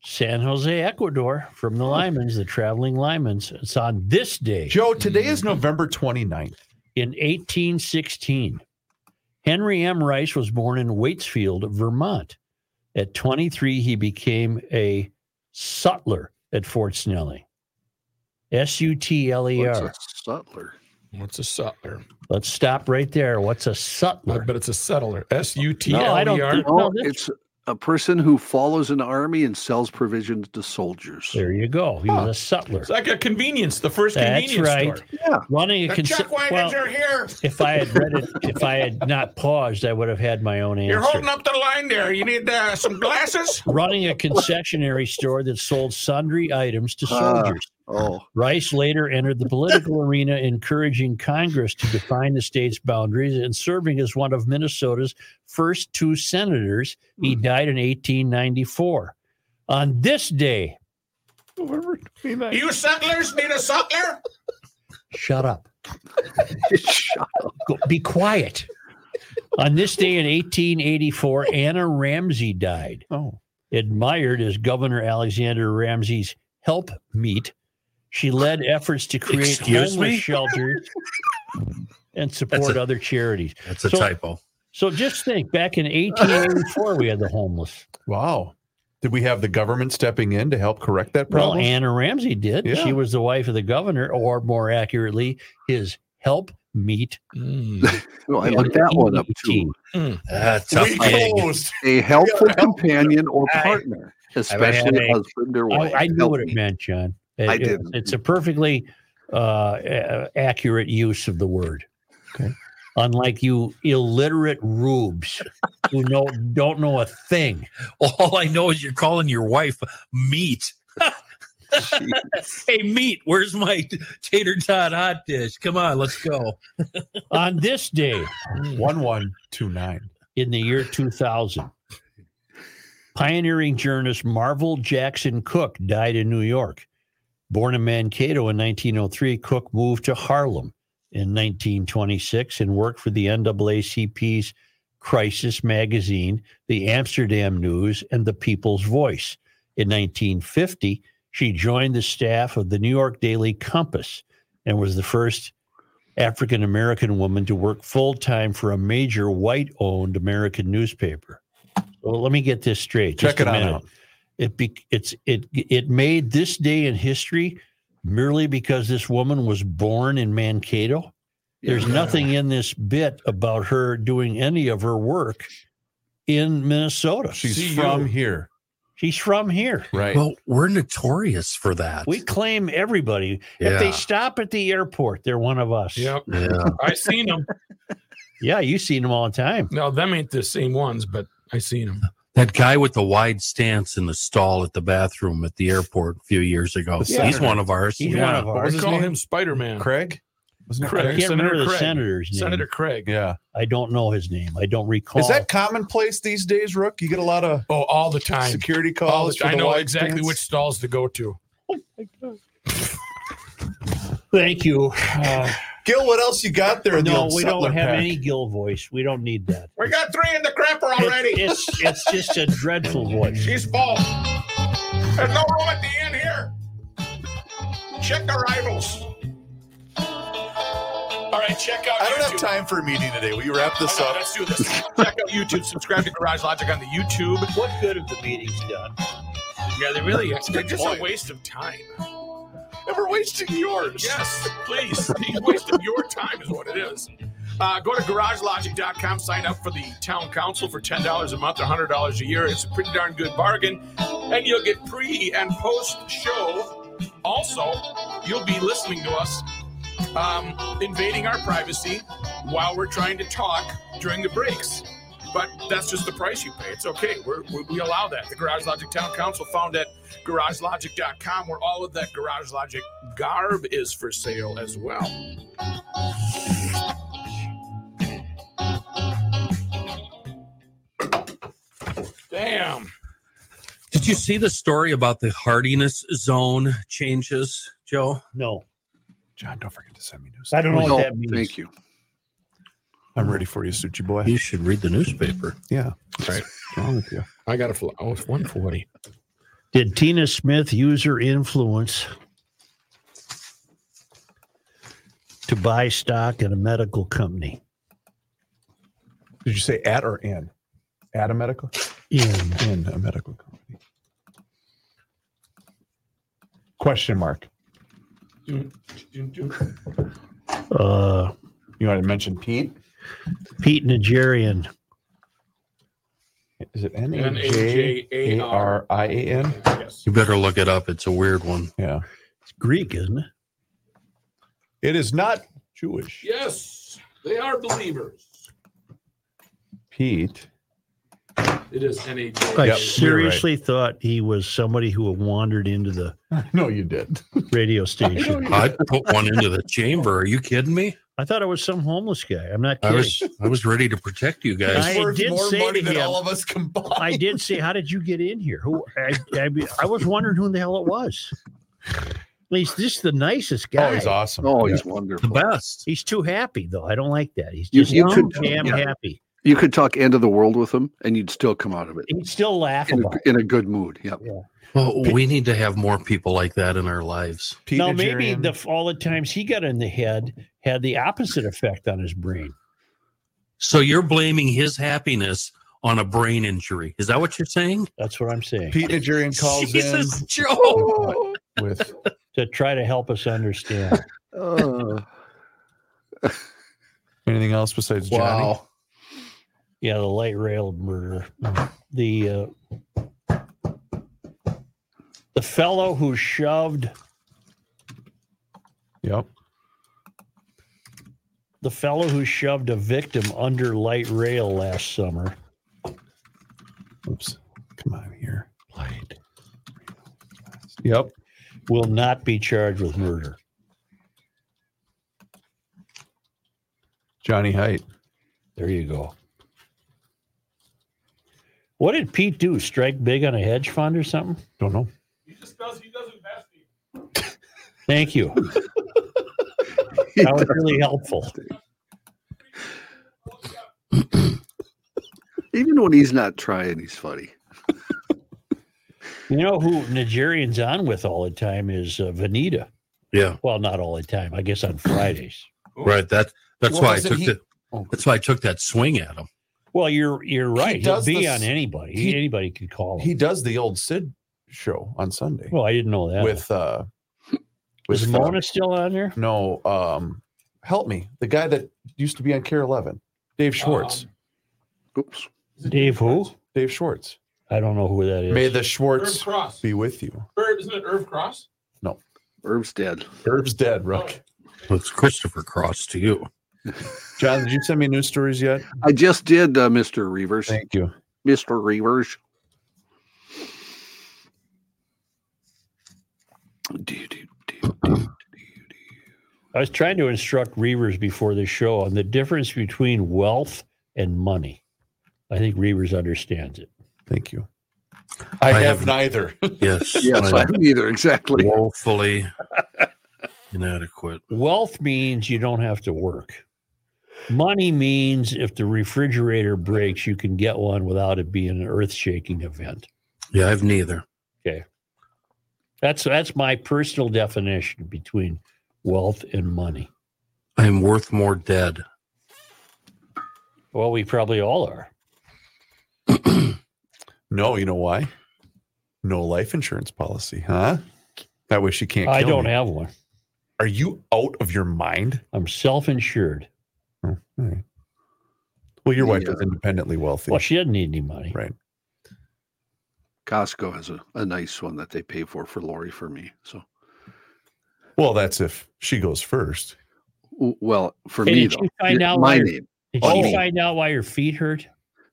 San Jose, Ecuador, from the Lymans, the traveling Lymans. It's on this day.
Joe, today is November 29th.
In 1816, Henry M. Rice was born in Waitsfield, Vermont. At 23, he became a sutler at Fort Snelling. S U T L E
What's
R.
a sutler
What's a sutler?
Let's stop right there. What's a sutler?
But it's a settler. S U T
No,
L
I don't
E R.
think- no, this-
Oh, it's a person who follows an army and sells provisions to soldiers
there you go he was a sutler
It's like a convenience, the first
That's
convenience
right.
store.
Running a
The
consi-
chuck wagons
well,
are here.
if I had read it, if I had not paused, I would have had my own
You're
answer.
holding up the line there. You need uh, some glasses?
Running a concessionary store that sold sundry items to
Ah,
soldiers.
oh
Rice later entered the political arena, encouraging Congress to define the state's boundaries and serving as one of Minnesota's first two senators. He died in 1894. On this day,
November 29th.
You sucklers need a suckler?
Shut up. Oh.
*laughs*
Go- Be quiet. On this day in 1884, Anna Ramsey died.
Oh.
Admired as Governor Alexander Ramsey's helpmeet, she led efforts to create
Excuse
*laughs*
homeless
me?
shelters and support
a-
other charities.
That's a
So-
typo.
So just think, back in 1884, we had the homeless.
Wow. Did we have the government stepping in to help correct that
Well,
problem?
Anna Ramsey did.
Yeah.
She was the wife of the governor, or more accurately, his helpmeet.
Well, Oh, I looked that one up too.
That's Ah, a big.
A helpful companion or partner,
had
especially
a-
husband or
I,
wife.
I knew
Help
what it
me.
meant, John. It-
I
it-
didn't.
It's a perfectly uh, a- accurate use of the word.
Okay.
Unlike you illiterate rubes who know don't know a thing.
All I know is you're calling your wife
*laughs*
meat. hey, meat, where's my t- tater tot hot dish? Come on, let's go.
On this day
1129.
in the year 2000, pioneering journalist Marvel Jackson Cook died in New York. Born in Mankato in 1903, Cook moved to Harlem in 1926 and worked for the NAACP's Crisis Magazine, the Amsterdam News, and the People's Voice. In 1950, she joined the staff of the New York Daily Compass and was the first African American woman to work full time for a major white owned American newspaper. So let me get this straight.
Check
Just a
it on
minute.
out.
It be, it's it it made this day in history merely because this woman was born in Mankato. There's
Yeah.
nothing in this bit about her doing any of her work in Minnesota.
She's
See you.
from here.
She's from here.
Right.
Well, we're notorious for that.
We claim everybody. If
Yeah.
they stop at the airport, they're one of us.
Yep.
yeah.
I seen them.
Yeah, you've seen them all the time.
No, them ain't the same ones, but I seen them.
That guy with the wide stance in the stall at the bathroom at the airport a few years ago.
The
He's
senator.
one of ours.
He's one of
I
ours.
call him Spider Man.
Craig? Wasn't it
Craig.
I can't
Senator
remember the
Craig.
senator's name.
Senator Craig.
Yeah.
I don't know his name. I don't recall.
Is that commonplace these days, Rook? You get a lot of
Oh, all the time.
security
All
calls.
the,
for
I
the
know
wide
exactly
stance?
which stalls to go to.
Thank you. Uh,
Gil, what else you got there? in the
no,
old
we don't
settler
have
pack?
any gill voice. We don't need that.
We got three in the crapper already.
It's it's just a dreadful voice.
She's full. There's no room at the end here. Check arrivals. All right, check out.
I don't have
YouTube.
time for a meeting today. Will you wrap
I
this
know,
up?
Let's do this. check out YouTube. Subscribe to Garage Logic on the YouTube.
What good have the meetings done?
Yeah, they really. They're just
point.
a waste of time.
And we're wasting yours.
Yes, please. It's a waste of your time is what it is. Uh, go to garagelogic.com, sign up for the town council for $10 a month or $100 a year. It's a pretty darn good bargain. And you'll get pre and post show. Also, you'll be listening to us um, invading our privacy while we're trying to talk during the breaks. But that's just the price you pay. It's okay. We're, we, we allow that. The Garage Logic Town Council found at garagelogic.com where all of that Garage Logic garb is for sale as well. Damn.
Did you see the story about the hardiness zone changes, Joe?
No,
John, don't forget to send me news.
I don't know
No,
what that means.
Oh, Thank you.
I'm ready for you, Suchi boy.
You should read the newspaper.
yeah.
Right.
What's wrong with you?
I got a fly. Oh, it's 140.
Did Tina Smith use her influence to buy stock in a medical company?
Did you say at or in? At a medical?
In
In a medical company. Question mark.
uh,
You want to mention Pete?
Pete Nigerian.
Is it N
N
A
A
J
J
A
A
R
R
I A N?
Yes.
You better look it up. It's a weird one.
Yeah.
It's Greek, isn't it?
It is not Jewish.
Yes, they are believers.
Pete. *laughs*
It is NAJ.
Yep,
I
you're right.
seriously thought he was somebody who wandered into the
No, you did.
radio station.
I put one into the chamber. Are you kidding me?
I thought it was some homeless guy. I'm not
I
kidding.
was I was ready to protect you guys.
I did say to him-
us combined.
I did say, "How did you get in here?" Who I, I, I was wondering who the hell it was. He's just the nicest guy.
Oh, he's awesome.
Oh, he's wonderful.
The best.
He's too happy though. I don't like that. He's
You-
just
you
too
could-
damn
yeah.
happy.
You could talk end of the world with him, and you'd still come out of it
He'd still laugh
in
about. it.
a, in a good mood. *laughs* Yep.
Yeah.
Well, we need to have more people like that in our lives.
now maybe the all the times he got in the head had the opposite effect on his brain.
So you're blaming his happiness on a brain injury. Is that what you're saying?
That's what I'm saying.
Pete Nigerian calls
Jesus,
in
Joe.
with
to try to help us understand.
Uh,
anything else besides Johnny?
Yeah, the light rail murder. The uh, the fellow who shoved
Yep.
the fellow who shoved a victim under light rail last summer.
Oops. Come on here. Light. Yep.
Will not be charged with murder.
Johnny Height.
There you go. What did Pete do? Strike big on a hedge fund or something?
Don't know.
He just does. He does invest.
Thank
*laughs*
you. that was really helpful.
even when he's not trying, he's funny.
You know who Nigerian's on with all the time is uh, Vanita.
Yeah.
Well, not all the time.
*clears throat*
I guess on Fridays.
Right. That that's
Well,
why I
doesn't
took
he-
the, that's why I took that swing at him.
Well, you're you're right. He will
does
be
this-
on anybody.
he-
anybody could call him.
He does the old Sid show on Sunday
well, I didn't know that.
with uh
was
uh,
Mona still on there?
no um help me. The guy that used to be on Care Eleven. Dave Schwartz.
Oops.
Dave who?
Dave Schwartz.
I don't know who that is.
May the
Irv
Schwartz
Cross.
be with you.
Irv, isn't it Irv Cross?
Herb's dead.
Herb's dead, Rook.
It's Christopher Cross to you.
John, did you send me news stories yet?
I just did, uh, Mr. Reavers.
Thank you.
Mr. Reavers. Do, do, do, do.
I was trying to instruct Reavers before the show on the difference between wealth and money. I think Reavers understands it.
Thank you. I,
I
have *laughs*
haven't-
neither.
Yes.
Yes, I
I'm
haven't either. Exactly.
woefully inadequate.
Wealth means you don't have to work. Money means if the refrigerator breaks, you can get one without it being an earth-shaking event.
Yeah, I've neither.
That's that's my personal definition between wealth and money.
I am worth more dead.
Well, we probably all are.
No, you know why? No life insurance policy, huh? I wish you can't. Kill
I don't
me.
have one.
Are you out of your mind?
I'm self-insured.
Well, your wife
Yeah.
is independently wealthy.
Well, she doesn't need any money.
Right.
Costco has a, a nice one that they pay for for Lori for me. So,
Well, that's if she goes first.
w- well, for
Hey,
me
did
though,
you find
yeah,
out
my
where-
name.
Did
Oh.
she find out why your feet hurt?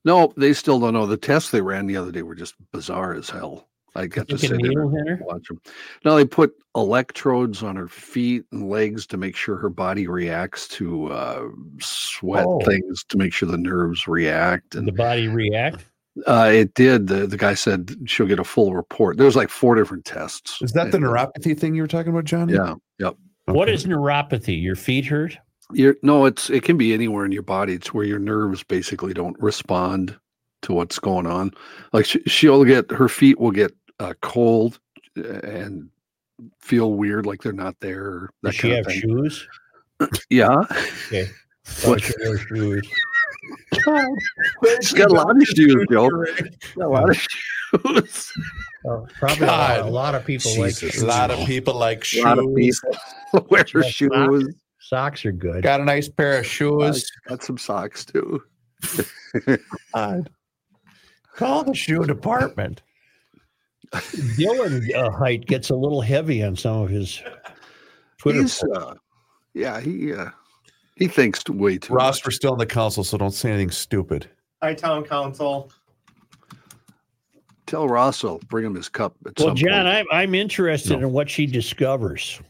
No, they still don't know. The tests they ran the other day were just bizarre as hell. I got to
Took a
sit there
needle
and
in her?
watch them. Now they put electrodes on her feet and legs to make sure her body reacts to uh, sweat
Oh.
things to make sure the nerves react.
Did the
And
body react?
uh, it did. The, the guy said she'll get a full report. There's like four different tests.
Is that the
And, uh,
neuropathy thing you were talking about, Johnny?
Yeah. Yep.
What is neuropathy? Your feet hurt?
Your no, it's it can be anywhere in your body. It's where your nerves basically don't respond to what's going on. Like she, she'll get her feet will get uh, cold uh, and feel weird, like they're not there. or That
Does she
kind of
have
thing.
shoes?
Yeah,
Oh,
What?
she wears shoes.
she's got a lot of shoes, Joe. Got A lot of shoes. *laughs*
Oh, probably a lot, a
God.
lot of people like
A lot of people like
A
shoes.
lot of people wear her
Yes,
shoes.
socks. Socks are good.
Got a nice pair of shoes.
Got some socks too.
God. Call the shoe department.
Dylan uh, height gets a little heavy on some of his Twitter.
He's, uh, yeah, he uh, he thinks way *laughs* too
Ross,
much.
we're still in the council, so don't say anything stupid.
Hi, town council.
Tell Ross I'll bring him his cup. At
Well,
some
John,
point.
I'm I'm interested in what she discovers.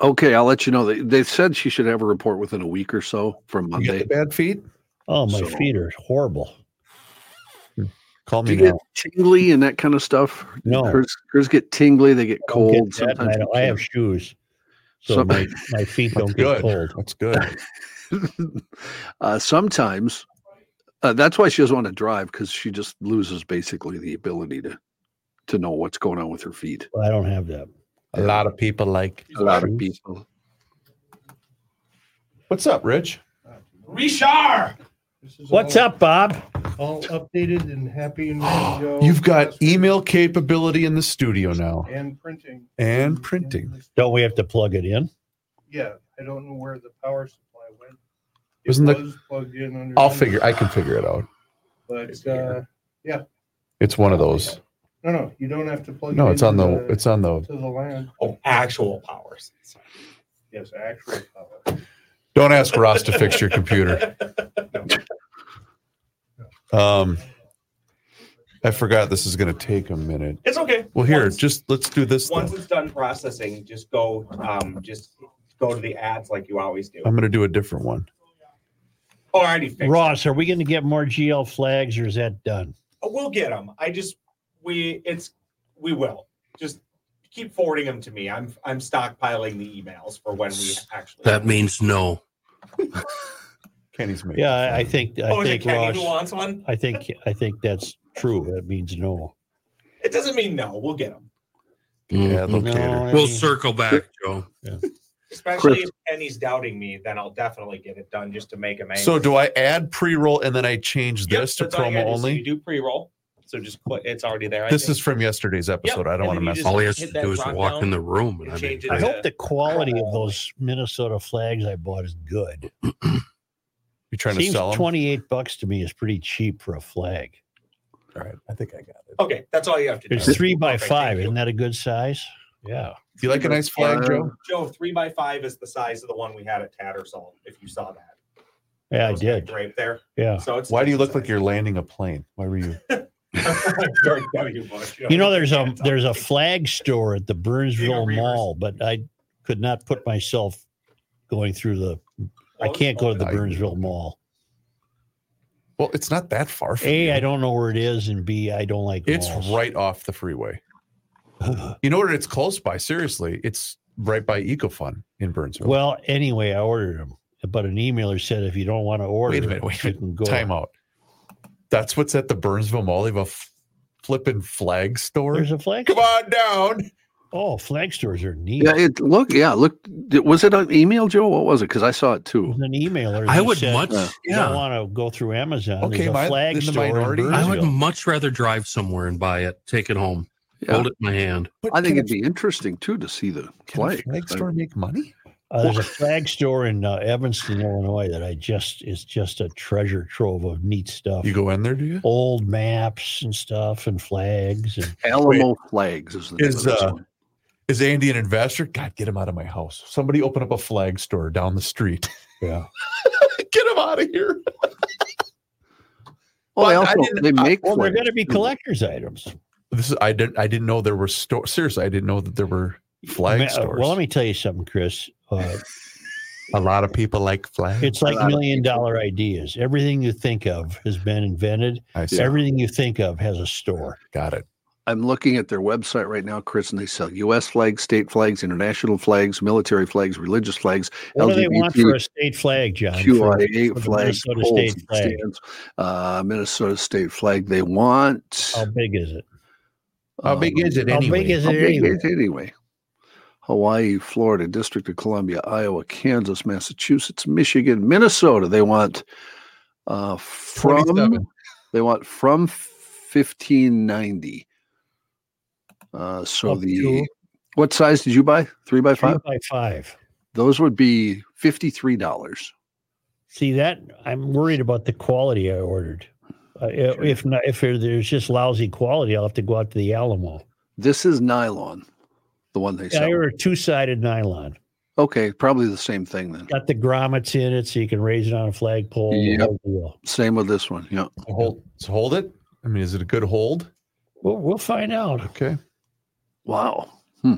Okay, I'll let you know. They, they said she should have a report within a week or so from
You got
Monday.
the bad feet?
Oh, my
So-
feet are horrible. Call
Do
me
you
now.
get tingly and that kind of stuff?
No.
Hers, hers get tingly. They get
Don't
cold.
get that, and
Sometimes
I, don't-
they
I have
can't.
shoes, so
Some-
my, my feet don't get
Good.
cold.
That's
*laughs*
good.
uh, sometimes uh, that's why she doesn't want to drive because she just loses basically the ability to to know what's going on with her feet.
I don't have that.
A lot of people like
A lot of people.
What's up, Rich?
Reshar.
What's up, uh, Bob?
All updated and happy
*gasps*
and ready to go.
You've got email capability in the studio now
and printing.
and printing.
Don't we have to plug it in?
Yeah, I don't know where the power supply went. It
Isn't the-
was plugged in under.
I'll
some-
figure. I can figure it out.
But uh, yeah,
It's one of those.
no, no, you don't have to plug.
No,
it
it's on
into
the. It's on the.
To the land.
Oh, actual powers.
Yes, actual power.
Don't ask Ross to fix your
*laughs*
computer. Um, I forgot this is going to take a minute.
It's okay.
Well, here,
Once-
just let's do this.
Once
then.
it's done processing, just go, um, just go to the ads like you always do.
I'm going to do a different one.
Already fixed.
Ross, are we going to get more GL flags, or is that done?
We'll get them. I just, we, it's, we will. Just keep forwarding them to me. I'm, I'm stockpiling the emails for when we actually.
That means no.
Kenny's making.
Yeah, I- I think I
Oh, is it
think
Kenny
Ross.
who wants one?
I think I think that's true. That means no.
It doesn't mean no, we'll get them.
Yeah,
they'll cater.
We'll circle back, Joe.
Especially
Chris.
if Penny's doubting me, then I'll definitely get it done just to make him angry.
So do I add pre-roll and then I change
Yep,
this to
that's all you
promo
gotta do. So
only?
You do pre-roll, so just put, it's already there. I
This
think.
is from yesterday's episode. I don't
and
want to
then you
mess.
just All he has hit to that do is drop walk down in the
room.
and I change mean, it
I
to-
hope the quality of those Minnesota flags I bought is good.
You trying to
Seems
sell 'em?
Twenty-eight bucks to me is pretty cheap for a flag.
All right, I think I got it.
Okay, that's all you have to do.
It's three by
Okay,
five. Isn't that a good size? Yeah.
Do you like a nice flag, Joe?
Joe, three by five is the size of the one we had at Tattersall. If you saw that,
Yeah, I
Those guys
did.
right there.
Yeah.
So it's
Why do you look like you're landing a plane? Why were you?
*laughs* George W. Bush.
You know, there's
*laughs*
a there's a flag store at the Burnsville Mall, but I could not put myself going through the. I can't go to the Burnsville Mall.
Well, it's not that far. From
A,
you.
I don't know where it is, and B, I don't like.
It's
malls. *sighs*
right off the freeway. you know what? It's close by. Seriously, it's right by EcoFun in Burnsville.
Well, anyway, I ordered them, but an emailer said if you don't want to order,
wait a minute. Wait a
you can
minute.
go.
Time out. That's what's at the Burnsville Mall. They have a f- flipping flag store.
There's a flag.
Come on down.
Oh, flag stores are neat.
Yeah, it look. Yeah, look. d- Was it an email, Joe? What was it? Because I saw it too.
An emailer.
I
that
would
said,
much-
You
yeah.
don't want to go through Amazon. There's a flag store in
I would
Burnsville.
much rather drive somewhere and buy it, take it home, hold it in my hand.
I think it'd be interesting too to see the flag.
flag store make money?
Uh, there's a flag store in uh, Evanston, Illinois, that I just is just a treasure trove of neat stuff.
You go in there, do you?
Old maps and stuff and flags and
Alamo flags is the name
Is
of this
uh,
one.
is Andy an investor? God, get him out of my house. Somebody open up a flag store down the street.
yeah.
*laughs* get him out of here.
Well, Oh,
But
they
I
also
didn't-
they make.
well, they're
flags,
gonna be
too.
collect-
collector's items.
This is I didn't I didn't know there were stores. Seriously, I didn't know that there were
Ma-
flag
uh,
stores.
Well, let me tell you something, Chris. Uh,
a lot of people like flags.
it's like million dollar ideas. Everything you think of has been invented.
I see.
Everything you think of has a store.
Got it.
I'm looking at their website right now, Chris, and they sell U.S. flags, state flags, international flags, military flags, religious flags,
What do they want for a state flag, John? for-
QIA
for the
flags,
Minnesota
poles,
state
and
flag.
stands, uh, Minnesota state flag. They want. um,
How big is it?
How big is it
How
anyway?
big is it
Oh, How big
anyway?
is it anyway? Hawaii, Florida, District of Columbia, Iowa, Kansas, Massachusetts, Michigan, Minnesota. They want uh, from
27.
they want from fifteen ninety. Uh, so
Up
the
to-
what size did you buy? Three by
Three
five.
by five.
Those would be fifty three dollars.
See that? I'm worried about the quality I ordered. Uh, i- If not, if there- there's just lousy quality, I'll have to go out to the Alamo.
This is nylon, the one they
Yeah, I
sell.
ordered two sided nylon.
Okay, probably the same thing then.
Got the grommets in it, so you can raise it on a flagpole. the
Yep.
whole deal.
Same with this one. Yeah.
Hold so hold it. I mean, is it a good hold?
We'll, we'll find out.
Okay.
Wow. Hmm.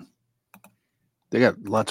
They got lots